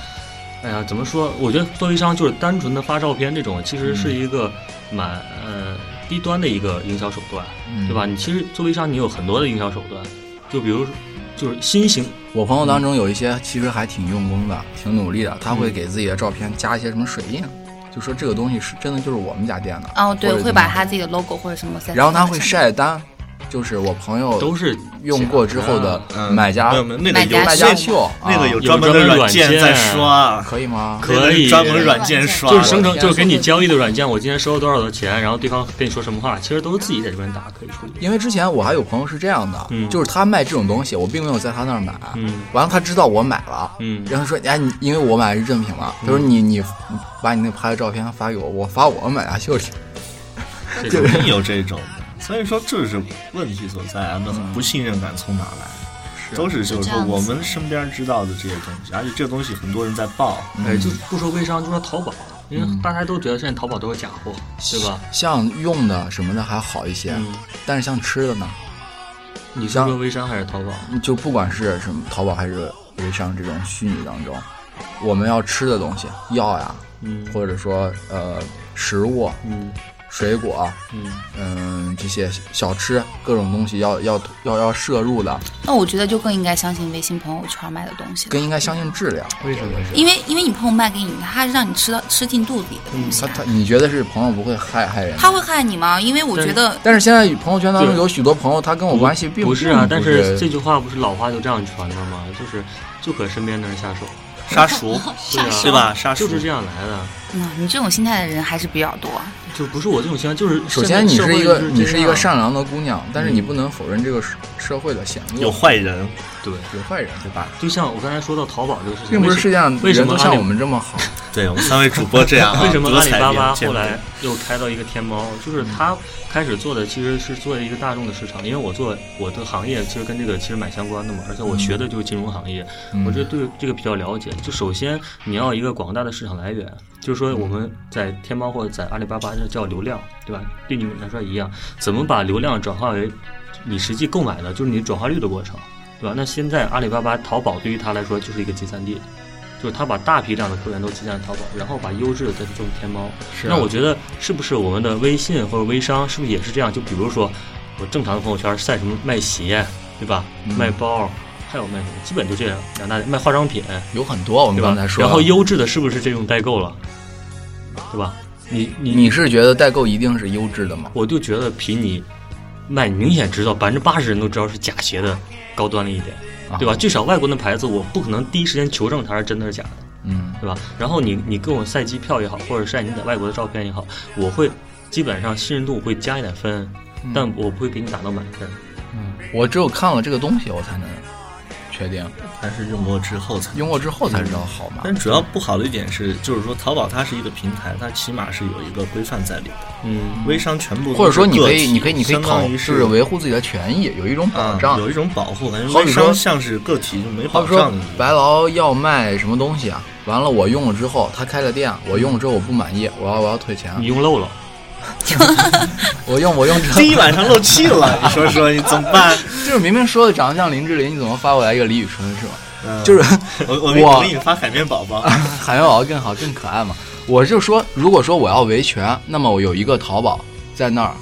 [SPEAKER 4] 哎呀，怎么说？我觉得做微商就是单纯的发照片这种，其实是一个蛮呃低端的一个营销手段，
[SPEAKER 1] 嗯
[SPEAKER 4] 对吧？你其实做微商，你有很多的营销手段，就比如说就是新型，
[SPEAKER 1] 我朋友当中有一些其实还挺用功的，
[SPEAKER 4] 嗯
[SPEAKER 1] 挺努力的，他会给自己的照片加一些什么水印，就说这个东西是真的就是我们家店的。
[SPEAKER 5] 哦，对
[SPEAKER 1] 或，者
[SPEAKER 5] 会把
[SPEAKER 1] 怎么样
[SPEAKER 5] 他自己的 logo 或者什么塞。
[SPEAKER 1] 然后他会。晒单，就是我朋友
[SPEAKER 4] 都是
[SPEAKER 1] 用过之后的
[SPEAKER 2] 假的啊
[SPEAKER 1] 买家
[SPEAKER 2] 没有没有，那个
[SPEAKER 5] 买
[SPEAKER 2] 有
[SPEAKER 5] 家
[SPEAKER 1] 卖
[SPEAKER 5] 卖
[SPEAKER 1] 家
[SPEAKER 5] 家
[SPEAKER 1] 秀
[SPEAKER 5] 秀，
[SPEAKER 2] 那个有
[SPEAKER 1] 啊
[SPEAKER 2] 专门的软件在 刷，啊
[SPEAKER 1] 可以吗？
[SPEAKER 4] 有专门软件可
[SPEAKER 2] 专门软件
[SPEAKER 4] 以
[SPEAKER 2] 刷，
[SPEAKER 4] 就是生成，
[SPEAKER 1] 天
[SPEAKER 4] 就是给你交易的软件，我今天收了多少的钱，然后对方跟你说什么话，其实都是自己在这边打可以处理。
[SPEAKER 1] 因为之前我还有朋友是这样的，
[SPEAKER 4] 嗯
[SPEAKER 1] 就是他卖这种东西，我并没有在他那儿买，
[SPEAKER 4] 嗯
[SPEAKER 1] 完了他知道我买了。
[SPEAKER 4] 嗯，
[SPEAKER 1] 然后说，哎，你因为我买的是正品嘛，他说你你把你那拍的照片发给我，我发我买家啊秀里。
[SPEAKER 4] 这
[SPEAKER 2] 啊肯
[SPEAKER 4] 种
[SPEAKER 2] 定有这种的。所以说这是问题所在啊，那不信任感从哪来？都是就是说我们身边知道的这些东西，而且这东西很多人在报。
[SPEAKER 1] 嗯
[SPEAKER 4] 哎，就不说微商，就说淘宝，因为大家都觉得现在淘宝都是假货，对吧？
[SPEAKER 1] 像用的什么的还好一些，
[SPEAKER 4] 嗯，
[SPEAKER 1] 但是像吃的呢，
[SPEAKER 4] 你是
[SPEAKER 1] 像
[SPEAKER 4] 说微商还是淘宝？
[SPEAKER 1] 就不管是什么淘宝还是微商这种虚拟当中，我们要吃的东西，药呀，
[SPEAKER 4] 嗯
[SPEAKER 1] 或者说呃食物，
[SPEAKER 4] 嗯
[SPEAKER 1] 水果，
[SPEAKER 4] 嗯，
[SPEAKER 1] 嗯，这些小吃各种东西要要要要摄入的，
[SPEAKER 5] 那我觉得就更应该相信微信朋友圈卖的东西了，
[SPEAKER 1] 更应该相信质量。
[SPEAKER 4] 为什么是？
[SPEAKER 5] 因为因为你朋友卖给你的，他是让你吃到吃进肚子里的
[SPEAKER 4] 嗯
[SPEAKER 5] 东西
[SPEAKER 1] 他
[SPEAKER 5] 啊、
[SPEAKER 1] 他，你觉得是朋友不会害害人？
[SPEAKER 5] 他会害你吗？因为我觉得
[SPEAKER 1] 但是现在朋友圈当中
[SPEAKER 4] 对
[SPEAKER 1] 有许多朋友，他跟我关系并
[SPEAKER 4] 不是啊，但是这
[SPEAKER 1] 这
[SPEAKER 4] 句话不是老话就这样传的吗？就是就搁身边的人下手，
[SPEAKER 2] 杀熟，
[SPEAKER 4] 对啊，
[SPEAKER 2] 对吧？杀熟
[SPEAKER 4] 就是这样来的，
[SPEAKER 5] 嗯，你这种心态的人还是比较多。
[SPEAKER 4] 就不是我这种想法，就是
[SPEAKER 1] 首
[SPEAKER 4] 现
[SPEAKER 1] 先
[SPEAKER 4] 在
[SPEAKER 1] 你
[SPEAKER 4] 社
[SPEAKER 1] 是
[SPEAKER 4] 会
[SPEAKER 1] 一个
[SPEAKER 4] 就是
[SPEAKER 1] 你
[SPEAKER 4] 这
[SPEAKER 1] 是一
[SPEAKER 4] 样啊嗯
[SPEAKER 1] 个善良的姑娘，但是你不能否认这个社社会的险恶，
[SPEAKER 2] 有坏人，
[SPEAKER 4] 对，
[SPEAKER 1] 有坏人，对吧？
[SPEAKER 4] 就像我刚才说到淘宝这个事情，
[SPEAKER 1] 并不是世界上
[SPEAKER 4] 为什
[SPEAKER 1] 人
[SPEAKER 4] 么
[SPEAKER 1] 都
[SPEAKER 4] 阿
[SPEAKER 1] 像
[SPEAKER 4] 里
[SPEAKER 1] 我们这么好，
[SPEAKER 2] 对我们三位主播这样啊，
[SPEAKER 4] 为什么
[SPEAKER 2] 多
[SPEAKER 4] 阿里
[SPEAKER 2] 彩
[SPEAKER 4] 巴
[SPEAKER 2] 云
[SPEAKER 4] 巴
[SPEAKER 2] 见
[SPEAKER 4] 后
[SPEAKER 2] 闻
[SPEAKER 4] 来又开到一个天猫？就是它开始做的其实是做一个大众的市场，因为我做我的行业其实跟这个其实蛮相关的嘛，而且我学的就是金融行业，我
[SPEAKER 1] 嗯
[SPEAKER 4] 这对这个比较了解。就首先你要一个广大的市场来源，就是说我
[SPEAKER 1] 嗯
[SPEAKER 4] 们在天猫或者在阿里巴巴这叫流量，对吧？对你们来说一样，怎么把流量转化为你实际购买的，就是你转化率的过程，对吧？那现在阿里巴巴、淘宝对于它来说就是一个集散地，就是它把大批量的客源都集散在淘宝，然后把优质的再去种天猫。
[SPEAKER 1] 是啊
[SPEAKER 4] 那我觉得是不是我们的微信或者微商是不是也是这样？就比如说我正常的朋友圈晒什么卖鞋，对吧？
[SPEAKER 1] 嗯
[SPEAKER 4] 卖包，还有卖什么？基本就这两大类卖化妆品，
[SPEAKER 1] 嗯有很多我
[SPEAKER 4] 对
[SPEAKER 1] 们
[SPEAKER 4] 吧
[SPEAKER 1] 刚才？说
[SPEAKER 4] 然
[SPEAKER 1] 了。
[SPEAKER 4] 后优质的是不是这种代购了，对吧？你你
[SPEAKER 1] 你是觉得代购一定是优质的吗？
[SPEAKER 4] 我就觉得比你卖，你明显知道百分之八十人都知道是假鞋的高端了一点，
[SPEAKER 1] 啊
[SPEAKER 4] 对吧？？至少外国那牌子，我不可能第一时间求证它是真的是假的，
[SPEAKER 1] 嗯
[SPEAKER 4] 对吧？然后你你跟我晒机票也好，或者晒你在外国的照片也好，我会基本上信任度会加一点分，但我不会给你打到满分。
[SPEAKER 1] 嗯，我只有看了这个东西，我才能确定，
[SPEAKER 2] 还是用过之后才
[SPEAKER 1] 用过之后才知道好嘛。
[SPEAKER 2] 但主要不好的一点是，就是说淘宝它是一个平台，它起码是有一个规范在里的。
[SPEAKER 4] 嗯，
[SPEAKER 2] 微商全部都是
[SPEAKER 1] 或者说你可
[SPEAKER 2] 个
[SPEAKER 1] 以，
[SPEAKER 2] 体
[SPEAKER 1] 你可以，你可以
[SPEAKER 2] 相
[SPEAKER 1] 考，
[SPEAKER 2] 当
[SPEAKER 1] 就
[SPEAKER 2] 于
[SPEAKER 1] 是维护自己的权益，有一种保
[SPEAKER 2] 啊，
[SPEAKER 1] 障。
[SPEAKER 2] 有一种保护，感觉
[SPEAKER 1] 好比
[SPEAKER 2] 微
[SPEAKER 1] 说
[SPEAKER 2] 商像是个体就没
[SPEAKER 1] 好
[SPEAKER 2] 保
[SPEAKER 1] 比说
[SPEAKER 2] 障一样。
[SPEAKER 1] 白劳要卖什么东西啊？完了，我用了之后，他开了店，我用了之后我不满意，我要我要退钱。啊
[SPEAKER 4] 你用漏了，
[SPEAKER 1] 我用我用之后
[SPEAKER 2] 第，一晚上漏气了，你说说你怎么办？
[SPEAKER 1] 就是明明说的长得像林志玲，你怎么发过来一个李宇春是吧？
[SPEAKER 2] 嗯
[SPEAKER 1] 就是
[SPEAKER 2] 我我给
[SPEAKER 1] 我啊
[SPEAKER 2] 我给你发海绵宝宝，
[SPEAKER 1] 海绵宝宝更好更可爱嘛。我就说，如果说我要维权，那么我有一个淘宝在那儿，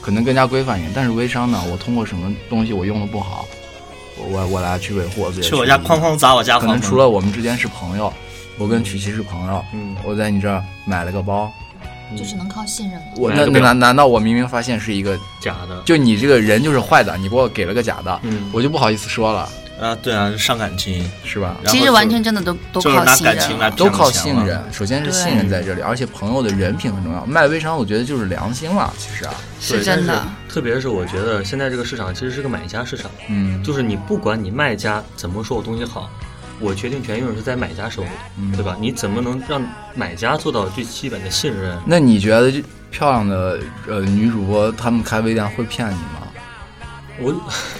[SPEAKER 1] 可能更加规范一点。但是微商呢，我通过什么东西我用的不好，我我我来去维护我自己的
[SPEAKER 2] 去我
[SPEAKER 1] 权
[SPEAKER 2] 家
[SPEAKER 1] 益
[SPEAKER 2] 哐哐砸我家
[SPEAKER 1] 可
[SPEAKER 2] 房门。
[SPEAKER 1] 能除了我们之间是朋友，我跟曲奇是朋友，
[SPEAKER 2] 嗯，
[SPEAKER 1] 我在你这儿买了个包，
[SPEAKER 6] 就只能靠信任了。
[SPEAKER 1] 我
[SPEAKER 4] 买
[SPEAKER 1] 那
[SPEAKER 4] 了
[SPEAKER 1] 那
[SPEAKER 4] 表
[SPEAKER 1] 难难道我明明发现是一个，
[SPEAKER 4] 假的。
[SPEAKER 1] 就你这个人就是坏的，你给我给了个假的，
[SPEAKER 4] 嗯，
[SPEAKER 1] 我就不好意思说了，
[SPEAKER 2] 啊，对啊，伤感情，
[SPEAKER 1] 是吧？
[SPEAKER 2] 然后
[SPEAKER 5] 其实
[SPEAKER 2] 就
[SPEAKER 5] 完全真的都都
[SPEAKER 2] 就是
[SPEAKER 5] 靠
[SPEAKER 2] 拿
[SPEAKER 5] 信
[SPEAKER 2] 感情
[SPEAKER 5] 任
[SPEAKER 2] 来
[SPEAKER 5] 了。
[SPEAKER 1] 都
[SPEAKER 2] 骗
[SPEAKER 1] 靠
[SPEAKER 2] 钱
[SPEAKER 1] 信
[SPEAKER 2] 了
[SPEAKER 1] 任，首先是
[SPEAKER 5] 对
[SPEAKER 1] 信任在这里，而且朋友的人品很重要。卖微商，我觉得就是良心了，其实啊，
[SPEAKER 5] 是
[SPEAKER 4] 对
[SPEAKER 5] 真的。
[SPEAKER 4] 但是特别是我觉得现在这个市场其实是个买家市场，
[SPEAKER 1] 嗯，
[SPEAKER 4] 就是你不管你卖家怎么说我东西好，我决定权永远是在买家手里，
[SPEAKER 1] 嗯
[SPEAKER 4] 对吧？你怎么能让买家做到最基本的信任？
[SPEAKER 1] 那你觉得这漂亮的呃女主播她们开微店会骗你吗？
[SPEAKER 4] 我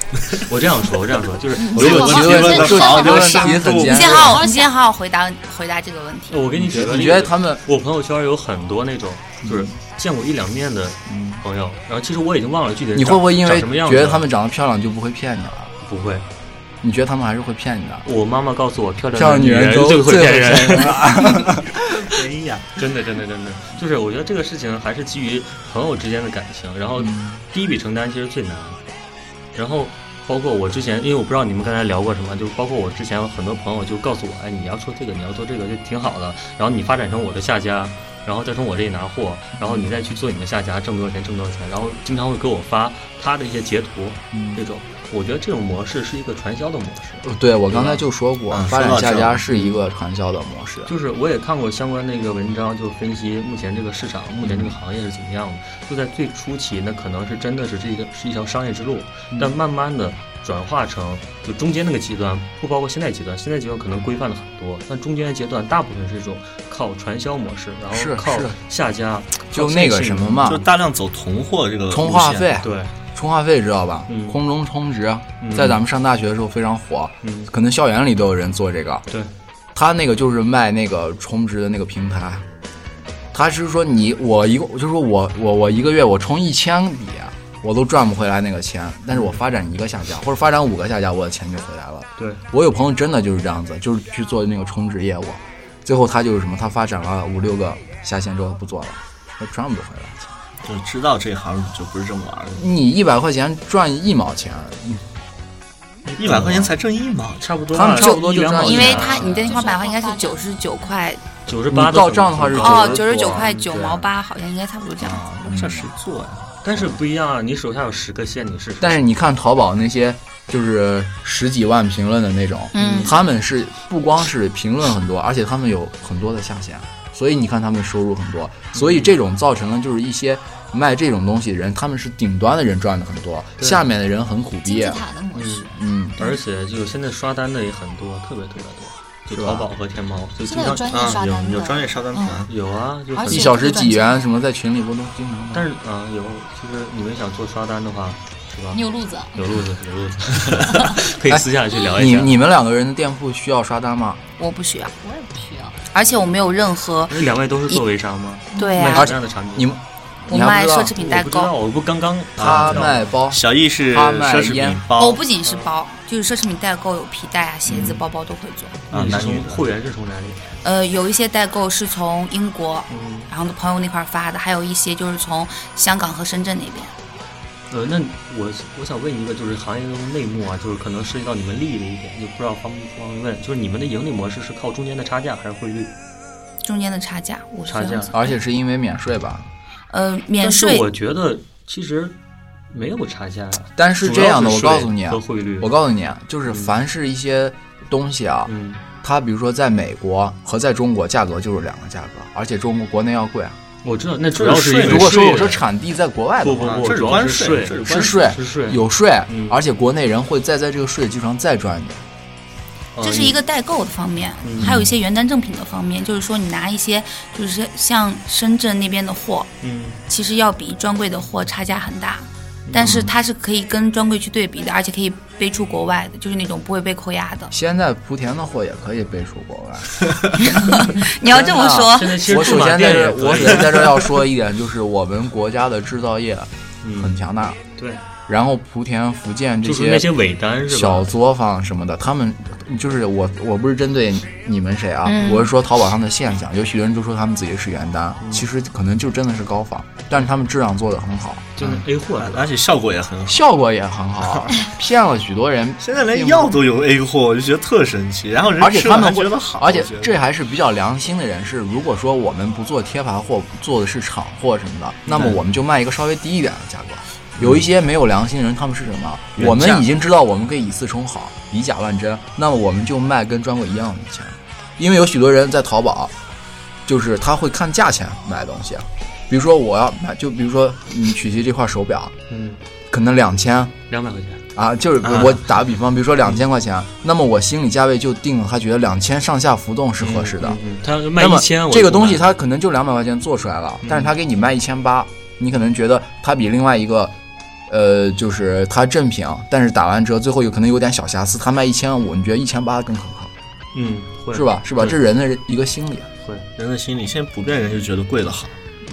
[SPEAKER 4] 我这样说，我这样说，就是
[SPEAKER 6] 你
[SPEAKER 1] 嗯
[SPEAKER 4] 我
[SPEAKER 6] 这
[SPEAKER 4] 有
[SPEAKER 6] 个
[SPEAKER 4] 个
[SPEAKER 6] 问题问得好
[SPEAKER 1] 这个问题很
[SPEAKER 5] 你
[SPEAKER 1] 尖
[SPEAKER 5] 先
[SPEAKER 1] 锐。
[SPEAKER 5] 好好，你先好好回答回答这个问题。
[SPEAKER 4] 我给你举个例子，
[SPEAKER 1] 你觉得他们
[SPEAKER 4] 我朋友圈有很多那种就是见过一两面的朋友，然后其实我已经忘了具体是
[SPEAKER 1] 你会
[SPEAKER 4] 长
[SPEAKER 1] 不会因
[SPEAKER 4] 长
[SPEAKER 1] 为
[SPEAKER 4] 什么样子
[SPEAKER 1] 觉得
[SPEAKER 4] 了
[SPEAKER 1] 她们长得漂亮就不会骗你了？
[SPEAKER 4] 不会？
[SPEAKER 1] 你觉得她们还是会骗你的？
[SPEAKER 4] 我妈妈告诉我，漂
[SPEAKER 1] 漂
[SPEAKER 4] 亮
[SPEAKER 1] 亮
[SPEAKER 4] 的
[SPEAKER 1] 女人
[SPEAKER 4] 人
[SPEAKER 1] 都
[SPEAKER 4] 最会
[SPEAKER 1] 最
[SPEAKER 4] 骗
[SPEAKER 1] 会
[SPEAKER 4] 人。
[SPEAKER 2] 哎
[SPEAKER 1] 啊
[SPEAKER 2] 呀，
[SPEAKER 4] 真的，真的，真的，就是我觉得这个事情还是基于朋友之间的感情，然后第一笔承担其实最难，然后包括我之前，因为我不知道你们刚才聊过什么，就包括我之前有很多朋友就告诉我，哎，你要做这个，你要做这个就挺好的，然后你发展成我的下家，然后再从我这里拿货，然后你再去做你的下家，挣多少钱挣多少钱，然后经常会给我发他的一些截图，这种，我觉得这种模式是一个传销的模式。
[SPEAKER 1] 呃对，我刚才就说过
[SPEAKER 2] 嗯，
[SPEAKER 1] 发展
[SPEAKER 2] 说到
[SPEAKER 1] 下
[SPEAKER 2] 这儿
[SPEAKER 1] 家是一个传销的模式。
[SPEAKER 4] 就是我也看过相关的一个文章，就分析目前这个市场、目前这个行业是怎么样的。就在最初期，那可能是真的是这个是一条商业之路，
[SPEAKER 1] 嗯
[SPEAKER 4] 但慢慢的转化成就中间那个阶段，不包括现在阶段，现在阶段可能规范了很多，但中间的阶段大部分是一种靠传销模式，然
[SPEAKER 1] 是
[SPEAKER 4] 后靠
[SPEAKER 1] 是
[SPEAKER 4] 下家，
[SPEAKER 1] 就
[SPEAKER 4] 靠
[SPEAKER 1] 那个
[SPEAKER 4] 线性
[SPEAKER 1] 什么嘛
[SPEAKER 2] 就，大量走囤货这个
[SPEAKER 1] 充
[SPEAKER 2] 路
[SPEAKER 1] 话
[SPEAKER 2] 线
[SPEAKER 1] 费，
[SPEAKER 4] 对，
[SPEAKER 1] 充话费知道吧？
[SPEAKER 4] 嗯
[SPEAKER 1] 空中充值，
[SPEAKER 4] 嗯
[SPEAKER 1] 在咱们上大学的时候非常火，
[SPEAKER 4] 嗯，
[SPEAKER 1] 可能校园里都有人做这个。
[SPEAKER 4] 对，
[SPEAKER 1] 他那个就是卖那个充值的那个平台，他是说你我一个，就是说我我我一个月我充一千笔，我都赚不回来那个钱，但是我发展一个下家或者发展五个下家，我的钱就回来了。
[SPEAKER 4] 对，
[SPEAKER 1] 我有朋友真的就是这样子，就是去做那个充值业务，最后他就是什么，他发展了五六个下线之后不做了，他赚不回来了。
[SPEAKER 2] 就知道这行就不是这么玩儿的。
[SPEAKER 1] 你一百块钱赚一毛钱，
[SPEAKER 2] 一百块钱才挣一毛，
[SPEAKER 4] 差不多
[SPEAKER 1] 他
[SPEAKER 4] 吧，
[SPEAKER 1] 们差不多
[SPEAKER 4] 一
[SPEAKER 1] 就
[SPEAKER 4] 两
[SPEAKER 1] 这样
[SPEAKER 4] 毛
[SPEAKER 1] 子
[SPEAKER 4] 钱。
[SPEAKER 5] 因为他你的那
[SPEAKER 6] 就是
[SPEAKER 5] 块板块应该是
[SPEAKER 6] 花八
[SPEAKER 5] 九十九块
[SPEAKER 4] 九十八
[SPEAKER 1] 你到账的啊话是
[SPEAKER 4] 九，
[SPEAKER 5] 哦，九
[SPEAKER 1] 90
[SPEAKER 5] 十九
[SPEAKER 1] 多
[SPEAKER 5] 块九
[SPEAKER 1] 对
[SPEAKER 5] 毛八，好像应该差不多这样子。
[SPEAKER 2] 那这谁做呀？
[SPEAKER 4] 但是不一样啊！你手下有十个线，你试试。
[SPEAKER 1] 但是你看淘宝那些就是十几万评论的那种，
[SPEAKER 5] 嗯
[SPEAKER 1] 他们是不光是评论很多，而且他们有很多的下线，所以你看他们收入很多，所以这种造成了就是一些卖这种东西的人，他们是顶端的人赚的很多，
[SPEAKER 4] 对
[SPEAKER 1] 下面的人很苦
[SPEAKER 6] 金
[SPEAKER 1] 逼啊
[SPEAKER 6] 字，塔的模式。
[SPEAKER 1] 嗯，
[SPEAKER 4] 而且就现在刷单的也很多，特别特别多，
[SPEAKER 1] 是
[SPEAKER 4] 就
[SPEAKER 1] 吧
[SPEAKER 4] 淘宝和天猫，就
[SPEAKER 6] 现
[SPEAKER 4] 经
[SPEAKER 6] 在有
[SPEAKER 4] 常
[SPEAKER 6] 专业刷
[SPEAKER 2] 啊，
[SPEAKER 6] 单
[SPEAKER 2] 有有专
[SPEAKER 6] 的，嗯
[SPEAKER 2] 业刷单团，
[SPEAKER 4] 有啊，就很
[SPEAKER 6] 而且
[SPEAKER 1] 一小时几元什么在群里不都经常吗？
[SPEAKER 4] 但是啊、有，就是你们想做刷单的话，是吧
[SPEAKER 6] 你？有路子。
[SPEAKER 4] 有路子，有路 子，可以私下去聊一
[SPEAKER 1] 你
[SPEAKER 4] 下。
[SPEAKER 1] 你们两个人的店铺需要刷单吗？
[SPEAKER 5] 我不需要，
[SPEAKER 6] 我也不需要。
[SPEAKER 5] 而且我没有任何
[SPEAKER 4] 你两位都是做微商吗？
[SPEAKER 5] 对
[SPEAKER 4] 卖
[SPEAKER 5] 啊，
[SPEAKER 4] 什么样的产品？
[SPEAKER 1] 你们
[SPEAKER 5] 我
[SPEAKER 1] 你还
[SPEAKER 5] 卖
[SPEAKER 1] 不知道
[SPEAKER 5] 奢侈品代
[SPEAKER 4] 我不知道，
[SPEAKER 5] 购，
[SPEAKER 4] 我不刚刚
[SPEAKER 1] 他
[SPEAKER 4] 知道
[SPEAKER 1] 卖包，
[SPEAKER 2] 小易是
[SPEAKER 1] 他卖
[SPEAKER 2] 奢侈
[SPEAKER 1] 烟
[SPEAKER 2] 品包
[SPEAKER 5] 哦，不仅是包，就是奢侈品代购有皮带啊、鞋子、包包都会做。
[SPEAKER 2] 啊，
[SPEAKER 4] 你是
[SPEAKER 2] 男女
[SPEAKER 4] 从
[SPEAKER 2] 的
[SPEAKER 4] 货源是从哪里？
[SPEAKER 5] 呃，有一些代购是从英国，
[SPEAKER 4] 嗯，
[SPEAKER 5] 然后朋友那块儿发的，还有一些就是从香港和深圳那边。
[SPEAKER 4] 呃，那我我想问一个，就是行业中内幕啊，就是可能涉及到你们利益的一点，就不知道方不方便问，就是你们的盈利模式是靠中间的差价还是汇率？
[SPEAKER 5] 中间的差价，我是
[SPEAKER 4] 差
[SPEAKER 5] 这
[SPEAKER 4] 价
[SPEAKER 5] 样子。
[SPEAKER 1] 而且是因为免税吧？
[SPEAKER 5] 呃，免
[SPEAKER 4] 但是
[SPEAKER 5] 税
[SPEAKER 4] 我觉得其实没有差价呀、
[SPEAKER 1] 但是这样的，我告诉你啊
[SPEAKER 4] 主要是税和，汇率，
[SPEAKER 1] 我告诉你啊，就是凡是一些东西啊，
[SPEAKER 4] 嗯，
[SPEAKER 1] 它比如说在美国和在中国价格就是两个价格，而且中国国内要贵啊。
[SPEAKER 4] 我知道，那主要是因为
[SPEAKER 1] 如果说
[SPEAKER 4] 税
[SPEAKER 1] 我说
[SPEAKER 4] 源
[SPEAKER 1] 产地在国外的
[SPEAKER 4] 不不
[SPEAKER 1] 话，
[SPEAKER 4] 不，
[SPEAKER 2] 这是
[SPEAKER 4] 主要
[SPEAKER 2] 关
[SPEAKER 4] 是
[SPEAKER 2] 税这是
[SPEAKER 4] 是
[SPEAKER 1] 是税
[SPEAKER 4] 是税，
[SPEAKER 1] 有税
[SPEAKER 4] 嗯，
[SPEAKER 1] 而且国内人会再在这个税基础上再赚一点。
[SPEAKER 4] 啊
[SPEAKER 5] 这是一个代购的方面，
[SPEAKER 4] 嗯
[SPEAKER 5] 还有一些原单正品的方面，就是说你拿一些就是像深圳那边的货，
[SPEAKER 4] 嗯，
[SPEAKER 5] 其实要比专柜的货差价很大，但是它是可以跟专柜去对比的，而且可以背出国外的，就是那种不会被扣押的。
[SPEAKER 1] 现在莆田的货也可以背出国外。
[SPEAKER 5] 你要这么说，
[SPEAKER 4] 现在其实
[SPEAKER 1] 我
[SPEAKER 4] 驻
[SPEAKER 1] 首
[SPEAKER 4] 马
[SPEAKER 1] 先在
[SPEAKER 4] 店也
[SPEAKER 1] 这，我首
[SPEAKER 4] 可以，
[SPEAKER 1] 先在这要说一点，就是我们国家的制造业很
[SPEAKER 4] 嗯，
[SPEAKER 1] 强大，
[SPEAKER 4] 对，
[SPEAKER 1] 然后莆田、福建这
[SPEAKER 4] 就是那些尾单是
[SPEAKER 1] 小
[SPEAKER 4] 吧？
[SPEAKER 1] 作坊什么的，他们就是我，我不是针对你们谁啊，
[SPEAKER 5] 嗯
[SPEAKER 1] 我是说淘宝上的现象，有许多人都说他们自己是原单，
[SPEAKER 2] 嗯
[SPEAKER 1] 其实可能就真的是高仿，但是他们质量做的很 好，
[SPEAKER 4] 就那 A 货
[SPEAKER 2] 啊
[SPEAKER 4] 是吧？
[SPEAKER 2] 而且效果也很好。
[SPEAKER 1] 效果也很 好，骗了许多人。
[SPEAKER 2] 现在连药都有 A 货，我就觉得特神奇。然后人
[SPEAKER 1] 而且
[SPEAKER 2] 吃了
[SPEAKER 1] 他们
[SPEAKER 2] 还
[SPEAKER 1] 会
[SPEAKER 2] 觉得好，
[SPEAKER 1] 而且
[SPEAKER 2] 我觉得
[SPEAKER 1] 这还是比较良心的人士。如果说我们不做贴牌货，做的是厂货什么的，那么我们就卖一个稍微低一点的价格。有一些没有良心的人，他们是什么？
[SPEAKER 2] 原价
[SPEAKER 1] 我们已经知道我们可以以次充好，以假乱真，那么我们就卖跟专柜一样的钱。因为有许多人在淘宝，就是他会看价钱买东西。比如说我要买，就比如说你曲奇这块手表，
[SPEAKER 4] 嗯，
[SPEAKER 1] 可能两千，
[SPEAKER 4] 两百块钱，
[SPEAKER 1] 啊，就是
[SPEAKER 2] 啊
[SPEAKER 1] 我打个比方，比如说两千块钱，那么我心理价位就定了，他觉得两千上下浮动是合适的。
[SPEAKER 4] 嗯，他要卖
[SPEAKER 1] 那么
[SPEAKER 4] 一千，
[SPEAKER 1] 这个东西它可能就两百块钱做出来
[SPEAKER 4] 嗯
[SPEAKER 1] 了，但是他给你卖一千八，你可能觉得它比另外一个，呃，就是它正品，但是打完折最后有可能有点小瑕疵，它卖一千五，你觉得一千八更可靠，
[SPEAKER 4] 嗯，会
[SPEAKER 1] 是？吧？是吧？
[SPEAKER 4] 对
[SPEAKER 1] 这人的一个心理，
[SPEAKER 4] 会，
[SPEAKER 2] 人的心理，现在普遍人就觉得贵了好。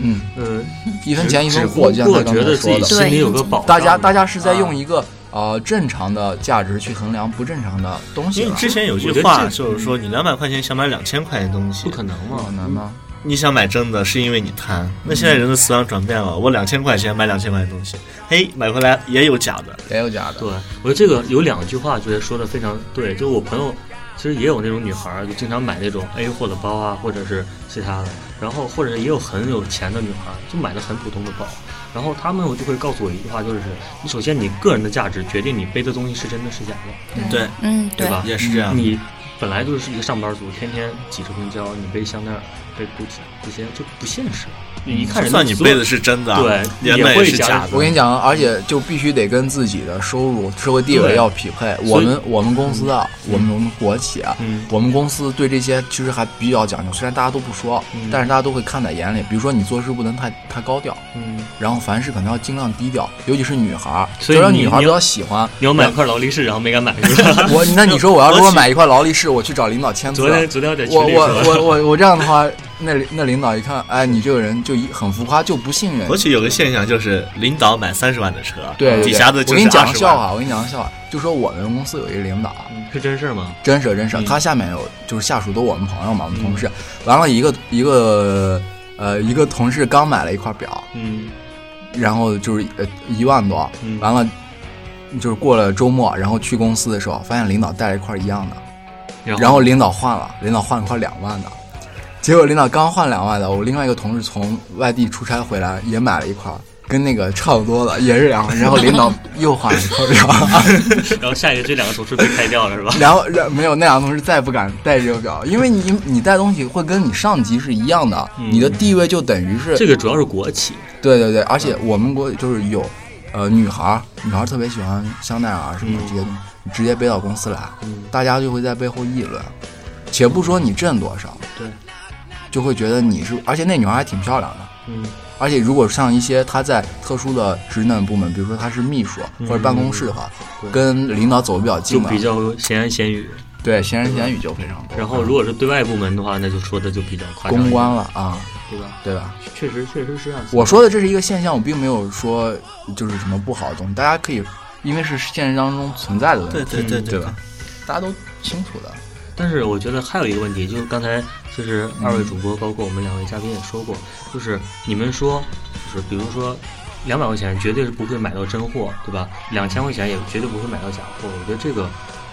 [SPEAKER 1] 嗯，
[SPEAKER 4] 嗯，
[SPEAKER 1] 一分钱一分
[SPEAKER 4] 只
[SPEAKER 1] 货，
[SPEAKER 4] 不
[SPEAKER 1] 就像他
[SPEAKER 4] 过
[SPEAKER 1] 刚
[SPEAKER 4] 觉
[SPEAKER 1] 才
[SPEAKER 4] 得自
[SPEAKER 1] 说
[SPEAKER 4] 己
[SPEAKER 1] 的，
[SPEAKER 4] 心里有个宝，
[SPEAKER 1] 大家大家是在
[SPEAKER 4] 啊
[SPEAKER 1] 用一个呃正常的价值去衡量不正常的东西
[SPEAKER 2] 因为
[SPEAKER 1] 了，
[SPEAKER 2] 之前有
[SPEAKER 4] 我
[SPEAKER 2] 句
[SPEAKER 4] 觉得
[SPEAKER 2] 话
[SPEAKER 4] 这
[SPEAKER 2] 就是说，你两百块钱想买两千块钱的东西
[SPEAKER 4] 不，可能
[SPEAKER 1] 好
[SPEAKER 4] 嘛，
[SPEAKER 1] 难吗？
[SPEAKER 2] 你想买真的是因为你贪。那现在人的思想转变了，我两千块钱买两千块钱的东西，嘿，买回来也有假的。
[SPEAKER 1] 也有假的。
[SPEAKER 4] 对，我觉得这个有两句话觉得说的非常对，就我朋友其实也有那种女孩儿，就经常买那种 A 货的包啊，或者是其他的，然后或者是也有很有钱的女孩儿，就买的很普通的包，然后她们就会告诉我一句话，就是你首先你个人的价值决定你背的东西是真的是假的，
[SPEAKER 2] 对，
[SPEAKER 5] 嗯，对，
[SPEAKER 4] 吧？
[SPEAKER 2] 也是这样。
[SPEAKER 4] 你本来就是一个上班族，天天挤着公交，你背香奈儿、背 GUCCI 这些就不现实，你一
[SPEAKER 2] 嗯
[SPEAKER 4] 看
[SPEAKER 2] 就
[SPEAKER 4] 人家
[SPEAKER 2] 算你
[SPEAKER 4] 所有
[SPEAKER 2] 背的是真的，啊
[SPEAKER 4] 对
[SPEAKER 2] 也
[SPEAKER 4] 也
[SPEAKER 2] 买
[SPEAKER 4] 会
[SPEAKER 2] 是
[SPEAKER 4] 假
[SPEAKER 2] 假
[SPEAKER 4] 的
[SPEAKER 1] 我跟你讲，啊而且就必须得跟自己的收入、社会地位
[SPEAKER 4] 对
[SPEAKER 1] 要匹配。
[SPEAKER 4] 以
[SPEAKER 1] 我们我们公司啊，我们我们国企啊，
[SPEAKER 4] 嗯
[SPEAKER 1] 我们公司对这些其实还比较讲究，虽然大家都不说，
[SPEAKER 4] 嗯
[SPEAKER 1] 但是大家都会看在眼里。比如说你做事不能太太高调，
[SPEAKER 4] 嗯，
[SPEAKER 1] 然后凡事可能要尽量低调，尤其是女孩儿，
[SPEAKER 4] 所以
[SPEAKER 1] 就让
[SPEAKER 4] 你
[SPEAKER 1] 女孩儿
[SPEAKER 4] 你
[SPEAKER 1] 比
[SPEAKER 4] 要
[SPEAKER 1] 较喜欢。
[SPEAKER 4] 你要买块劳力士，然后没敢买是 吧？
[SPEAKER 1] 我那你说我要如果
[SPEAKER 2] 国企
[SPEAKER 1] 买一块劳力士，我去找领导签字
[SPEAKER 4] 昨
[SPEAKER 1] 了
[SPEAKER 4] 天，昨天我在群
[SPEAKER 1] 我
[SPEAKER 4] 里说
[SPEAKER 1] 我 我我我这样的话，那那领导一看，哎，你这个人就一很浮夸，就不信任你
[SPEAKER 2] 而。且有个现象就是，领导买三十万的车，
[SPEAKER 1] 对，对
[SPEAKER 2] 底
[SPEAKER 1] 对
[SPEAKER 2] 下的
[SPEAKER 1] 我
[SPEAKER 2] 就
[SPEAKER 1] 给
[SPEAKER 2] 是
[SPEAKER 1] 你讲
[SPEAKER 2] 二
[SPEAKER 1] 个
[SPEAKER 2] 十
[SPEAKER 1] 笑
[SPEAKER 2] 万。
[SPEAKER 1] 话，我给你讲个笑话，就说我们公司有一个领导，啊
[SPEAKER 4] 是真事儿吗？
[SPEAKER 1] 真是真是，
[SPEAKER 2] 嗯
[SPEAKER 1] 他下面有就是下属都我们朋友嘛，我们同事，完了一个一个呃一个同事刚买了一块表，
[SPEAKER 4] 嗯，
[SPEAKER 1] 然后就是呃一万多，
[SPEAKER 4] 嗯
[SPEAKER 1] 完了就是过了周末，然后去公司的时候，发现领导带了一块一样的，
[SPEAKER 4] 然
[SPEAKER 1] 然后 领导换了，领导换了块两万的，结果领导刚换两万的，我另外一个同事从外地出差回来也买了一块，跟那个差不多的，也是两万，然后领导又换了一块两万，
[SPEAKER 4] 然后下一个这两个同事被开掉了是吧？
[SPEAKER 1] 然后然后没有那俩同事再也不敢带这个表，因为你你带东西会跟你上级是一样的，你的地位就等于是
[SPEAKER 4] 这个主要是国企，
[SPEAKER 1] 对对对，而且
[SPEAKER 4] 嗯
[SPEAKER 1] 我们国就是有，呃，女孩儿，女孩儿特别喜欢香奈儿什
[SPEAKER 4] 嗯
[SPEAKER 1] 么这些东西，你直接背到公司来，大家就会在背后议论，且不说你挣多少，
[SPEAKER 4] 对，
[SPEAKER 1] 就会觉得你是，而且那女孩儿还挺漂亮的，
[SPEAKER 4] 嗯，
[SPEAKER 1] 而且如果像一些她在特殊的职能部门，比如说她是秘书或者办公室的话，跟领导走得比较
[SPEAKER 4] 嗯就
[SPEAKER 1] 近的，
[SPEAKER 4] 比较闲言闲语。
[SPEAKER 1] 对闲言闲语就非常多。
[SPEAKER 4] 然后如果是对外部门的话，那就说的就比较夸张一
[SPEAKER 1] 公
[SPEAKER 4] 点，
[SPEAKER 1] 关了啊，
[SPEAKER 4] 对吧？
[SPEAKER 1] 对吧？
[SPEAKER 4] 确实确实是这样子。
[SPEAKER 1] 我说的这是一个现象，我并没有说就是什么不好的东西，大家可以，因为是现实当中存在的问题，
[SPEAKER 2] 对对对对
[SPEAKER 1] 对吧？大家都清楚的。
[SPEAKER 4] 但是我觉得还有一个问题，就是刚才其实二位主播，包括我们两位嘉宾也说过，就是你们说，就是比如说两百块钱绝对是不会买到真货，对吧？两千块钱也绝对不会买到假货。我觉得这个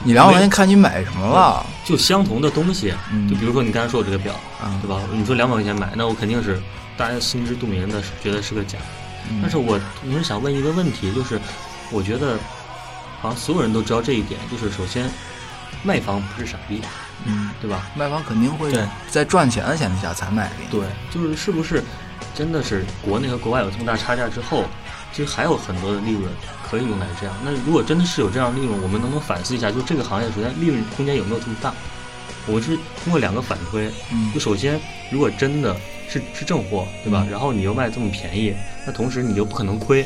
[SPEAKER 1] 你两百块钱看你买什么了，
[SPEAKER 4] 就相同的东西，
[SPEAKER 1] 嗯
[SPEAKER 4] 就比如说你刚才说我这个表，
[SPEAKER 1] 嗯
[SPEAKER 4] 对吧？你说两百块钱买，那我肯定是大家心知肚明的，觉得是个假。但是我我是想问一个问题，就是我觉得好像所有人都知道这一点，就是首先卖方不是傻逼，
[SPEAKER 1] 嗯，
[SPEAKER 4] 对吧？
[SPEAKER 1] 卖方肯定会
[SPEAKER 2] 对
[SPEAKER 1] 在赚钱的前提下才卖给你。
[SPEAKER 4] 对，就是是不是真的是国内和国外有这么大差价之后，其实还有很多的利润可以用来这样。那如果真的是有这样的利润，我们能不能反思一下，就这个行业首先利润空间有没有这么大？我是通过两个反推，
[SPEAKER 1] 嗯
[SPEAKER 4] 就首先如果真的是是正货，对吧？然后你又卖这么便宜，那同时你又不可能亏，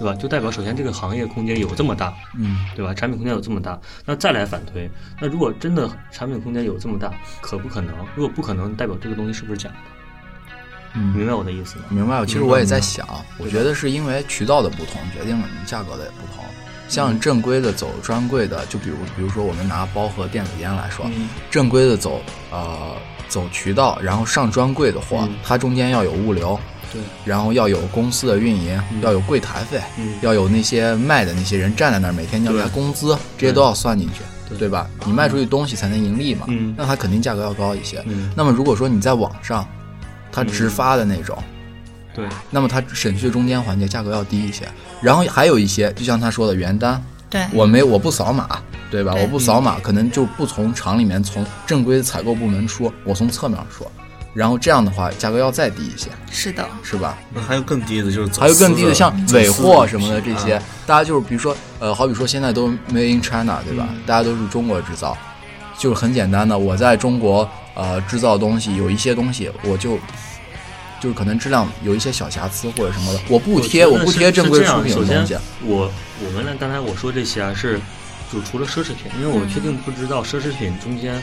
[SPEAKER 4] 对吧？就代表首先这个行业空间有这么大，
[SPEAKER 1] 嗯，
[SPEAKER 4] 对吧？产品空间有这么大，那再来反推，那如果真的产品空间有这么大，可不可能？如果不可能，代表这个东西是不是假的？
[SPEAKER 1] 嗯
[SPEAKER 4] 明白我的意思吗？
[SPEAKER 1] 明白了。其实我也在想，我觉得是因为渠道的不同决定了你价格的也不同。
[SPEAKER 4] 嗯
[SPEAKER 1] 像正规的走专柜的，就比如比如说我们拿包和电子烟来说，
[SPEAKER 4] 嗯
[SPEAKER 1] 正规的走呃走渠道，然后上专柜的货，
[SPEAKER 4] 嗯
[SPEAKER 1] 它中间要有物流，
[SPEAKER 4] 对，
[SPEAKER 1] 然后要有公司的运营，要有柜台费，
[SPEAKER 4] 嗯
[SPEAKER 1] 要有那些卖的那些人站在那儿每天要
[SPEAKER 4] 对
[SPEAKER 1] 拿工资，这些都要算进去，对吧？你卖出去东西才能盈利嘛，
[SPEAKER 4] 嗯
[SPEAKER 1] 那它肯定价格要高一些。
[SPEAKER 4] 嗯
[SPEAKER 1] 那么如果说你在网上，它直发的那种，
[SPEAKER 4] 对，
[SPEAKER 1] 那么它省去中间环节，价格要低一些。然后还有一些，就像他说的原单，
[SPEAKER 5] 对，
[SPEAKER 1] 我没我不扫码，对吧？
[SPEAKER 5] 对
[SPEAKER 1] 我不扫码，可能就不从厂里面从正规采购部门说，我从侧面说，然后这样的话价格要再低一些，
[SPEAKER 5] 是的，
[SPEAKER 1] 是吧？
[SPEAKER 2] 那还有更低的，就是走
[SPEAKER 1] 还有更
[SPEAKER 2] 私
[SPEAKER 1] 低的，像
[SPEAKER 2] 走
[SPEAKER 1] 尾
[SPEAKER 2] 私
[SPEAKER 1] 货什么的这
[SPEAKER 2] 啊
[SPEAKER 1] 些，大家就是比如说，呃，好比说现在都 Made in China，对
[SPEAKER 4] 嗯
[SPEAKER 1] 吧？大家都是中国制造，就是很简单的，我在中国呃制造东西，有一些东西我就。就是可能质量有一些小瑕疵或者什么的，我不贴，我
[SPEAKER 4] 觉得
[SPEAKER 1] 不
[SPEAKER 4] 是
[SPEAKER 1] 贴正规
[SPEAKER 4] 是这
[SPEAKER 1] 出
[SPEAKER 4] 样
[SPEAKER 1] 品
[SPEAKER 4] 首
[SPEAKER 1] 的东西啊
[SPEAKER 4] 先。，我我们呢，刚才我说这些啊，是就除了奢侈品，因为我确定不知道奢侈品中间。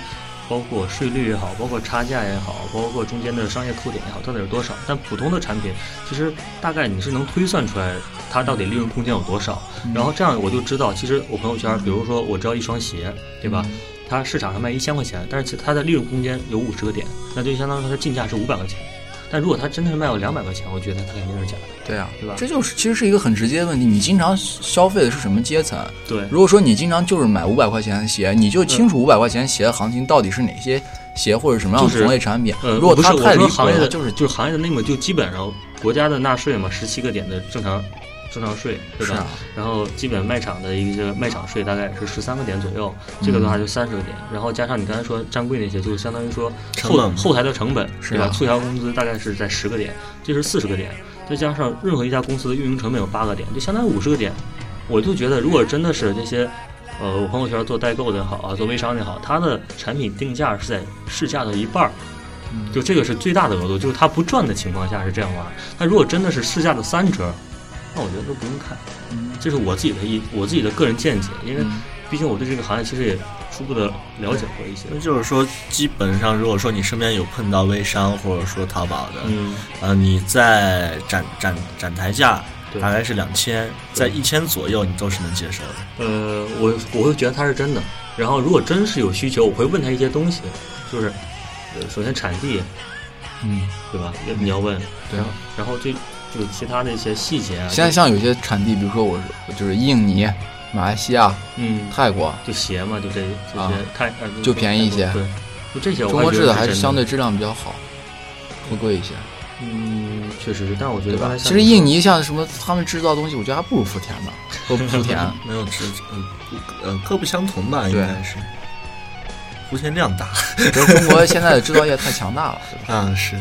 [SPEAKER 4] 包括税率也好，包括差价也好，包括中间的商业扣点也好，到底有多少？但普通的产品，其实大概你是能推算出来它到底利润空间有多少。然后这样我就知道，其实我朋友圈，比如说我知道一双鞋，对吧？它市场上卖一千块钱，但是其它的利润空间有五十个点，那就相当于它的进价是五百块钱。但如果它真的是卖到两百块钱，我觉得它肯定是假的。
[SPEAKER 1] 对啊
[SPEAKER 4] 对吧，
[SPEAKER 1] 这就是其实是一个很直接的问题。你经常消费的是什么阶层？
[SPEAKER 4] 对，嗯
[SPEAKER 1] 如果说你经常就是买五百块钱的鞋，你就清楚五百块钱鞋的行情到底是哪些鞋或者什么样的
[SPEAKER 4] 就是
[SPEAKER 1] 同类产品。
[SPEAKER 4] 呃，
[SPEAKER 1] 如果
[SPEAKER 4] 不是
[SPEAKER 1] 它太
[SPEAKER 4] 我
[SPEAKER 1] 离
[SPEAKER 4] 说
[SPEAKER 1] 谱
[SPEAKER 4] 行业
[SPEAKER 1] 了，
[SPEAKER 4] 的
[SPEAKER 1] 就是
[SPEAKER 4] 就是行业的内幕，就基本上国家的纳税嘛，十七个点的正常正常税，对
[SPEAKER 1] 是
[SPEAKER 4] 吧？
[SPEAKER 1] 啊
[SPEAKER 4] 然后基本卖场的一个卖场税大概是十三个点左右，这个
[SPEAKER 1] 嗯
[SPEAKER 4] 的话就三十个点，然后加上你刚才说专柜那些，就相当于说
[SPEAKER 2] 成
[SPEAKER 4] 后
[SPEAKER 2] 本嘛
[SPEAKER 4] 后台的成本，
[SPEAKER 1] 是
[SPEAKER 4] 对吧？
[SPEAKER 1] 啊
[SPEAKER 4] 促销工资大概是在十个点，这是四十个点，再加上任何一家公司的运营成本有八个点，就相当于五十个点。我就觉得，如果真的是这些。呃，我朋友圈做代购的也好啊，做微商的也好，它的产品定价是在市价的一半儿，就这个是最大的额度，就是他不赚的情况下是这样玩。那如果真的是市价的三折，那我觉得都不用看。
[SPEAKER 1] 嗯
[SPEAKER 4] 这是我自己的一我自己的个人见解，因为毕竟我对这个行业其实也初步的了解过一些。
[SPEAKER 2] 那就是说，基本上如果说你身边有碰到微商或者说淘宝的，
[SPEAKER 4] 嗯，
[SPEAKER 2] 呃，你在展展展台价
[SPEAKER 4] 对
[SPEAKER 2] 大概是两千，在一千左右你都是能接受的。
[SPEAKER 4] 呃，我我会觉得它是真的。然后如果真是有需求，我会问他一些东西，就是呃首先产地，
[SPEAKER 1] 嗯，
[SPEAKER 4] 对吧？你要问，
[SPEAKER 1] 对啊，
[SPEAKER 4] 然后最就是其他的一些细节啊。
[SPEAKER 1] 现在像有些产地，比如说我是就是印尼、马来西亚、
[SPEAKER 4] 嗯，
[SPEAKER 1] 泰国，
[SPEAKER 4] 就鞋嘛，就这这
[SPEAKER 1] 啊
[SPEAKER 4] 些看，呃
[SPEAKER 1] 就便宜一些
[SPEAKER 4] 对，就这些我
[SPEAKER 1] 中国
[SPEAKER 4] 觉
[SPEAKER 1] 制
[SPEAKER 4] 得
[SPEAKER 1] 的还是
[SPEAKER 4] 真
[SPEAKER 1] 相对质量比较好，会贵一些，
[SPEAKER 4] 嗯，确实是，但我觉
[SPEAKER 1] 对
[SPEAKER 4] 得
[SPEAKER 1] 吧
[SPEAKER 4] 刚才？像
[SPEAKER 1] 其实
[SPEAKER 4] 你说
[SPEAKER 1] 印尼像什么，他们制造东西，我觉得还不如福田呢，都不福田。
[SPEAKER 2] 没有直，嗯呃，各不相同吧，应
[SPEAKER 1] 对
[SPEAKER 2] 该是。福田量 大
[SPEAKER 1] 觉得中国现在的制造业太强大了，对吧？
[SPEAKER 2] 啊，是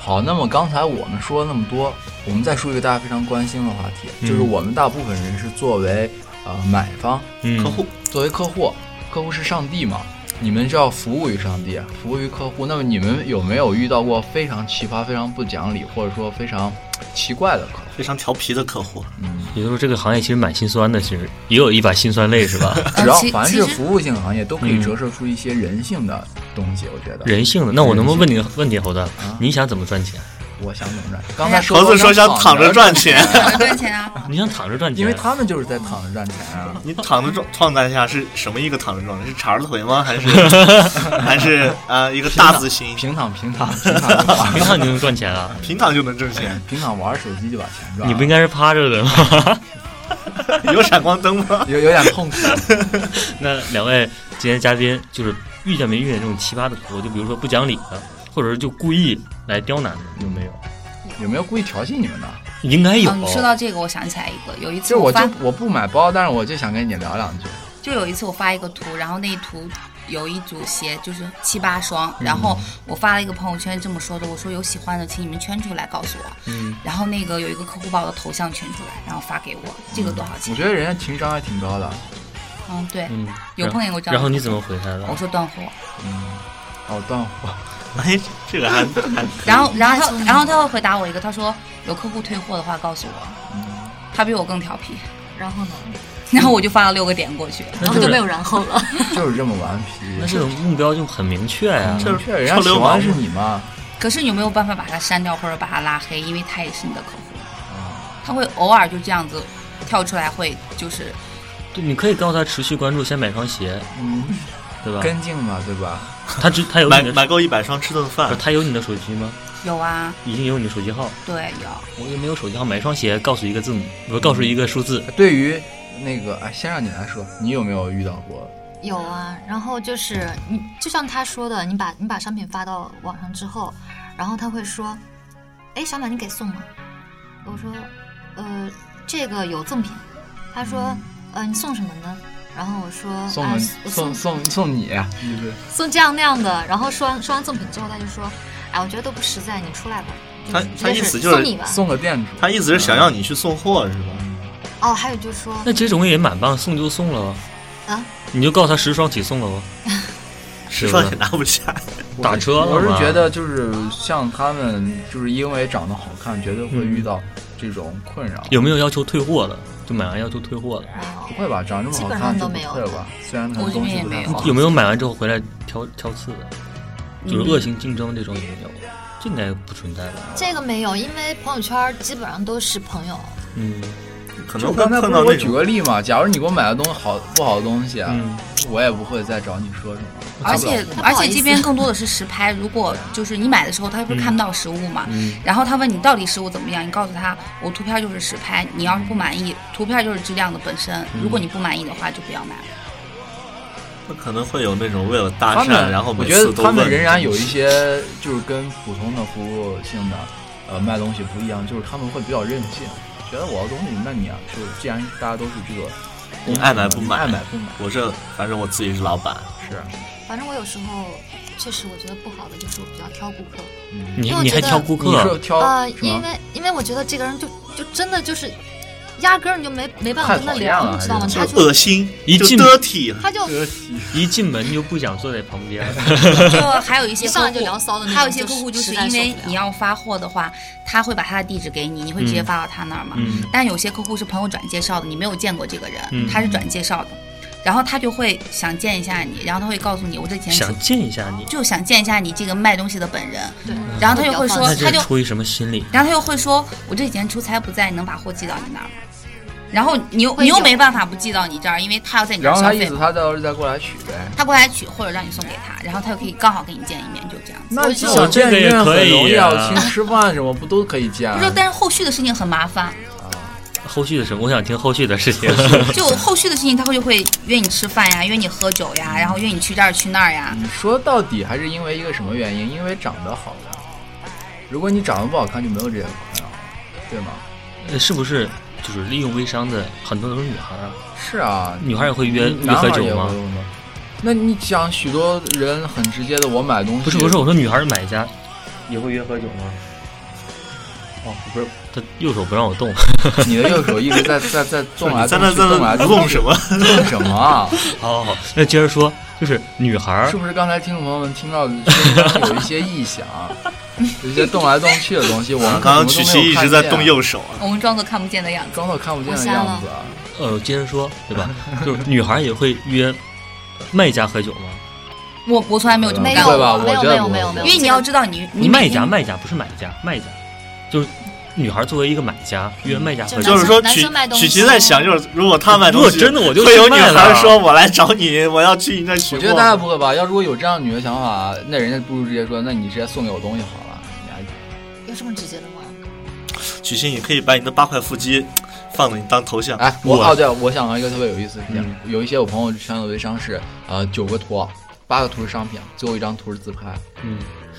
[SPEAKER 1] 好，那么刚才我们说了那么多，我们再说一个大家非常关心的话题，就是我们大部分人是作为呃买方，
[SPEAKER 2] 客户
[SPEAKER 1] 作为客户，客户是上帝嘛，你们是要服务于上帝，啊服务于客户。那么你们有没有遇到过非常奇葩、非常不讲理，或者说非常奇怪的客户？
[SPEAKER 2] 非常调皮的客户，
[SPEAKER 4] 也就是这个行业其实蛮心酸的，其实也有一把辛酸泪，是吧？
[SPEAKER 1] 只要
[SPEAKER 5] 其
[SPEAKER 1] 凡
[SPEAKER 5] 其
[SPEAKER 1] 是
[SPEAKER 5] 实
[SPEAKER 1] 服务性行业，都可以
[SPEAKER 4] 嗯
[SPEAKER 1] 折射出一些人性的东西。我觉得，
[SPEAKER 4] 人性的。那我能不能问你个问题，侯大
[SPEAKER 1] 啊？
[SPEAKER 4] 你想怎么赚钱？
[SPEAKER 1] 我想怎么赚？刚才说
[SPEAKER 2] 哎猴子说想躺着，赚钱，
[SPEAKER 5] 想赚 钱啊！
[SPEAKER 4] 你想躺着赚钱？
[SPEAKER 1] 因为他们就是在躺着赚钱啊。
[SPEAKER 2] 你躺着状状态下是什么一个躺着状态？是叉着腿吗？还 是还是啊、一个大字形
[SPEAKER 1] 平躺平躺平躺平躺
[SPEAKER 4] 平常你就能赚钱 啊？
[SPEAKER 2] 平躺就能挣 钱？
[SPEAKER 1] 平躺玩手机就把钱赚了。
[SPEAKER 4] 你不应该是趴着的吗？
[SPEAKER 2] 有闪光灯吗？
[SPEAKER 1] 有有点痛苦，
[SPEAKER 4] 那两位今天嘉宾就是遇见没遇见这种奇葩的客户？就比如说不讲理的，或者是就故意来刁难的，有没有？
[SPEAKER 1] 有没有故意调戏你们的？
[SPEAKER 4] 应该有。
[SPEAKER 5] 哦，你说到这个，我想起来一个，有一
[SPEAKER 1] 就
[SPEAKER 5] 次
[SPEAKER 1] 是我就
[SPEAKER 5] 发，
[SPEAKER 1] 我不买包，但是我就想跟你聊两句。
[SPEAKER 5] 就有一次我发一个图，然后那一图有一组鞋，就是七八双，然后
[SPEAKER 4] 嗯
[SPEAKER 5] 我发了一个朋友圈，这么说的，我说有喜欢的，请你们圈出来告诉我。
[SPEAKER 4] 嗯，
[SPEAKER 5] 然后那个有一个客户把我的头像圈出来，然后发给我，这个多少钱
[SPEAKER 1] 我？觉得人家情商还挺高的，
[SPEAKER 5] 嗯，对，
[SPEAKER 4] 嗯，
[SPEAKER 5] 有碰见过这样。
[SPEAKER 4] 然后你怎么回他的
[SPEAKER 5] 我？说断货，
[SPEAKER 1] 哦，断货，
[SPEAKER 2] 哎，这个 还还
[SPEAKER 5] 然后然后他然后他会回答我一个，他说有客户退货的话告诉我，
[SPEAKER 4] 嗯
[SPEAKER 5] 他比我更调皮，
[SPEAKER 6] 然后呢？
[SPEAKER 5] 然后我就发了六个点过去，
[SPEAKER 4] 那
[SPEAKER 6] 然
[SPEAKER 4] 就
[SPEAKER 6] 后
[SPEAKER 4] 是
[SPEAKER 6] 就没有然后了。
[SPEAKER 1] 就是这么顽皮。
[SPEAKER 4] 那这种目标就很明确呀、
[SPEAKER 1] 明确，人家
[SPEAKER 2] 臭
[SPEAKER 1] 喜
[SPEAKER 2] 流氓
[SPEAKER 1] 欢是你嘛？
[SPEAKER 5] 可是你有没有办法把他删掉或者把他拉黑？因为他也是你的客户，
[SPEAKER 6] 啊
[SPEAKER 5] 他会偶尔就这样子跳出来，会就是
[SPEAKER 4] 对，你可以告诉他持续关注，先买双鞋，
[SPEAKER 1] 嗯，
[SPEAKER 4] 对吧？
[SPEAKER 1] 跟进嘛，对吧？
[SPEAKER 4] 他只他有
[SPEAKER 2] 买
[SPEAKER 4] 你的
[SPEAKER 2] 买够一百双吃顿
[SPEAKER 4] 不是
[SPEAKER 2] 饭，
[SPEAKER 4] 他有你的手机吗？
[SPEAKER 5] 有啊，
[SPEAKER 4] 已经有你的手机号，
[SPEAKER 5] 对有，
[SPEAKER 4] 我又没有手机号，买一双鞋告诉一个字母，不是告诉一个数字，
[SPEAKER 1] 对于那个，哎，先让你来说，你有没有遇到过？
[SPEAKER 6] 有啊，然后就是你，就像他说的，你把你把商品发到网上之后，然后他会说：“哎，小马，你给送吗？”我说：“呃，这个有赠品。”他说：“呃，你送什么呢？”然后我说：“
[SPEAKER 1] 送
[SPEAKER 6] 啊
[SPEAKER 1] 了，
[SPEAKER 6] 我
[SPEAKER 1] 送
[SPEAKER 6] 送
[SPEAKER 1] 送送你，啊你不是
[SPEAKER 6] 送这样那样的。”然后说完说完赠品之后，他就说：“哎，我觉得都不实在，你出来吧。
[SPEAKER 2] 他
[SPEAKER 6] 就是”
[SPEAKER 2] 他意思就是
[SPEAKER 6] 送你吧。
[SPEAKER 1] 送个店主？
[SPEAKER 2] 他意思是想让你去送货是吧？
[SPEAKER 6] 哦，还有就是说，
[SPEAKER 4] 那这种也蛮棒，送就送了
[SPEAKER 6] 啊，
[SPEAKER 4] 你就告诉他十双起送了哦，
[SPEAKER 2] 十
[SPEAKER 4] 是吧
[SPEAKER 2] 双也拿不下，
[SPEAKER 1] 我
[SPEAKER 4] 打车了
[SPEAKER 1] 我是
[SPEAKER 4] 吗
[SPEAKER 1] 觉得就是像他们，就是因为长得好看，绝对会遇到这种困扰。
[SPEAKER 4] 有没有要求退货的？就买完要求退货的，
[SPEAKER 6] 没有
[SPEAKER 1] 不会吧？长这么好
[SPEAKER 6] 基本
[SPEAKER 1] 看
[SPEAKER 6] 上
[SPEAKER 1] 就
[SPEAKER 6] 都
[SPEAKER 1] 不
[SPEAKER 6] 没有
[SPEAKER 1] 会吧？虽然他
[SPEAKER 5] 我这
[SPEAKER 1] 东
[SPEAKER 5] 边
[SPEAKER 1] 西
[SPEAKER 5] 也
[SPEAKER 1] 不
[SPEAKER 5] 没
[SPEAKER 1] 太
[SPEAKER 5] 有
[SPEAKER 1] 好。
[SPEAKER 4] 有没有买完之后回来挑挑刺的？
[SPEAKER 2] 嗯
[SPEAKER 4] 就是恶性竞争这种有没有？这应该不存在吧？
[SPEAKER 6] 这个没有，因为朋友圈基本上都是朋友。
[SPEAKER 4] 嗯
[SPEAKER 2] 可
[SPEAKER 1] 就
[SPEAKER 2] 能会
[SPEAKER 1] 刚才不
[SPEAKER 2] 碰
[SPEAKER 1] 是
[SPEAKER 2] 到
[SPEAKER 1] 我
[SPEAKER 2] 那
[SPEAKER 1] 举
[SPEAKER 2] 种
[SPEAKER 1] 个例嘛，假如你给我买的东西好不好的东西，啊
[SPEAKER 4] 嗯，
[SPEAKER 1] 我也不会再找你说什么。
[SPEAKER 5] 而且
[SPEAKER 6] 不好
[SPEAKER 5] 而
[SPEAKER 6] 意思
[SPEAKER 5] 且这边更多的是实拍，如果就是你买的时候，他不是看不到实物嘛，
[SPEAKER 6] 嗯
[SPEAKER 5] 然后他问你到底实物怎么样，你告诉他我图片就是实拍，你要是不满意，图片就是质量的本身，
[SPEAKER 6] 嗯
[SPEAKER 5] 如果你不满意的话就不要买了。
[SPEAKER 2] 那可能会有那种为了
[SPEAKER 1] 他
[SPEAKER 2] 搭讪，
[SPEAKER 1] 们，
[SPEAKER 2] 然后
[SPEAKER 1] 我
[SPEAKER 2] 每
[SPEAKER 1] 觉得
[SPEAKER 2] 次都
[SPEAKER 1] 他
[SPEAKER 2] 问
[SPEAKER 1] 们仍然有一些就是跟普通的服务性的呃卖东西不一样，就是他们会比较任性，觉得我要东西，那你啊，就是既然大家都是这个，
[SPEAKER 2] 你爱买不买
[SPEAKER 1] 爱买不买
[SPEAKER 2] 我这反正我自己是老板，
[SPEAKER 1] 是，啊
[SPEAKER 6] 反正我有时候确实我觉得不好的就是我比较挑顾客。
[SPEAKER 1] 嗯，
[SPEAKER 4] 你
[SPEAKER 6] 因为我
[SPEAKER 4] 你还
[SPEAKER 6] 觉得
[SPEAKER 4] 挑顾
[SPEAKER 1] 你是
[SPEAKER 4] 客？
[SPEAKER 1] 挑
[SPEAKER 6] 呃，
[SPEAKER 1] 什
[SPEAKER 6] 因
[SPEAKER 1] 么？
[SPEAKER 6] 为因为我觉得这个人就就真的就是，压根儿你就没没办
[SPEAKER 1] 太
[SPEAKER 6] 法跟他
[SPEAKER 1] 讨厌了
[SPEAKER 6] 聊，你知道吗？
[SPEAKER 1] 还是
[SPEAKER 6] 他
[SPEAKER 2] 就恶
[SPEAKER 6] 就
[SPEAKER 2] 心，
[SPEAKER 4] 一
[SPEAKER 2] 就
[SPEAKER 4] 进
[SPEAKER 2] 得体，
[SPEAKER 6] 他就
[SPEAKER 4] 一进门你就不想坐在旁 边，
[SPEAKER 5] 就还有一些
[SPEAKER 6] 一上来
[SPEAKER 5] 客户
[SPEAKER 6] 就聊骚的那种
[SPEAKER 5] 还有一些
[SPEAKER 6] 就
[SPEAKER 5] 客
[SPEAKER 6] 是
[SPEAKER 5] 户就
[SPEAKER 6] 实
[SPEAKER 5] 是
[SPEAKER 6] 在
[SPEAKER 5] 因为
[SPEAKER 6] 受不了
[SPEAKER 5] 你要发货的话，他会把他的地址给你，你会直接
[SPEAKER 4] 嗯
[SPEAKER 5] 发到他那儿嘛。
[SPEAKER 4] 嗯
[SPEAKER 5] 但有些客户是朋友转介绍的，你没有见过这个人，
[SPEAKER 4] 嗯
[SPEAKER 5] 他是转介绍的，然后他就会想见一下你，然后他会告诉你我这钱
[SPEAKER 4] 想见一下你，
[SPEAKER 5] 就想见一下你这个卖东西的本人，
[SPEAKER 6] 对，
[SPEAKER 5] 然后他就会说
[SPEAKER 6] 那
[SPEAKER 4] 那
[SPEAKER 6] 这
[SPEAKER 4] 这
[SPEAKER 5] 他
[SPEAKER 4] 是
[SPEAKER 5] 就。
[SPEAKER 4] 出于什么心理？
[SPEAKER 5] 然后他又会说：“我这几天出差不在，你能把货寄到你那儿吗？”然后你又
[SPEAKER 6] 会
[SPEAKER 5] 你又
[SPEAKER 6] 有
[SPEAKER 5] 没办法不寄到你这儿，因为他要在你这
[SPEAKER 1] 然
[SPEAKER 5] 儿
[SPEAKER 1] 后
[SPEAKER 5] 消
[SPEAKER 1] 他意
[SPEAKER 5] 费
[SPEAKER 1] 思
[SPEAKER 5] 嘛。
[SPEAKER 1] 他到时候再过来取呗。
[SPEAKER 5] 他过来取，或者让你送给他，然后他又可以刚好跟你见一面，就这样子。
[SPEAKER 1] 那
[SPEAKER 4] 就
[SPEAKER 1] 我见一面很容易啊，
[SPEAKER 4] 这个也可以啊
[SPEAKER 1] 我请吃饭什么不都可以见啊
[SPEAKER 5] 不？是，但是后续的事情很麻烦，
[SPEAKER 4] 后续的事，我想听后续的事情。
[SPEAKER 5] 就后续的事情他会就会约你吃饭呀，约你喝酒呀，然后约你去这儿去那儿呀。
[SPEAKER 1] 你嗯说到底还是因为一个什么原因？因为长得好看。如果你长得不好看，就没有这些困扰，对吗？
[SPEAKER 4] 呃是不是就是利用微商的很多都是女孩儿啊？
[SPEAKER 1] 是啊，
[SPEAKER 4] 女孩儿也会约约
[SPEAKER 1] 男孩
[SPEAKER 4] 喝
[SPEAKER 1] 儿
[SPEAKER 4] 酒
[SPEAKER 1] 也
[SPEAKER 4] 吗
[SPEAKER 1] 会？吗？那你讲许多人很直接的，我买东西
[SPEAKER 4] 不是不是，，我说女孩儿买家也会约喝酒吗？哦，不是，他右手不让我动，
[SPEAKER 1] 你的右手一直在在在动来
[SPEAKER 2] 你在
[SPEAKER 1] 动
[SPEAKER 2] 那
[SPEAKER 1] 去，
[SPEAKER 2] 在
[SPEAKER 1] 动来
[SPEAKER 2] 那
[SPEAKER 1] 动
[SPEAKER 2] 弄
[SPEAKER 1] 去
[SPEAKER 2] 什，么？
[SPEAKER 1] 动什么 啊？
[SPEAKER 4] 好好好，那接着说，就是女孩儿
[SPEAKER 1] 是不是刚才听众朋友们听到中间有一些异响，有一些动来动去的东西？我们
[SPEAKER 2] 刚刚
[SPEAKER 1] 可
[SPEAKER 2] 曲
[SPEAKER 1] 能都没
[SPEAKER 2] 奇
[SPEAKER 1] 有
[SPEAKER 2] 一
[SPEAKER 1] 看
[SPEAKER 2] 直在
[SPEAKER 1] 见
[SPEAKER 2] 动，右手啊，
[SPEAKER 5] 我们装作看不见的样子。
[SPEAKER 1] 装作看不见的
[SPEAKER 6] 我瞎
[SPEAKER 1] 样
[SPEAKER 6] 了
[SPEAKER 1] 子啊。
[SPEAKER 4] 呃，接着说，对吧？就是女孩儿也会约卖家喝酒吗？
[SPEAKER 5] 我我从来没有这么
[SPEAKER 1] 呃没
[SPEAKER 5] 干
[SPEAKER 1] 会
[SPEAKER 5] 过，
[SPEAKER 1] 吧？
[SPEAKER 6] 没
[SPEAKER 1] 我
[SPEAKER 6] 有
[SPEAKER 1] 觉得
[SPEAKER 6] 没有
[SPEAKER 1] 不
[SPEAKER 6] 没有
[SPEAKER 1] 会
[SPEAKER 6] 没有
[SPEAKER 5] 因为你要知道你你
[SPEAKER 4] 你卖
[SPEAKER 5] 每
[SPEAKER 4] 家
[SPEAKER 5] 天
[SPEAKER 4] 卖家不是买家，卖家就是女孩作为一个买家约卖家喝酒
[SPEAKER 6] 男生
[SPEAKER 2] 就，是说
[SPEAKER 6] 男
[SPEAKER 2] 曲
[SPEAKER 6] 生卖东西
[SPEAKER 2] 曲奇在想，就是如果他卖
[SPEAKER 4] 如
[SPEAKER 2] 东
[SPEAKER 4] 果
[SPEAKER 2] 西，
[SPEAKER 4] 真的我就
[SPEAKER 2] 会有
[SPEAKER 4] 去
[SPEAKER 2] 女
[SPEAKER 4] 卖
[SPEAKER 2] 孩
[SPEAKER 4] 了。
[SPEAKER 2] 说：“我来找你，我要去你那取
[SPEAKER 1] 我
[SPEAKER 2] 货。”
[SPEAKER 1] 觉得大家不会吧？要如果有这样女的想法，那人家不如直接说，那你直接送给我东西好了。你还
[SPEAKER 6] 有这么直接的吗？
[SPEAKER 2] 曲奇，你可以把你的八块腹肌放到你当头像。
[SPEAKER 1] 哎，我
[SPEAKER 2] 我嗯
[SPEAKER 1] 哦对，我想到一个特别有意思的事情，有一些我朋友圈的微商是呃九个图，八个图是商品，最后一张图是自拍。
[SPEAKER 4] 嗯，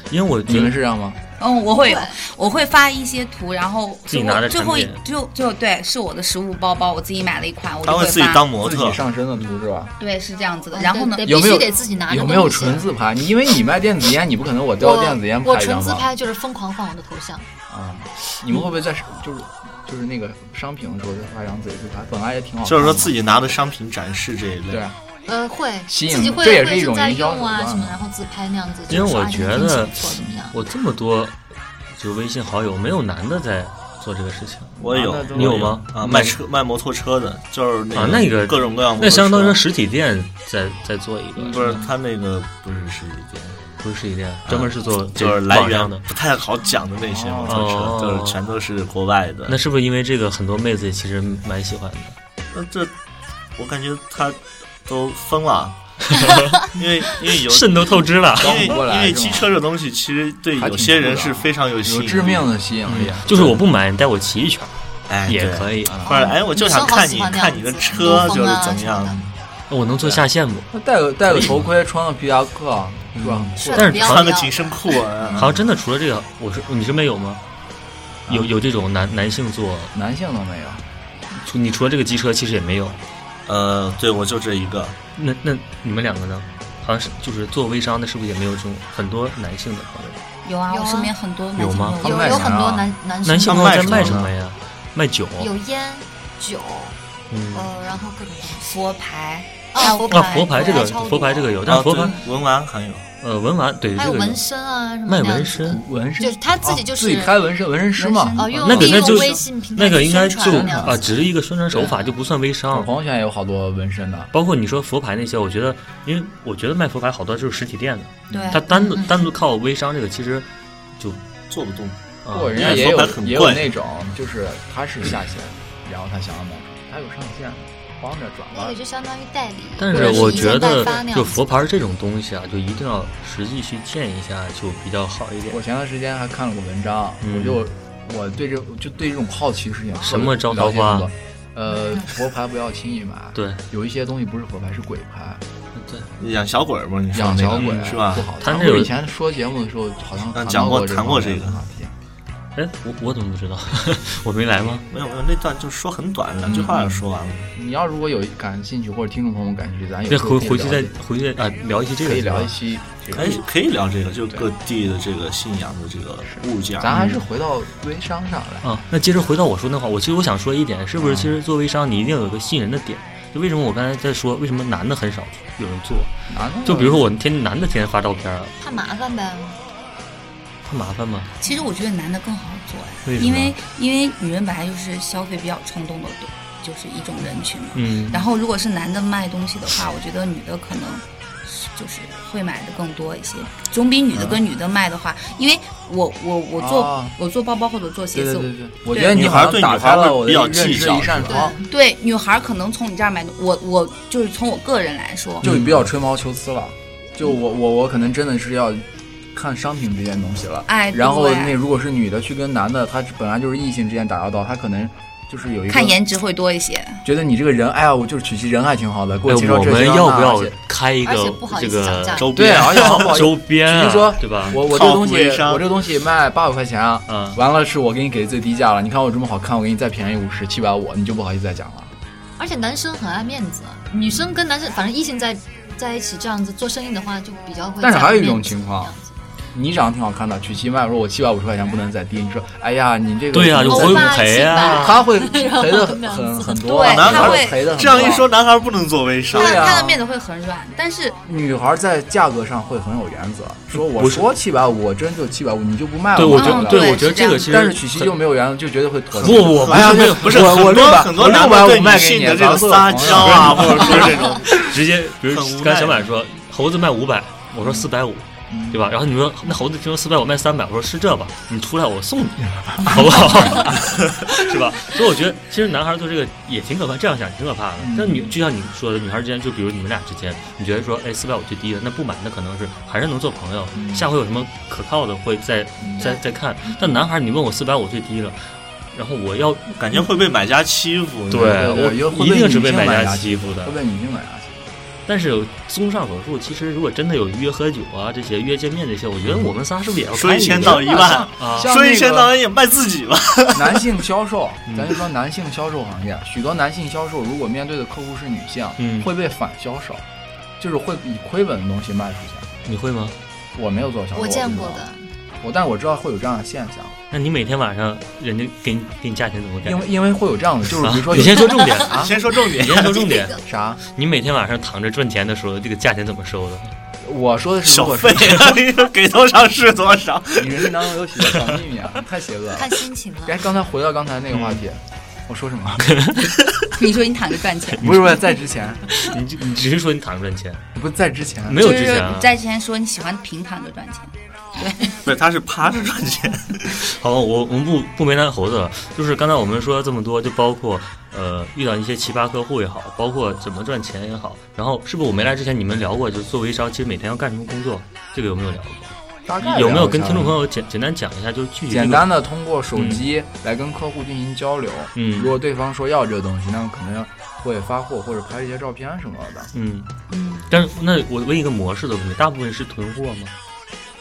[SPEAKER 4] 因为我
[SPEAKER 1] 你
[SPEAKER 4] 觉
[SPEAKER 1] 们
[SPEAKER 4] 得
[SPEAKER 1] 是这样吗？
[SPEAKER 5] 嗯，我会有
[SPEAKER 6] 对，
[SPEAKER 5] 我会发一些图，然后
[SPEAKER 4] 自己拿着
[SPEAKER 5] 最后一
[SPEAKER 4] 产品
[SPEAKER 5] 最后最后对，是我的实物包包，我自己买了一款，我
[SPEAKER 2] 他
[SPEAKER 5] 就
[SPEAKER 2] 会
[SPEAKER 5] 发。
[SPEAKER 2] 自己当模
[SPEAKER 1] 自
[SPEAKER 2] 特
[SPEAKER 1] 己，上身的图是吧？
[SPEAKER 5] 对，是这样子的。然后呢
[SPEAKER 6] 嗯对，
[SPEAKER 1] 有
[SPEAKER 6] 必
[SPEAKER 1] 没有
[SPEAKER 6] 须得自己拿着
[SPEAKER 1] 有没有
[SPEAKER 6] 东西
[SPEAKER 1] 纯自拍？你因为你卖电子烟，你不可能我掉电子烟
[SPEAKER 6] 我
[SPEAKER 1] 拍
[SPEAKER 6] 我
[SPEAKER 1] 一
[SPEAKER 6] 纯
[SPEAKER 1] 张
[SPEAKER 6] 自
[SPEAKER 1] 吧？
[SPEAKER 6] 拍就是疯狂放我的头像，
[SPEAKER 1] 啊，你们会不会在就是就是那个商品的时候再发一张自己自拍？本来也挺好看的嘛，
[SPEAKER 2] 就是说自己拿的商品展示这一类。
[SPEAKER 1] 对啊，
[SPEAKER 6] 呃，会
[SPEAKER 1] 吸
[SPEAKER 6] 自
[SPEAKER 1] 引
[SPEAKER 6] 己会
[SPEAKER 1] 这也是
[SPEAKER 6] 会
[SPEAKER 1] 一种
[SPEAKER 6] 正在
[SPEAKER 1] 营销
[SPEAKER 6] 用啊
[SPEAKER 1] 手段
[SPEAKER 6] 什么
[SPEAKER 1] 嘛，
[SPEAKER 6] 然后自拍那样子，
[SPEAKER 4] 因为我觉得
[SPEAKER 6] 做怎么样？
[SPEAKER 4] 我这么多就微信好友，没有男的在做这个事情。
[SPEAKER 2] 我有
[SPEAKER 1] 啊那都
[SPEAKER 4] 你有吗？
[SPEAKER 2] 啊，卖车卖摩托车的，就是
[SPEAKER 4] 啊那个
[SPEAKER 2] 各种各样摩嗯托车。
[SPEAKER 4] 那相当于说实体店在在做一个，
[SPEAKER 2] 不是他那个不是实体店，
[SPEAKER 4] 不是实体店，专门是做
[SPEAKER 2] 啊就是
[SPEAKER 4] 这
[SPEAKER 2] 来
[SPEAKER 4] 网
[SPEAKER 2] 源
[SPEAKER 4] 上的。
[SPEAKER 2] 不太好讲的那些摩托
[SPEAKER 4] 哦
[SPEAKER 2] 车，就是全都是国外的。
[SPEAKER 4] 那是不是因为这个很多妹子其实蛮喜欢的？
[SPEAKER 2] 那这，我感觉他都疯了，因为因为有
[SPEAKER 4] 渗透透支了。
[SPEAKER 2] 因为
[SPEAKER 1] 搞不过来
[SPEAKER 2] 因为
[SPEAKER 1] 是吗
[SPEAKER 2] 机车这东西其实对
[SPEAKER 1] 还挺
[SPEAKER 2] 有些人
[SPEAKER 1] 酷的
[SPEAKER 2] 是非常有吸
[SPEAKER 1] 有
[SPEAKER 2] 引嗯力
[SPEAKER 1] 致命，的吸引力。
[SPEAKER 4] 就是我不买，你带我骑一圈儿
[SPEAKER 2] 哎
[SPEAKER 4] 也
[SPEAKER 2] 对
[SPEAKER 4] 可以，
[SPEAKER 2] 或者哎，我就想看你看你的车就是怎么样，
[SPEAKER 4] 那我能
[SPEAKER 2] 啊
[SPEAKER 4] 做下线不？
[SPEAKER 1] 那戴个戴个头盔，穿个皮夹克，是吧？
[SPEAKER 6] 帅
[SPEAKER 4] 但
[SPEAKER 6] 的
[SPEAKER 4] 是
[SPEAKER 6] 不要
[SPEAKER 2] 穿
[SPEAKER 6] 脸
[SPEAKER 2] 个紧身裤啊，
[SPEAKER 4] 好像真的除了这个，我是你身边有吗？
[SPEAKER 2] 啊
[SPEAKER 4] 有有这种男男性做，
[SPEAKER 1] 男性都没有，
[SPEAKER 4] 除你除了这个机车，其实也没有。
[SPEAKER 2] 呃，对我就这一个，
[SPEAKER 4] 那那你们两个呢？好像是就是做微商的，是不是也没有这种很多男性的朋友？
[SPEAKER 5] 有啊，
[SPEAKER 6] 有
[SPEAKER 5] 我
[SPEAKER 6] 啊
[SPEAKER 5] 身边很多男性
[SPEAKER 4] 有吗
[SPEAKER 1] 他
[SPEAKER 5] 朋
[SPEAKER 1] 们
[SPEAKER 5] 友
[SPEAKER 1] 卖
[SPEAKER 6] 有有
[SPEAKER 1] 啥
[SPEAKER 6] 很多
[SPEAKER 1] 啊
[SPEAKER 6] 男男
[SPEAKER 4] 男性
[SPEAKER 6] 生
[SPEAKER 4] 朋友在卖
[SPEAKER 2] 卖
[SPEAKER 4] 什
[SPEAKER 2] 什
[SPEAKER 4] 么
[SPEAKER 2] 么
[SPEAKER 4] 呀？卖酒。
[SPEAKER 6] 有烟酒，
[SPEAKER 4] 嗯
[SPEAKER 6] 呃，然后各种东西
[SPEAKER 5] 佛牌，
[SPEAKER 6] 哦
[SPEAKER 5] 还有
[SPEAKER 6] 佛
[SPEAKER 4] 啊，佛牌这个
[SPEAKER 6] 佛牌超多
[SPEAKER 4] 佛牌这个有，但
[SPEAKER 2] 然
[SPEAKER 4] 是
[SPEAKER 2] 后
[SPEAKER 4] 佛牌
[SPEAKER 2] 文玩还有
[SPEAKER 4] 呃文玩对
[SPEAKER 6] 还
[SPEAKER 4] 这
[SPEAKER 6] 有
[SPEAKER 4] 个有
[SPEAKER 6] 纹身啊什么
[SPEAKER 4] 卖
[SPEAKER 6] 那
[SPEAKER 4] 纹
[SPEAKER 6] 样子的
[SPEAKER 4] 身，
[SPEAKER 1] 纹身哦
[SPEAKER 6] 就是他自己就是
[SPEAKER 1] 自己开纹身纹身师嘛
[SPEAKER 6] 纹身。哦，用
[SPEAKER 4] 那个
[SPEAKER 6] 利
[SPEAKER 4] 那
[SPEAKER 6] 用
[SPEAKER 4] 就
[SPEAKER 6] 微信平台
[SPEAKER 4] 那个应该
[SPEAKER 6] 去
[SPEAKER 4] 就
[SPEAKER 6] 宣传那样子
[SPEAKER 4] 啊只是一个宣传手法，
[SPEAKER 6] 对
[SPEAKER 4] 就不算微
[SPEAKER 1] 我
[SPEAKER 4] 商。
[SPEAKER 1] 朋友圈也有好多纹身的，
[SPEAKER 4] 包括你说佛牌那些，我觉得，因为我觉得卖佛牌好多就是实体店的，
[SPEAKER 5] 对，
[SPEAKER 4] 它单独
[SPEAKER 6] 嗯嗯
[SPEAKER 4] 单独靠微商这个其实就
[SPEAKER 2] 做不动，
[SPEAKER 1] 不
[SPEAKER 4] 啊
[SPEAKER 1] 过人
[SPEAKER 2] 那
[SPEAKER 1] 家也
[SPEAKER 2] 说
[SPEAKER 1] 有
[SPEAKER 2] 白很
[SPEAKER 1] 也有
[SPEAKER 2] 怪
[SPEAKER 1] 那种，就是他是下线，然后他想要买，他有上线，帮着转
[SPEAKER 6] 那
[SPEAKER 1] 弯
[SPEAKER 6] 哦个。就相当于代理，
[SPEAKER 4] 但
[SPEAKER 6] 或
[SPEAKER 4] 是
[SPEAKER 6] 者
[SPEAKER 4] 我
[SPEAKER 6] 以
[SPEAKER 4] 觉
[SPEAKER 6] 前
[SPEAKER 4] 得
[SPEAKER 6] 代发那，样
[SPEAKER 4] 就
[SPEAKER 6] 子
[SPEAKER 4] 佛牌这种东西啊，就一定要实际去见一下，就比较好一点
[SPEAKER 1] 我。前段时间还看了个文章，
[SPEAKER 4] 嗯
[SPEAKER 1] 我就我对这就对这种好奇事情
[SPEAKER 4] 什么招桃花
[SPEAKER 1] 了解很多呃，佛牌不要轻易买，
[SPEAKER 4] 对
[SPEAKER 1] 有一些东西不是佛牌是鬼牌，
[SPEAKER 4] 对，
[SPEAKER 2] 养小鬼儿不是？你说
[SPEAKER 1] 养
[SPEAKER 2] 那
[SPEAKER 1] 小
[SPEAKER 2] 个
[SPEAKER 1] 鬼
[SPEAKER 2] 是吧
[SPEAKER 1] 不？好。
[SPEAKER 4] 他那
[SPEAKER 1] 我
[SPEAKER 4] 有
[SPEAKER 1] 以前说节目的时候好像
[SPEAKER 2] 嗯
[SPEAKER 1] 到
[SPEAKER 2] 讲过
[SPEAKER 1] 这
[SPEAKER 2] 谈过
[SPEAKER 1] 方面的
[SPEAKER 2] 这个
[SPEAKER 1] 话题
[SPEAKER 4] 哎，我我怎么不知道？ 我没来吗？
[SPEAKER 2] 没有没有，那段就说很短，两句话就说完了。
[SPEAKER 1] 你要如果有感兴趣或者听众朋友们感兴趣，咱有
[SPEAKER 4] 这
[SPEAKER 1] 时
[SPEAKER 4] 回
[SPEAKER 1] 候哎可以
[SPEAKER 4] 回去
[SPEAKER 1] 聊
[SPEAKER 4] 再
[SPEAKER 1] 一
[SPEAKER 4] 回去啊，聊一期这个
[SPEAKER 1] 可以
[SPEAKER 4] 是吧
[SPEAKER 1] 聊一期这个
[SPEAKER 2] 可以可以聊这个，就各地的这个信仰的这个物件儿。嗯
[SPEAKER 1] 咱还是回到微商上来。
[SPEAKER 4] 啊，那接着回到我说那话，我其实我想说一点，是
[SPEAKER 1] 嗯
[SPEAKER 4] 不是其实做微商你一定有一个吸引人的点？就为什么我刚才在说，为什么男的很少有人做？
[SPEAKER 1] 啊那
[SPEAKER 4] 就比如说我天天男的天天发照片啊，
[SPEAKER 6] 怕麻烦呗。
[SPEAKER 4] 他麻烦吗？
[SPEAKER 5] 其实我觉得男的更好做
[SPEAKER 4] 为
[SPEAKER 5] 呀，
[SPEAKER 4] 什么
[SPEAKER 5] 因为因为女人本来就是消费比较冲动的，就是一种人群嘛。
[SPEAKER 4] 嗯，
[SPEAKER 5] 然后如果是男的卖东西的话，我觉得女的可能就是会买的更多一些，总比女的跟女的卖的话，因为我我我做、
[SPEAKER 1] 啊
[SPEAKER 5] 我做包包或者做鞋
[SPEAKER 1] 对
[SPEAKER 5] 子，
[SPEAKER 1] 对对对，我
[SPEAKER 5] 对
[SPEAKER 1] 觉得你
[SPEAKER 2] 女
[SPEAKER 1] 好
[SPEAKER 2] 孩
[SPEAKER 1] 像
[SPEAKER 2] 对
[SPEAKER 1] 打
[SPEAKER 2] 女孩
[SPEAKER 1] 开了
[SPEAKER 2] 会
[SPEAKER 1] 我的
[SPEAKER 2] 比较
[SPEAKER 1] 认
[SPEAKER 2] 计
[SPEAKER 1] 识
[SPEAKER 2] 较
[SPEAKER 1] 一扇
[SPEAKER 2] 是吧
[SPEAKER 1] 窗，
[SPEAKER 2] 嗯
[SPEAKER 5] 对女孩可能从你这儿买，我我就是从我个人来说，
[SPEAKER 1] 就比较吹毛求疵了。就我我我可能真的是要看商品这件东西了。
[SPEAKER 5] 哎，
[SPEAKER 1] 然后
[SPEAKER 5] 对
[SPEAKER 1] 那如果是女的去跟男的，他本来就是异性之间打交道，他可能就是有一个
[SPEAKER 5] 看颜值会多一些，
[SPEAKER 1] 觉得你这个人，哎呀，我就是曲奇人还挺好的，给
[SPEAKER 4] 哎，
[SPEAKER 1] 我介绍
[SPEAKER 4] 我
[SPEAKER 1] 这
[SPEAKER 4] 们
[SPEAKER 1] 介绍
[SPEAKER 4] 要
[SPEAKER 1] 那
[SPEAKER 4] 不要
[SPEAKER 1] 而且
[SPEAKER 4] 开一
[SPEAKER 6] 而且
[SPEAKER 4] 个
[SPEAKER 6] 不好意
[SPEAKER 4] 这
[SPEAKER 6] 思讲
[SPEAKER 4] 个
[SPEAKER 6] 价格
[SPEAKER 4] 周
[SPEAKER 1] 对，啊
[SPEAKER 4] 边？
[SPEAKER 1] 而且好不好意思
[SPEAKER 4] 周边啊，
[SPEAKER 1] 曲奇说
[SPEAKER 4] 对吧？
[SPEAKER 1] 我我这个东西
[SPEAKER 2] 靠谱微商
[SPEAKER 1] 我这个东西卖八百块钱啊，
[SPEAKER 4] 嗯
[SPEAKER 1] 完了是我给你给最低价了，你看我这么好看，我给你再便宜五十，七百五，你就不好意思再讲了。
[SPEAKER 6] 而且男生很爱面子，女生跟男生反正异性在在一起这样子做生意的话，就比较会。
[SPEAKER 1] 但是还有一种情况，你长得挺好看的，曲奇卖说我七百五十块钱不能再低，你说哎呀你这个
[SPEAKER 4] 对呀、
[SPEAKER 1] 你
[SPEAKER 4] 就
[SPEAKER 1] 怎
[SPEAKER 4] 我
[SPEAKER 1] 么
[SPEAKER 4] 会
[SPEAKER 6] 欧巴
[SPEAKER 4] 赔啊。
[SPEAKER 1] 他会赔的很
[SPEAKER 6] 然后
[SPEAKER 1] 很
[SPEAKER 6] 那样子
[SPEAKER 1] 很多啊，
[SPEAKER 5] 对
[SPEAKER 1] 男
[SPEAKER 5] 他
[SPEAKER 1] 孩
[SPEAKER 5] 会
[SPEAKER 1] 赔的
[SPEAKER 2] 这样一说，，男孩不能做微商
[SPEAKER 5] 她，
[SPEAKER 1] 对啊
[SPEAKER 5] 她的面子会很软，但是
[SPEAKER 1] 女孩在价格上会很有原则，说我
[SPEAKER 4] 不是
[SPEAKER 1] 说七百五，我真就七百五，你就不卖
[SPEAKER 4] 对，
[SPEAKER 1] 了
[SPEAKER 4] 我
[SPEAKER 1] 吗，
[SPEAKER 4] 觉
[SPEAKER 5] 嗯
[SPEAKER 4] 得，
[SPEAKER 5] 对
[SPEAKER 4] 我觉得
[SPEAKER 5] 是这
[SPEAKER 4] 这
[SPEAKER 5] 样
[SPEAKER 4] 个
[SPEAKER 5] 子
[SPEAKER 4] 其实
[SPEAKER 1] 但啊哦是曲奇就没有原则，就绝对会妥协。
[SPEAKER 4] 不不
[SPEAKER 1] 哎呀
[SPEAKER 4] 不是
[SPEAKER 1] 我
[SPEAKER 4] 不是
[SPEAKER 1] 我我
[SPEAKER 2] 很
[SPEAKER 1] 六
[SPEAKER 2] 多
[SPEAKER 1] 百
[SPEAKER 2] 很多
[SPEAKER 1] 我
[SPEAKER 2] 男
[SPEAKER 1] 六
[SPEAKER 2] 的
[SPEAKER 1] 百
[SPEAKER 2] 对
[SPEAKER 1] 五卖
[SPEAKER 2] 女
[SPEAKER 1] 给
[SPEAKER 2] 性
[SPEAKER 1] 你，
[SPEAKER 2] 的这
[SPEAKER 1] 咱
[SPEAKER 2] 种
[SPEAKER 1] 做
[SPEAKER 2] 撒
[SPEAKER 1] 朋友
[SPEAKER 2] 娇 啊，或者说这种
[SPEAKER 4] 直接，比如
[SPEAKER 2] 很无
[SPEAKER 4] 刚
[SPEAKER 2] 奈
[SPEAKER 4] 才小满说猴子卖五百，我说四百五，对吧？然后你说那猴子听说四百五卖三百，我说是这吧，你出来我送你，好不好？ 是吧？所以我觉得其实男孩做这个也挺可怕，这样想挺可怕的。但女就像你说的，女孩之间就比如你们俩之间，你觉得说哎四百五最低了，那不买那可能是还是能做朋友，下回有什么可靠的会再再再看。但男孩你问我四百五最低了，然后我要
[SPEAKER 2] 感觉会被买家欺负。
[SPEAKER 4] 对
[SPEAKER 1] 对对
[SPEAKER 4] 我一定是被买家欺负的
[SPEAKER 1] 会。被女性买下去。
[SPEAKER 4] 但是有综上所述，其实如果真的有约喝酒啊这些约见面这些，我觉得我们仨是不是也要
[SPEAKER 2] 说
[SPEAKER 4] 开
[SPEAKER 2] 一
[SPEAKER 4] 个
[SPEAKER 2] 千哦道一万，
[SPEAKER 4] 啊？
[SPEAKER 1] 像
[SPEAKER 2] 说
[SPEAKER 1] 那
[SPEAKER 2] 一千
[SPEAKER 1] 个
[SPEAKER 2] 道一万也卖自己吧。
[SPEAKER 1] 男性销售，
[SPEAKER 4] 嗯
[SPEAKER 1] 咱就说男性销售行业，许多男性销售如果面对的客户是女性，
[SPEAKER 4] 嗯
[SPEAKER 1] 会被反销售，就是会以亏本的东西卖出去。
[SPEAKER 4] 你会吗？
[SPEAKER 1] 我没有做销售，
[SPEAKER 6] 我见过
[SPEAKER 1] 不知道
[SPEAKER 6] 的，
[SPEAKER 1] 我但是我知道会有这样的现象，
[SPEAKER 4] 那你每天晚上人家给你给你价钱怎么改？
[SPEAKER 1] 因为因为会有这样的，就是
[SPEAKER 4] 啊
[SPEAKER 1] 比如说有
[SPEAKER 4] 你先说重点，
[SPEAKER 1] 啊
[SPEAKER 2] 先说重点
[SPEAKER 4] 你，先说重点。
[SPEAKER 1] 啥，
[SPEAKER 4] 你每天晚上躺着赚钱的时候，这个价钱怎么收的？
[SPEAKER 1] 我说的是如
[SPEAKER 2] 小
[SPEAKER 1] 果
[SPEAKER 2] 费啊
[SPEAKER 1] 是
[SPEAKER 2] 给多少是多少。
[SPEAKER 1] 你人生当中有许多小秘密啊，太邪恶了。
[SPEAKER 6] 看 心情了。
[SPEAKER 1] 哎，刚才回到刚才那个话题，我说什 么？。
[SPEAKER 5] 你说你躺着赚钱
[SPEAKER 1] 不是不是，在之前，
[SPEAKER 4] 你就你只是说你躺着赚钱，
[SPEAKER 1] 不在之前，
[SPEAKER 4] 没有
[SPEAKER 5] 就
[SPEAKER 4] 之
[SPEAKER 5] 是
[SPEAKER 4] 前啊？
[SPEAKER 5] 在之前说你喜欢平躺着赚钱，
[SPEAKER 2] 不是，他是趴着赚钱。
[SPEAKER 4] 好，我我们不不为难猴子了，就是刚才我们说这么多，就包括呃遇到一些奇葩客户也好，包括怎么赚钱也好，然后是不是我没来之前你们聊过，就是做微商其实每天要干什么工作，这个有没有聊过？
[SPEAKER 1] 大概
[SPEAKER 4] 有没有
[SPEAKER 1] 聊一
[SPEAKER 4] 跟
[SPEAKER 1] 下
[SPEAKER 4] 听众朋友简简单讲一下，就是具体这个
[SPEAKER 1] 简单的通过手机来跟客户进行交流。
[SPEAKER 4] 嗯
[SPEAKER 1] 如果对方说要这个东西，那么可能会发货或者拍一些照片什么的。
[SPEAKER 4] 嗯，
[SPEAKER 5] 嗯，
[SPEAKER 4] 但是那我问一个模式的问题，大部分是囤货吗？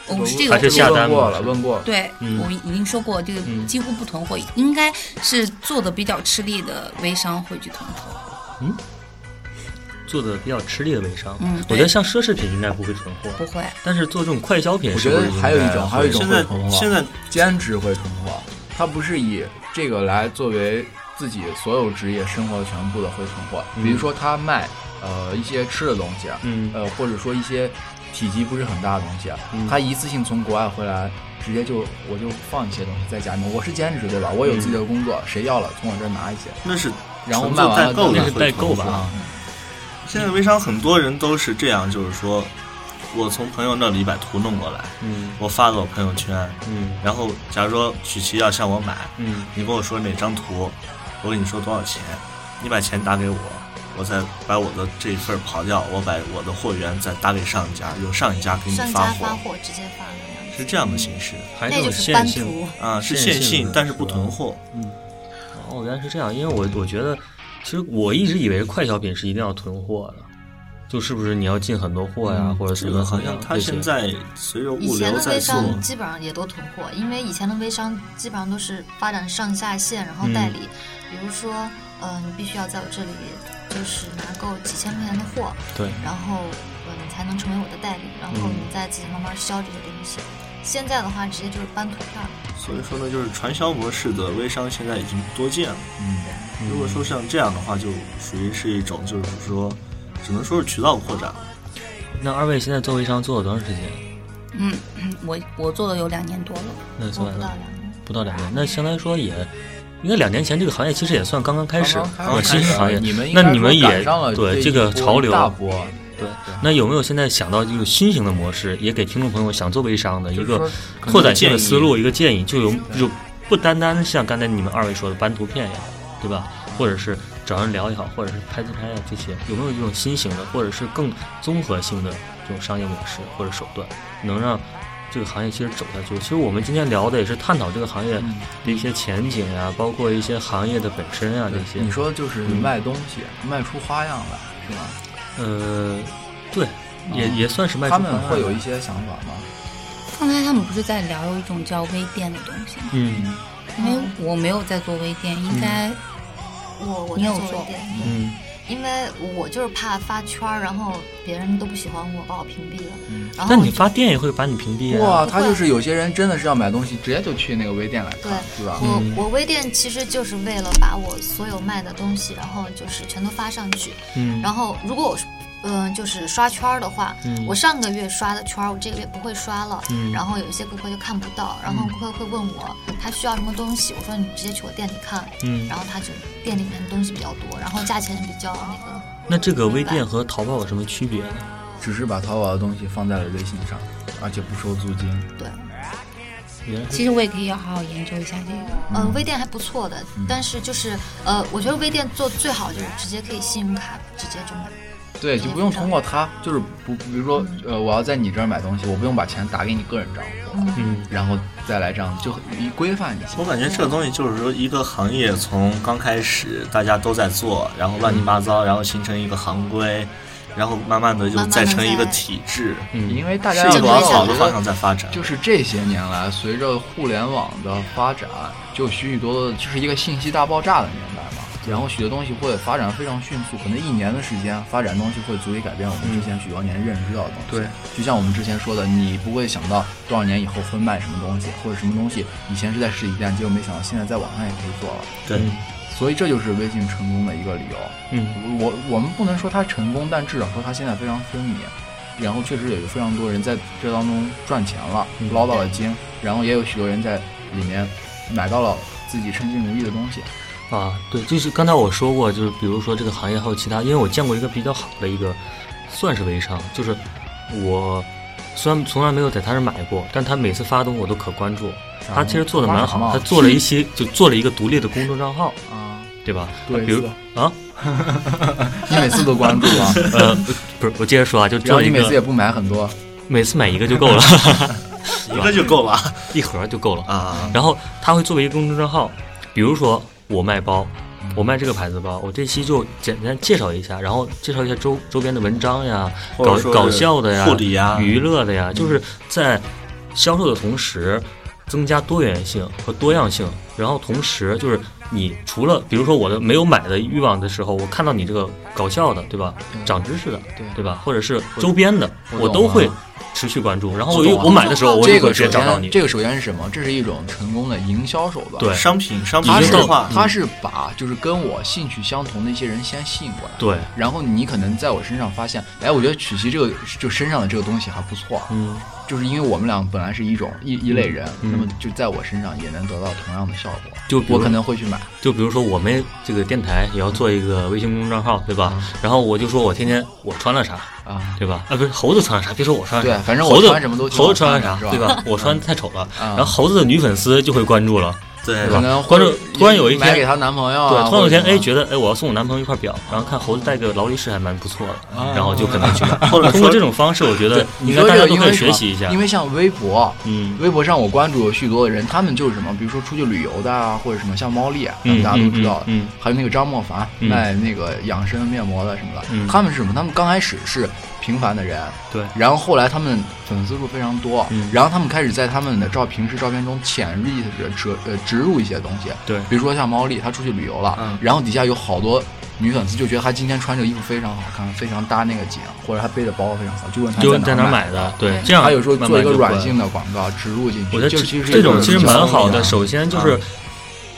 [SPEAKER 5] 我哦们是这
[SPEAKER 4] 还
[SPEAKER 5] 个
[SPEAKER 4] 是下单
[SPEAKER 1] 问过
[SPEAKER 4] 模式
[SPEAKER 1] 了，问过了。
[SPEAKER 5] 对，
[SPEAKER 4] 嗯
[SPEAKER 5] 我已经说过，这个
[SPEAKER 4] 嗯
[SPEAKER 5] 几乎不囤货，应该是做的比较吃力的微商会去囤货。
[SPEAKER 4] 做的比较吃力的微商，
[SPEAKER 5] 嗯
[SPEAKER 4] 我
[SPEAKER 5] 对
[SPEAKER 4] 觉得像奢侈品应该不会囤货，
[SPEAKER 5] 不会，
[SPEAKER 4] 但是做这种快消品
[SPEAKER 1] 我
[SPEAKER 4] 是
[SPEAKER 1] 觉
[SPEAKER 4] 不是
[SPEAKER 1] 得
[SPEAKER 4] 应该
[SPEAKER 1] 还有一种，还有一种
[SPEAKER 4] 会
[SPEAKER 2] 现
[SPEAKER 1] 会
[SPEAKER 2] 在
[SPEAKER 1] 囤
[SPEAKER 2] 现
[SPEAKER 1] 货，
[SPEAKER 2] 在
[SPEAKER 1] 兼职会囤货，他不是以这个来作为自己所有职业生活的全部的会囤货。
[SPEAKER 4] 嗯
[SPEAKER 1] 比如说他卖呃一些吃的东西，
[SPEAKER 4] 嗯
[SPEAKER 1] 呃或者说一些体积不是很大的东西，啊
[SPEAKER 4] 嗯
[SPEAKER 1] 他一次性从国外回来。直接就我就放一些东西在家里面，我是兼职对吧？我有自己的工作，
[SPEAKER 4] 嗯
[SPEAKER 1] 谁要了从我这儿拿一些，
[SPEAKER 2] 那是
[SPEAKER 1] 然后
[SPEAKER 2] 纯
[SPEAKER 1] 卖
[SPEAKER 2] 做
[SPEAKER 1] 完了
[SPEAKER 2] 代
[SPEAKER 1] 再
[SPEAKER 2] 购
[SPEAKER 4] 那
[SPEAKER 2] 的
[SPEAKER 4] 是
[SPEAKER 2] 会
[SPEAKER 4] 代购
[SPEAKER 2] 囤
[SPEAKER 4] 吧
[SPEAKER 2] 货
[SPEAKER 1] 啊，
[SPEAKER 2] 现在微商很多人都是这样，就是说我从朋友那里把图弄过来，
[SPEAKER 4] 嗯
[SPEAKER 2] 我发个朋友圈，
[SPEAKER 4] 嗯
[SPEAKER 2] 然后假如说曲奇要向我买，
[SPEAKER 4] 嗯
[SPEAKER 2] 你跟我说哪张图，我跟你说多少钱，你把钱打给我，我再把我的这一份跑掉，我把我的货源再打给上一家，由上一家给你
[SPEAKER 6] 上
[SPEAKER 2] 发
[SPEAKER 6] 家
[SPEAKER 2] 货，
[SPEAKER 6] 发货直接发那样
[SPEAKER 2] 是这样的形式
[SPEAKER 4] 还
[SPEAKER 6] 那
[SPEAKER 4] 有
[SPEAKER 6] 就是
[SPEAKER 4] 线
[SPEAKER 6] 班
[SPEAKER 4] 性
[SPEAKER 6] 图
[SPEAKER 2] 啊，是
[SPEAKER 4] 线
[SPEAKER 2] 线
[SPEAKER 4] 性
[SPEAKER 2] 性
[SPEAKER 4] 的，
[SPEAKER 2] 但是
[SPEAKER 4] 是
[SPEAKER 2] 不
[SPEAKER 4] 吧
[SPEAKER 2] 囤货。
[SPEAKER 4] 哦，原来是这样，因为我我觉得，其实我一直以为快消品是一定要囤货的，就是不是你要进很多货呀，
[SPEAKER 6] 嗯
[SPEAKER 4] 或者
[SPEAKER 2] 这
[SPEAKER 4] 怎
[SPEAKER 2] 个
[SPEAKER 4] 么
[SPEAKER 2] 好
[SPEAKER 4] 怎么样
[SPEAKER 2] 像它
[SPEAKER 4] 这些
[SPEAKER 2] 现在随着
[SPEAKER 6] 以
[SPEAKER 2] 物
[SPEAKER 6] 前
[SPEAKER 2] 流
[SPEAKER 6] 的
[SPEAKER 2] 在
[SPEAKER 6] 微
[SPEAKER 2] 做，
[SPEAKER 6] 商基本上也都囤货，因为以前的微商基本上都是发展上下线，然后
[SPEAKER 4] 嗯
[SPEAKER 6] 代理。比如说，呃，你必须要在我这里就是拿够几千块钱的货，
[SPEAKER 4] 对，
[SPEAKER 6] 然后呃你才能成为我的代理，然后
[SPEAKER 4] 嗯
[SPEAKER 6] 你再自己慢慢销这些东西。现在的话，直接就是搬图片儿。
[SPEAKER 2] 所以说呢，就是传销模式的微商现在已经多见了。
[SPEAKER 1] 嗯，
[SPEAKER 2] 如果说像这样的话，就属于是一种，就是说，只能说是渠道扩展。
[SPEAKER 4] 那二位现在做微商做了多长时间？
[SPEAKER 5] 嗯，我我做了有两年多了，
[SPEAKER 4] 那做
[SPEAKER 6] 我
[SPEAKER 4] 完
[SPEAKER 6] 不到
[SPEAKER 4] 了
[SPEAKER 6] 两年，
[SPEAKER 4] 不到两年，那相当于说也，应该两年前这个行业其实也算刚刚开始，
[SPEAKER 1] 刚刚
[SPEAKER 4] 我
[SPEAKER 1] 开
[SPEAKER 4] 新
[SPEAKER 1] 始
[SPEAKER 4] 行业。
[SPEAKER 1] 你们应
[SPEAKER 4] 那
[SPEAKER 1] 该
[SPEAKER 4] 你
[SPEAKER 1] 说
[SPEAKER 4] 们
[SPEAKER 1] 赶
[SPEAKER 4] 也
[SPEAKER 1] 上了
[SPEAKER 4] 对
[SPEAKER 1] 这
[SPEAKER 4] 这
[SPEAKER 1] 一
[SPEAKER 4] 个
[SPEAKER 1] 波
[SPEAKER 4] 潮流
[SPEAKER 1] 大波，
[SPEAKER 4] 对，那有没有现在想到就是新型的模式，也给听众朋友想做微商的一个拓展性的思路，一个建议，就有就不单单像刚才你们二位说的搬图片呀，对吧？或者是找人聊也好，或者是拍自拍呀这些，有没有一种新型的，或者是更综合性的这种商业模式或者手段，能让这个行业其实走下去？其实我们今天聊的也是探讨这个行业
[SPEAKER 1] 嗯
[SPEAKER 4] 的一些前景呀，包括一些行业的本身啊这些。
[SPEAKER 1] 你说就是卖东西，卖出花样来，是吗？
[SPEAKER 4] 呃，对，也也算是卖出
[SPEAKER 1] 哦他
[SPEAKER 4] 方案
[SPEAKER 1] 们
[SPEAKER 4] 了。
[SPEAKER 1] 会有一些想法吗？
[SPEAKER 5] 刚才他们不是在聊一种叫微店的东西吗？
[SPEAKER 4] 嗯
[SPEAKER 5] 因为我没有在做微店，应该
[SPEAKER 7] 我我
[SPEAKER 5] 你
[SPEAKER 7] 在
[SPEAKER 5] 有
[SPEAKER 7] 做
[SPEAKER 5] 做
[SPEAKER 7] 微店，
[SPEAKER 4] 嗯
[SPEAKER 7] 因为我就是怕发圈儿，然后别人都不喜欢我，把我屏蔽了。然后
[SPEAKER 4] 嗯但你发店也会把你屏蔽啊。
[SPEAKER 1] 哇，他就是有些人真的是要买东西，直接就去那个微店来看，是吧？
[SPEAKER 7] 我
[SPEAKER 4] 嗯
[SPEAKER 7] 我微店其实就是为了把我所有卖的东西，然后就是全都发上去。
[SPEAKER 4] 嗯
[SPEAKER 7] 然后如果我是。嗯、就是刷圈儿的话，
[SPEAKER 4] 嗯
[SPEAKER 7] 我上个月刷的圈儿，我这个月不会刷了。然后有一些顾客就看不到，然
[SPEAKER 4] 嗯
[SPEAKER 7] 后顾客会问我他需要什么东西，我说你直接去我店里看。
[SPEAKER 4] 嗯
[SPEAKER 7] 然后他就店里面的东西比较多，然后价钱比较那个。
[SPEAKER 4] 那这个微店和淘宝有什么区别呢？
[SPEAKER 1] 只是把淘宝的东西放在了微信上，而且不收租金。
[SPEAKER 7] 对，
[SPEAKER 4] 原来是
[SPEAKER 5] 其实我也可以要好好研究一下这 个。
[SPEAKER 7] 呃，微店还不错的，
[SPEAKER 4] 嗯
[SPEAKER 7] 但是就是呃，我觉得微店做最好就是直接可以信用卡直接就买。
[SPEAKER 1] 对，就不用通过他，就是不，比如说，呃，我要在你这儿买东西，我不用把钱打给你个人账户，
[SPEAKER 4] 嗯，
[SPEAKER 1] 然后再来这样就一规范一些。
[SPEAKER 2] 我感觉这个东西就是说，一个行业从刚开始大家都在做，然后乱七八糟，然后形成一个行规，然后慢慢的就
[SPEAKER 7] 慢慢地
[SPEAKER 2] 再成一个
[SPEAKER 7] 在
[SPEAKER 2] 体制，
[SPEAKER 1] 因为大家
[SPEAKER 2] 嗯
[SPEAKER 1] 要
[SPEAKER 2] 是一个往
[SPEAKER 1] 知道
[SPEAKER 2] 好的方向在发展。
[SPEAKER 1] 就是这些年来，随着互联网的发展，就许许多多的，就是一个信息大爆炸的年代嘛。然后许多东西会发展非常迅速，可能一年的时间，发展东西会足以改变我们之前许多年认知到的东西。
[SPEAKER 4] 对，
[SPEAKER 1] 就像我们之前说的，你不会想到多少年以后会卖什么东西，或者什么东西以前是在实体店，结果没想到现在在网上也可以做了。
[SPEAKER 2] 对，
[SPEAKER 1] 所以这就是微信成功的一个理由。
[SPEAKER 4] 嗯，
[SPEAKER 1] 我我们不能说它成功，但至少说它现在非常风靡，然后确实也有非常多人在这当中赚钱了，
[SPEAKER 4] 嗯
[SPEAKER 1] 捞到了金，然后也有许多人在里面买到了自己称心如意的东西。
[SPEAKER 4] 啊，对，就是刚才我说过，就是比如说这个行业还有其他，因为我见过一个比较好的一个，算是微商，就是我虽然从来没有在他那儿买过，但他每次发的东西我都可关注。
[SPEAKER 1] 然后
[SPEAKER 4] 他其实做的蛮
[SPEAKER 1] 哦发
[SPEAKER 4] 好，
[SPEAKER 1] 什么
[SPEAKER 4] 他做了一些就做了一个独立的公众账号，
[SPEAKER 1] 啊，
[SPEAKER 4] 对吧？
[SPEAKER 1] 对
[SPEAKER 4] 比如
[SPEAKER 1] 是
[SPEAKER 4] 啊，
[SPEAKER 1] 你每次都关注 啊，
[SPEAKER 4] 呃，不是，我接着说啊，就
[SPEAKER 1] 然
[SPEAKER 4] 做
[SPEAKER 1] 后
[SPEAKER 4] 了
[SPEAKER 1] 你
[SPEAKER 4] 一
[SPEAKER 1] 每次也
[SPEAKER 4] 个，
[SPEAKER 1] 不买很多，
[SPEAKER 4] 每次买一个就够了，
[SPEAKER 2] 一个就够了
[SPEAKER 4] 一盒就够了。
[SPEAKER 2] 啊。
[SPEAKER 4] 然后他会作为一个公众账号，比如说我卖包，我卖这个牌子包，我这期就简单介绍一下，然后介绍一下周周边的文章呀，
[SPEAKER 2] 或
[SPEAKER 4] 搞
[SPEAKER 2] 者说是
[SPEAKER 4] 搞笑的呀，
[SPEAKER 2] 护理呀
[SPEAKER 4] 娱乐的呀，
[SPEAKER 1] 嗯
[SPEAKER 4] 就是在销售的同时增加多元性和多样性，然后同时就是你除了比如说我的没有买的欲望的时候，我看到你这个搞笑的，对吧？长知识的，
[SPEAKER 1] 嗯对
[SPEAKER 4] 对吧？或者是周边的，
[SPEAKER 1] 我
[SPEAKER 4] 我
[SPEAKER 1] 懂
[SPEAKER 4] 都
[SPEAKER 1] 了
[SPEAKER 4] 会持续关注，然后
[SPEAKER 1] 我
[SPEAKER 4] 我
[SPEAKER 1] 懂啊
[SPEAKER 4] 又
[SPEAKER 1] 了
[SPEAKER 4] 我买的时候，我
[SPEAKER 1] 这
[SPEAKER 4] 就
[SPEAKER 1] 个
[SPEAKER 4] 会
[SPEAKER 1] 首
[SPEAKER 4] 直
[SPEAKER 1] 先
[SPEAKER 4] 接找到你。
[SPEAKER 1] 这个首先是什么？这是一种成功的营销手段。
[SPEAKER 4] 对
[SPEAKER 2] 商品商品
[SPEAKER 1] 他
[SPEAKER 4] 已
[SPEAKER 1] 是
[SPEAKER 4] 经嗯
[SPEAKER 2] 的
[SPEAKER 4] 到
[SPEAKER 2] 话，
[SPEAKER 1] 他是把就是跟我兴趣相同的一些人先吸引过来，
[SPEAKER 4] 对，
[SPEAKER 1] 然后你可能在我身上发现，哎，我觉得曲奇这个就身上的这个东西还不错，
[SPEAKER 4] 嗯。
[SPEAKER 1] 就是因为我们俩本来是一种一一类人，那么就在我身上也能得到同样的效果，
[SPEAKER 4] 就比如
[SPEAKER 1] 我可能会去买，
[SPEAKER 4] 就比如说我们这个电台也要做一个微信公众账号，对吧？然后我就说我天天我穿了啥，
[SPEAKER 1] 嗯啊，
[SPEAKER 4] 对吧？啊，不是猴子穿了啥，别说我穿了啥，
[SPEAKER 1] 对反正我
[SPEAKER 4] 猴子
[SPEAKER 1] 穿什么都挺好
[SPEAKER 4] 猴子穿了
[SPEAKER 1] 看的
[SPEAKER 4] 啥
[SPEAKER 1] 是，吧
[SPEAKER 4] 对吧？我穿太丑了，
[SPEAKER 1] 嗯
[SPEAKER 4] 然后猴子的女粉丝就会关注了，
[SPEAKER 2] 对
[SPEAKER 4] 对
[SPEAKER 1] 可
[SPEAKER 4] 吧
[SPEAKER 1] 能
[SPEAKER 4] 关注
[SPEAKER 1] 会
[SPEAKER 4] 哎突然有一天
[SPEAKER 1] 买给她男朋友、啊，
[SPEAKER 4] 对，突然有一天哎，觉
[SPEAKER 1] 得
[SPEAKER 4] 得哎，我要送我男朋友一块表，然后看猴子戴个劳力士还蛮不错的，
[SPEAKER 1] 啊
[SPEAKER 4] 然后就可能去 买。
[SPEAKER 2] 或者说
[SPEAKER 4] 通过这种方式，我觉得
[SPEAKER 1] 你
[SPEAKER 4] 应
[SPEAKER 1] 说
[SPEAKER 4] 该大
[SPEAKER 1] 这
[SPEAKER 4] 家
[SPEAKER 1] 个
[SPEAKER 4] 都
[SPEAKER 1] 因
[SPEAKER 4] 可
[SPEAKER 1] 为
[SPEAKER 4] 以
[SPEAKER 1] 什
[SPEAKER 4] 学
[SPEAKER 1] 么
[SPEAKER 4] 习一下
[SPEAKER 1] 因。为像微博。
[SPEAKER 4] 嗯
[SPEAKER 1] 微博上我关注有许多的人，他们就是什么，比如说出去旅游的啊，或者什么像猫丽，他们
[SPEAKER 4] 嗯
[SPEAKER 1] 大家都知道的，
[SPEAKER 4] 嗯嗯嗯
[SPEAKER 1] 还有那个张莫凡
[SPEAKER 4] 嗯
[SPEAKER 1] 卖那个养生面膜的什么的，
[SPEAKER 4] 嗯
[SPEAKER 1] 他们是什么？他们刚开始是平凡的人，
[SPEAKER 4] 对
[SPEAKER 1] 然后后来他们粉丝数非常多，
[SPEAKER 4] 嗯
[SPEAKER 1] 然后他们开始在他们的照平时照片中潜入一些植呃植入一些东西，
[SPEAKER 4] 对
[SPEAKER 1] 比如说像猫丽，她出去旅游了，
[SPEAKER 2] 嗯
[SPEAKER 1] 然后底下有好多女粉丝就觉得她今天穿这个衣服非常好看，非常搭那个景，或者她背的包非常好，就问她
[SPEAKER 4] 就
[SPEAKER 1] 在
[SPEAKER 4] 在
[SPEAKER 1] 哪
[SPEAKER 4] 哪
[SPEAKER 1] 儿
[SPEAKER 4] 儿
[SPEAKER 1] 买嗯
[SPEAKER 4] 买的？对，这样
[SPEAKER 1] 她有时候
[SPEAKER 4] 慢
[SPEAKER 1] 做一个
[SPEAKER 4] 慢就
[SPEAKER 1] 软
[SPEAKER 4] 会
[SPEAKER 1] 性的广告植入进去，
[SPEAKER 4] 我觉得
[SPEAKER 1] 就
[SPEAKER 4] 这
[SPEAKER 1] 其实是
[SPEAKER 4] 这
[SPEAKER 1] 一
[SPEAKER 4] 种其实
[SPEAKER 1] 小啊
[SPEAKER 4] 蛮好
[SPEAKER 1] 力
[SPEAKER 4] 的。
[SPEAKER 1] 量
[SPEAKER 4] 首先就是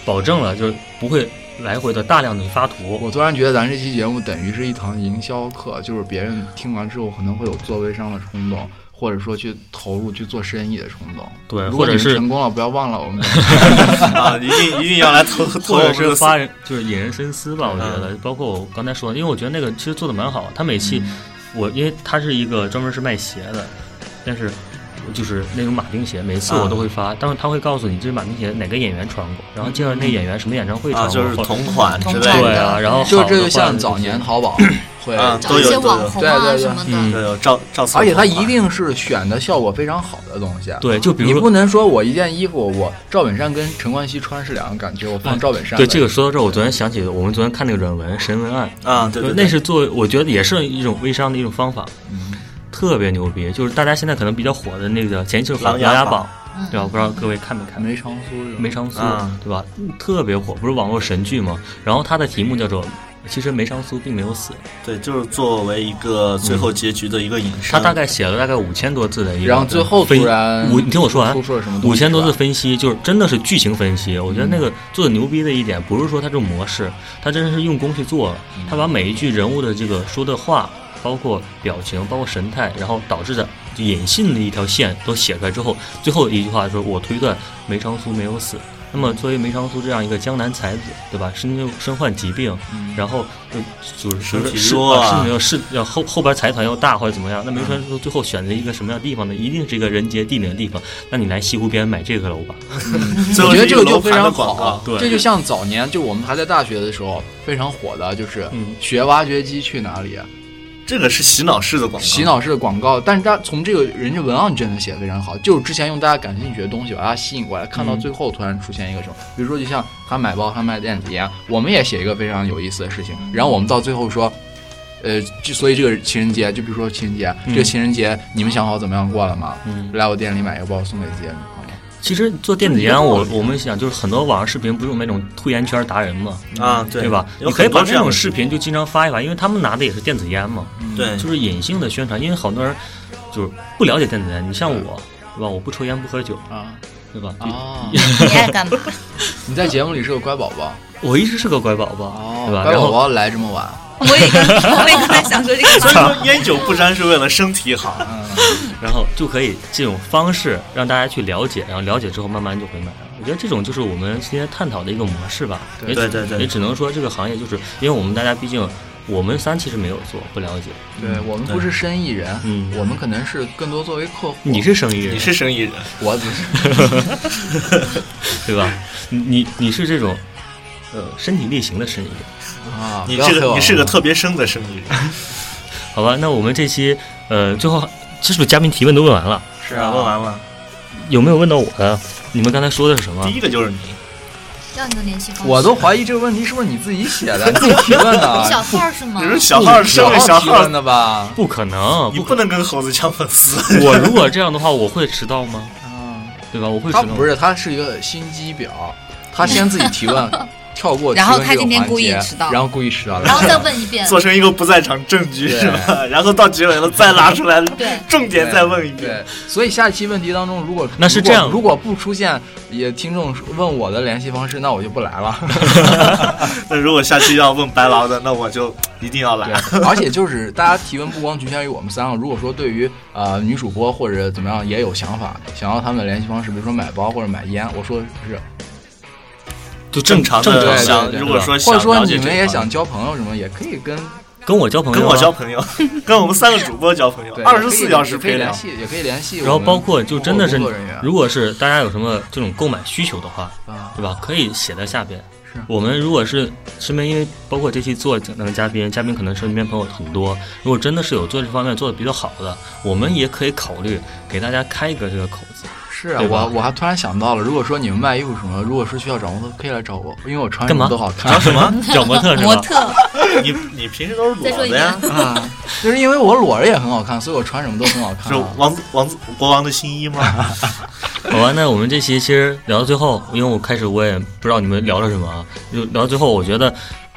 [SPEAKER 4] 保证了，就是不会来回的大量的发图。
[SPEAKER 1] 我突然觉得咱这期节目等于是一堂营销课，就是别人听完之后可能会有做微商的冲动，或者说去投入去做生意的冲动。
[SPEAKER 4] 对
[SPEAKER 1] 如果
[SPEAKER 4] 或者
[SPEAKER 1] 你们
[SPEAKER 4] 是
[SPEAKER 1] 成功了，不要忘了我 们。
[SPEAKER 2] 啊，一定一定要来 投投
[SPEAKER 4] 或
[SPEAKER 2] 我
[SPEAKER 4] 者
[SPEAKER 2] 们这
[SPEAKER 4] 是
[SPEAKER 2] 个
[SPEAKER 4] 发人，就是引人深思吧。我觉得，包括我刚才说的，因为我觉得那个其实做的蛮好。他每期我因为它是一个专门是卖鞋的，但是我就是那种马丁鞋，每次我都会发，但是他会告诉你这马丁鞋哪个演员穿过，然后介绍那演员什么演唱会穿
[SPEAKER 2] 啊，
[SPEAKER 4] 过，
[SPEAKER 2] 就是
[SPEAKER 4] 或
[SPEAKER 2] 同款之类
[SPEAKER 4] 对
[SPEAKER 2] 的，
[SPEAKER 4] 啊，然后
[SPEAKER 1] 就
[SPEAKER 4] 好的
[SPEAKER 1] 这就
[SPEAKER 4] 话
[SPEAKER 1] 像
[SPEAKER 4] 是
[SPEAKER 1] 早年淘宝会，
[SPEAKER 2] 啊
[SPEAKER 7] 找一
[SPEAKER 2] 都
[SPEAKER 7] 些
[SPEAKER 2] 有都有
[SPEAKER 7] 网红
[SPEAKER 1] 对
[SPEAKER 7] 啊
[SPEAKER 1] 对对
[SPEAKER 7] 什么
[SPEAKER 4] 嗯
[SPEAKER 7] 的，
[SPEAKER 2] 对，有照照册同款，
[SPEAKER 1] 而且它一定是选的效果非常好的东西。啊
[SPEAKER 4] 对，就比
[SPEAKER 1] 你
[SPEAKER 4] 如
[SPEAKER 1] 不
[SPEAKER 4] 说。
[SPEAKER 1] 能说我一件衣服，我赵本山跟陈冠希穿是两个感觉，我放赵本山的。
[SPEAKER 4] 对这个说到这儿，我昨天想起我们昨天看那个软文《神文案》，
[SPEAKER 2] 啊，对对，对嗯
[SPEAKER 4] 那是做我觉得也是一种微商的一种方法，特别牛逼。就是大家现在可能比较火的那个前期是《
[SPEAKER 2] 琅琊
[SPEAKER 4] 琅琊
[SPEAKER 2] 榜
[SPEAKER 4] 榜》，对吧？不知道各位看没看？
[SPEAKER 1] 梅长苏是吧
[SPEAKER 4] 梅长苏，
[SPEAKER 2] 啊
[SPEAKER 4] 对吧？特别火，不是网络神剧吗？然后它的题目叫做。其实梅长苏并没有死，
[SPEAKER 2] 对，就是作为一个最
[SPEAKER 1] 嗯
[SPEAKER 2] 后结局的一个引申，
[SPEAKER 4] 他大概写了大概五千多字的一个，
[SPEAKER 1] 然后最后
[SPEAKER 4] 分
[SPEAKER 1] 突然
[SPEAKER 4] 五，你听我说完
[SPEAKER 1] 出，出了什么东西？
[SPEAKER 4] 五千多字
[SPEAKER 1] 是吧
[SPEAKER 4] 分析就是真的是剧情分析。我觉得那个做的牛逼的一点，不是说它这种模式，它真的是用功去做了。他把每一句人物的这个说的话，包括表情，包括神态，然后导致的引信的一条线都写出来之后，最后一句话说：“我推断梅长苏没有死。”那么，作为梅长苏这样一个江南才子，对吧？身身患疾病，然后呃就是
[SPEAKER 2] 身体
[SPEAKER 4] 是
[SPEAKER 2] 弱啊
[SPEAKER 4] 是没有是要后后边财团要大或者怎么样？那梅长苏最后选择一个什么样的地方呢？一定是一个人杰地灵的地方。那你来西湖边买这个楼吧。
[SPEAKER 2] 最后
[SPEAKER 1] 我觉得
[SPEAKER 2] 是一
[SPEAKER 1] 这个
[SPEAKER 2] 楼
[SPEAKER 1] 就非
[SPEAKER 2] 盘的
[SPEAKER 1] 常
[SPEAKER 2] 广
[SPEAKER 1] 好啊
[SPEAKER 2] 告，，
[SPEAKER 4] 对
[SPEAKER 1] 这就像早年就我们还在大学的时候非常火的，就是
[SPEAKER 4] 嗯
[SPEAKER 1] 学挖掘机去哪里啊
[SPEAKER 2] 这个是洗脑式的广告，
[SPEAKER 1] 洗脑式的广告，但是它从这个人家文案真的写的非常好，就是之前用大家感兴趣的东西把它吸引过来，看
[SPEAKER 4] 嗯
[SPEAKER 1] 到最后突然出现一个什么，比如说就像他买包他卖电子烟，我们也写一个非常有意思的事情，然后我们到最后说。呃，就所以这个情人节，就比如说情人节，这个情人节你们想好怎么样过了吗？
[SPEAKER 4] 嗯
[SPEAKER 1] 来我店里买一个包送给自己的女朋友。
[SPEAKER 4] 其实做电子烟，我我们想就是很多网上视频不是有那种吐烟圈达人嘛，
[SPEAKER 2] 啊，对
[SPEAKER 4] 对吧？
[SPEAKER 2] 有
[SPEAKER 4] 你可以
[SPEAKER 2] 很多
[SPEAKER 4] 把
[SPEAKER 2] 这
[SPEAKER 4] 那
[SPEAKER 2] 样
[SPEAKER 4] 种
[SPEAKER 2] 的嗯
[SPEAKER 4] 视频就经常发一发，因为他们拿的也是电子烟嘛，
[SPEAKER 2] 对，
[SPEAKER 4] 就是隐性的宣传。因为很多人就是不了解电子烟，你像我，对吧？我不抽烟不喝酒，
[SPEAKER 1] 啊
[SPEAKER 4] 对吧？
[SPEAKER 2] 哦
[SPEAKER 1] 啊！
[SPEAKER 5] 你爱干 嘛？
[SPEAKER 1] 你在节目里是个乖宝宝
[SPEAKER 4] 我一直是个乖宝宝，
[SPEAKER 1] 哦
[SPEAKER 4] 对吧？
[SPEAKER 1] 乖
[SPEAKER 4] 然
[SPEAKER 1] 宝
[SPEAKER 4] 后
[SPEAKER 1] 宝来这么晚，
[SPEAKER 5] 我也刚，我也刚才想说这个
[SPEAKER 2] 所以说烟酒不沾是为了身体好，
[SPEAKER 4] 然后就可以这种方式让大家去了解，然后了解之后慢慢就会买了。我觉得这种就是我们今天探讨的一个模式吧。
[SPEAKER 1] 对
[SPEAKER 4] 也只
[SPEAKER 2] 对对对
[SPEAKER 4] 也只能说这个行业就是因为我们大家毕竟我们三其实没有做，不了解。
[SPEAKER 1] 对我们不是生意人，
[SPEAKER 4] 嗯
[SPEAKER 1] 我们可能是更多作为客户。
[SPEAKER 4] 你是生意人，
[SPEAKER 2] 你是生意人，
[SPEAKER 1] 我只是
[SPEAKER 4] 对吧？ 你你你是这种，呃，身体力行的生意人，
[SPEAKER 1] 啊，
[SPEAKER 2] 你
[SPEAKER 1] 不要
[SPEAKER 2] 这
[SPEAKER 1] 黑
[SPEAKER 2] 个
[SPEAKER 1] 我
[SPEAKER 2] 你是个特别生的生意人，
[SPEAKER 4] 好吧？那我们这期呃，最后这是不是嘉宾提问都问完了？
[SPEAKER 1] 是
[SPEAKER 2] 啊
[SPEAKER 1] 啊，
[SPEAKER 2] 问完了，
[SPEAKER 4] 有没有问到我的？你们刚才说的是什
[SPEAKER 1] 啊
[SPEAKER 4] 么
[SPEAKER 2] 第？一个就是你，
[SPEAKER 7] 要你的联系方式。
[SPEAKER 1] 我都怀疑这个问题是不是你自己写的，你自己提问
[SPEAKER 7] 小
[SPEAKER 1] 的，啊
[SPEAKER 7] 号儿是吗
[SPEAKER 2] 你？说小号身为
[SPEAKER 1] 小
[SPEAKER 2] 小
[SPEAKER 1] 提
[SPEAKER 2] 号
[SPEAKER 1] 问，的吧？
[SPEAKER 4] 不可能，
[SPEAKER 2] 你
[SPEAKER 4] 不
[SPEAKER 2] 不
[SPEAKER 4] 可
[SPEAKER 2] 能跟猴子抢粉丝，
[SPEAKER 4] 我如果这样的话，我会迟到吗？
[SPEAKER 1] 嗯，
[SPEAKER 4] 对吧？我会迟
[SPEAKER 1] 他
[SPEAKER 4] 到吗。
[SPEAKER 1] 不是，他是一个心机婊，他先自己提问， 跳过提问这个环节，
[SPEAKER 5] 然后他今天故意迟到
[SPEAKER 1] 然后故意迟到，
[SPEAKER 7] 然后 再问一 遍，
[SPEAKER 2] 做成一个不在场证据
[SPEAKER 1] 对
[SPEAKER 2] 是吧？然后到结尾了再拉出来
[SPEAKER 7] 对，
[SPEAKER 2] 重点再问一
[SPEAKER 1] 对
[SPEAKER 2] 遍，
[SPEAKER 1] 对，所以下一期问题当中，如果
[SPEAKER 4] 那是
[SPEAKER 1] 如果
[SPEAKER 4] 这样
[SPEAKER 1] 如果不出现也听众问我的联系方式，那我就不来了。
[SPEAKER 2] 那如果下期要问白劳的，那我就一定要来。
[SPEAKER 1] 对， 而且就是大家提问不光局限于我们三个，如果说对于呃女主播或者怎么样也有想法，想要他们的联系方式，比如说买包或者买烟，我说的 是
[SPEAKER 4] 就
[SPEAKER 2] 正常的
[SPEAKER 1] 对对
[SPEAKER 2] 想，
[SPEAKER 1] 对
[SPEAKER 2] 如果说
[SPEAKER 1] 或
[SPEAKER 2] 想
[SPEAKER 1] 者说
[SPEAKER 2] 了解
[SPEAKER 1] 你
[SPEAKER 2] 这
[SPEAKER 1] 们
[SPEAKER 2] 一
[SPEAKER 1] 也
[SPEAKER 2] 块
[SPEAKER 1] 想交朋友什么，也可以跟
[SPEAKER 4] 跟我交朋友，啊
[SPEAKER 2] 跟我
[SPEAKER 1] 啊
[SPEAKER 2] 交，朋友，跟我们三个主播交朋友，
[SPEAKER 1] 对
[SPEAKER 2] 二十四小时
[SPEAKER 1] 也可以
[SPEAKER 2] 陪
[SPEAKER 1] 联
[SPEAKER 2] 聊。
[SPEAKER 1] 系，也可以联系我们
[SPEAKER 4] 然后包括就真的是
[SPEAKER 1] 工作人员，
[SPEAKER 4] 如果是大家有什么这种购买需求的话，
[SPEAKER 1] 啊
[SPEAKER 4] 对吧？可以写在下边。
[SPEAKER 1] 是
[SPEAKER 4] 我们如果是身边，因为包括这期做那个嘉宾，嘉宾可能身边朋友很多。如果真的是有做这方面做的比较好的，我们也可以考虑给大家开一个这个口子。
[SPEAKER 1] 是啊
[SPEAKER 4] 对，吧
[SPEAKER 1] 我我还突然想到了，如果说你们卖衣服什么，如果是需要找模特，可以来找我，因为我穿什
[SPEAKER 4] 干嘛
[SPEAKER 1] 么都好看。
[SPEAKER 4] 什么？找模特是吧？
[SPEAKER 5] 模特，
[SPEAKER 2] 你你平时都是
[SPEAKER 7] 再说
[SPEAKER 2] 裸
[SPEAKER 7] 一
[SPEAKER 2] 的呀
[SPEAKER 7] 遍？，
[SPEAKER 1] 啊， 就是因为我裸着也很好看，所以我穿什么都很好看
[SPEAKER 2] 是
[SPEAKER 1] 啊。
[SPEAKER 2] 王子王子国王的新衣吗？
[SPEAKER 4] 好吧，那我们这期其实聊到最后，因为我开始我也不知道你们聊了什么啊，就聊到最后，我觉得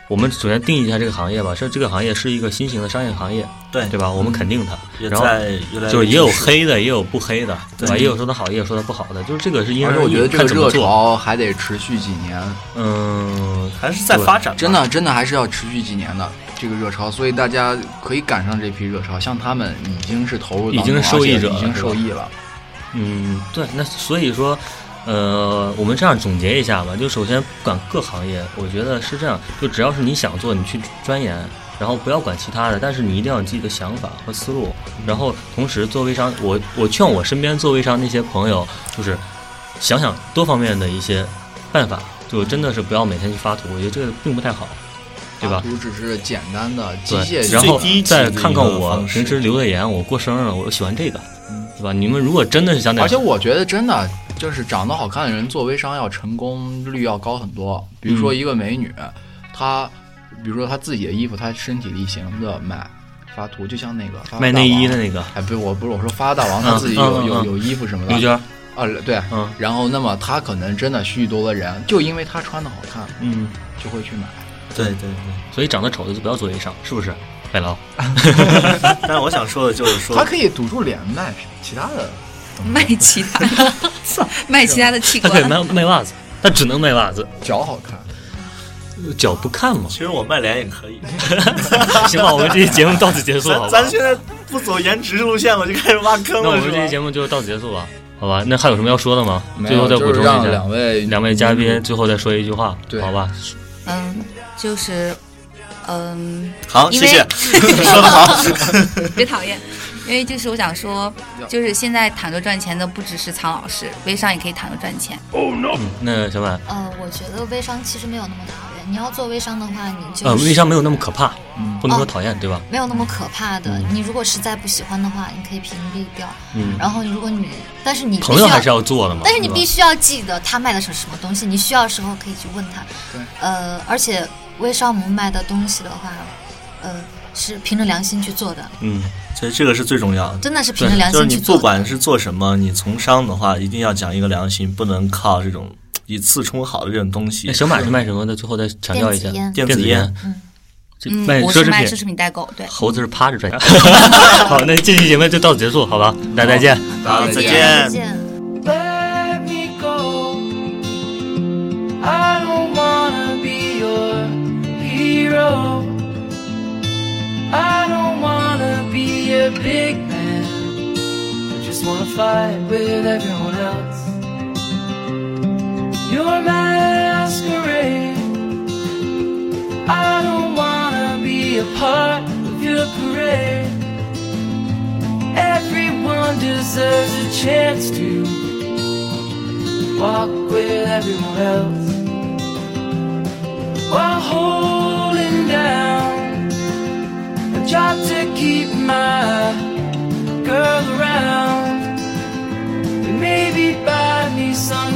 [SPEAKER 4] 我们首先定义一下这个行业吧，是这个行业是一个新型的商业行业，
[SPEAKER 2] 对嗯
[SPEAKER 4] 对吧？我们肯定它，
[SPEAKER 2] 也
[SPEAKER 4] 然后
[SPEAKER 2] 在越来越
[SPEAKER 4] 就是也有
[SPEAKER 2] 正式
[SPEAKER 4] 黑的，也有不黑的，对吧？
[SPEAKER 2] 对
[SPEAKER 4] 也有说它好，也有说它不好的，就是这个是因
[SPEAKER 1] 而
[SPEAKER 4] 人
[SPEAKER 1] 且
[SPEAKER 4] 而
[SPEAKER 1] 我觉得
[SPEAKER 4] 异，
[SPEAKER 1] 这个
[SPEAKER 4] 看怎么
[SPEAKER 1] 热
[SPEAKER 4] 做。
[SPEAKER 1] 潮还得持续几年，
[SPEAKER 4] 嗯，
[SPEAKER 2] 还是在发展吧，
[SPEAKER 1] 真的真的还是要持续几年的这个热潮，所以大家可以赶上这批热潮。像他们已经是投入当中，
[SPEAKER 4] 已经是受益
[SPEAKER 1] 而
[SPEAKER 4] 者
[SPEAKER 1] 且已
[SPEAKER 4] 了
[SPEAKER 1] 经
[SPEAKER 4] 是吧
[SPEAKER 1] 受益了。
[SPEAKER 4] 嗯，对，那所以说，呃，我们这样总结一下吧，就首先不管各行业，我觉得是这样，就只要是你想做，你去钻研，然后不要管其他的，但是你一定要有自己的想法和思路。然后同时做微商，我我劝我身边做微商那些朋友，就是想想多方面的一些办法，就真的是不要每天去发图，我觉得这个并不太好，对吧？
[SPEAKER 1] 图只啊是简单的机械
[SPEAKER 4] 对，
[SPEAKER 1] 性
[SPEAKER 4] 然后
[SPEAKER 1] 的
[SPEAKER 2] 最低级的
[SPEAKER 4] 再看看
[SPEAKER 2] 一个
[SPEAKER 4] 我
[SPEAKER 2] 方式嗯
[SPEAKER 4] 平时留的言，我过生日了，我喜欢这个，对吧？你们如果真的是想点
[SPEAKER 1] 而且我觉得真的就是长得好看的人做微商要成功率要高很多。比如说一个美女，
[SPEAKER 4] 嗯
[SPEAKER 1] 她比如说她自己的衣服，她身体力行的卖发图，就像那个发
[SPEAKER 4] 卖
[SPEAKER 1] 大
[SPEAKER 4] 内衣
[SPEAKER 1] 王
[SPEAKER 4] 的。那个
[SPEAKER 1] 哎，不，我不是我说发大王，他
[SPEAKER 4] 嗯
[SPEAKER 1] 自己有
[SPEAKER 4] 嗯嗯
[SPEAKER 1] 有
[SPEAKER 4] 嗯
[SPEAKER 1] 有衣服什么
[SPEAKER 4] 刘
[SPEAKER 1] 的
[SPEAKER 4] 娟，
[SPEAKER 1] 啊，对，
[SPEAKER 4] 嗯
[SPEAKER 1] 然后那么他可能真的许许多多人就因为他穿的好看
[SPEAKER 4] 嗯，
[SPEAKER 1] 就会去买。
[SPEAKER 2] 对对对。
[SPEAKER 4] 所以长得丑的就不要做微商，是不是？海老，
[SPEAKER 2] 但是我想说的就是说
[SPEAKER 1] 他，可以堵住脸卖其他的，
[SPEAKER 5] 卖其他 的，卖其他的器
[SPEAKER 4] 他可以
[SPEAKER 5] 官。
[SPEAKER 4] 卖卖袜子，但只能卖袜子，
[SPEAKER 1] 脚好看。
[SPEAKER 4] 脚不看嘛。
[SPEAKER 2] 其实我卖脸也可以。
[SPEAKER 4] 行吧，我们这期节目到此结束，好
[SPEAKER 2] 咱
[SPEAKER 4] 吧？
[SPEAKER 2] 咱现在不走颜值路线了，就开始挖坑
[SPEAKER 4] 那我
[SPEAKER 2] 了，
[SPEAKER 4] 们
[SPEAKER 2] 是
[SPEAKER 4] 这期
[SPEAKER 2] 吧？
[SPEAKER 4] 节目就到此结束吧，好吧？那还有什么要说的吗？
[SPEAKER 1] 没
[SPEAKER 4] 最后
[SPEAKER 1] 有
[SPEAKER 4] 再
[SPEAKER 1] 就
[SPEAKER 4] 补
[SPEAKER 1] 是
[SPEAKER 4] 充一
[SPEAKER 1] 让
[SPEAKER 4] 下
[SPEAKER 1] 两，位
[SPEAKER 4] 两位嗯嘉宾最后再说一句话，
[SPEAKER 1] 对
[SPEAKER 4] 好吧？
[SPEAKER 5] 嗯，就是，嗯，
[SPEAKER 2] 好，
[SPEAKER 5] 因
[SPEAKER 2] 谢
[SPEAKER 5] 为
[SPEAKER 2] 谢， 说的好。
[SPEAKER 5] 别讨厌，因为就是我想说，就是现在躺着赚钱的不只是苍老师，微商也可以躺着赚钱。
[SPEAKER 4] 那小满，
[SPEAKER 7] 呃，我觉得微商其实没有那么讨厌。你要做微商的话，你就
[SPEAKER 4] 呃，
[SPEAKER 7] 是
[SPEAKER 4] 微商没有那么可怕，不能说
[SPEAKER 7] 哦
[SPEAKER 4] 讨厌，对吧？
[SPEAKER 7] 没有那么可怕的。你如果实在不喜欢的话，你可以屏蔽掉。
[SPEAKER 4] 嗯，
[SPEAKER 7] 然后如果你，但是你必须
[SPEAKER 4] 朋友还是要做的嘛。
[SPEAKER 7] 但是你
[SPEAKER 4] 对吧
[SPEAKER 7] 必须要记得他卖的是什么东西，你需要的时候可以去问他。
[SPEAKER 1] 对，
[SPEAKER 7] 呃，而且微商我们卖的东西的话，呃，是凭着良心去做的，
[SPEAKER 2] 嗯，其实这个是最重要的。
[SPEAKER 7] 真的是凭着良
[SPEAKER 2] 就是
[SPEAKER 7] 心
[SPEAKER 2] 你
[SPEAKER 7] 去
[SPEAKER 2] 不
[SPEAKER 7] 做的。
[SPEAKER 2] 管是做什么，你从商的话，一定要讲一个良心，不能靠这种以次充好的这种东西
[SPEAKER 4] 那。小满是卖什么的？最后再强调一下，
[SPEAKER 7] 电子烟
[SPEAKER 2] 电
[SPEAKER 4] 子
[SPEAKER 2] 子烟
[SPEAKER 4] 烟，
[SPEAKER 7] 嗯
[SPEAKER 4] 这
[SPEAKER 5] 嗯
[SPEAKER 4] 卖，
[SPEAKER 5] 我
[SPEAKER 4] 奢
[SPEAKER 5] 是
[SPEAKER 4] 侈
[SPEAKER 5] 卖
[SPEAKER 4] 品
[SPEAKER 5] 奢。侈品代购，对。
[SPEAKER 4] 猴子是趴着赚钱。 好，那这期节目就到此结束，好吧？大家再见。
[SPEAKER 2] 好，啊再
[SPEAKER 7] 再
[SPEAKER 2] 见。
[SPEAKER 7] 见。
[SPEAKER 8] let me go. I don't wanna be your hero. I don't wanna be a big man. I just wanna fight with everyone else. Your masquerade. I don't wanna be a part of your parade. Everyone deserves a chance to walk with everyone else while holding down a job to keep my girl around and maybe buy me some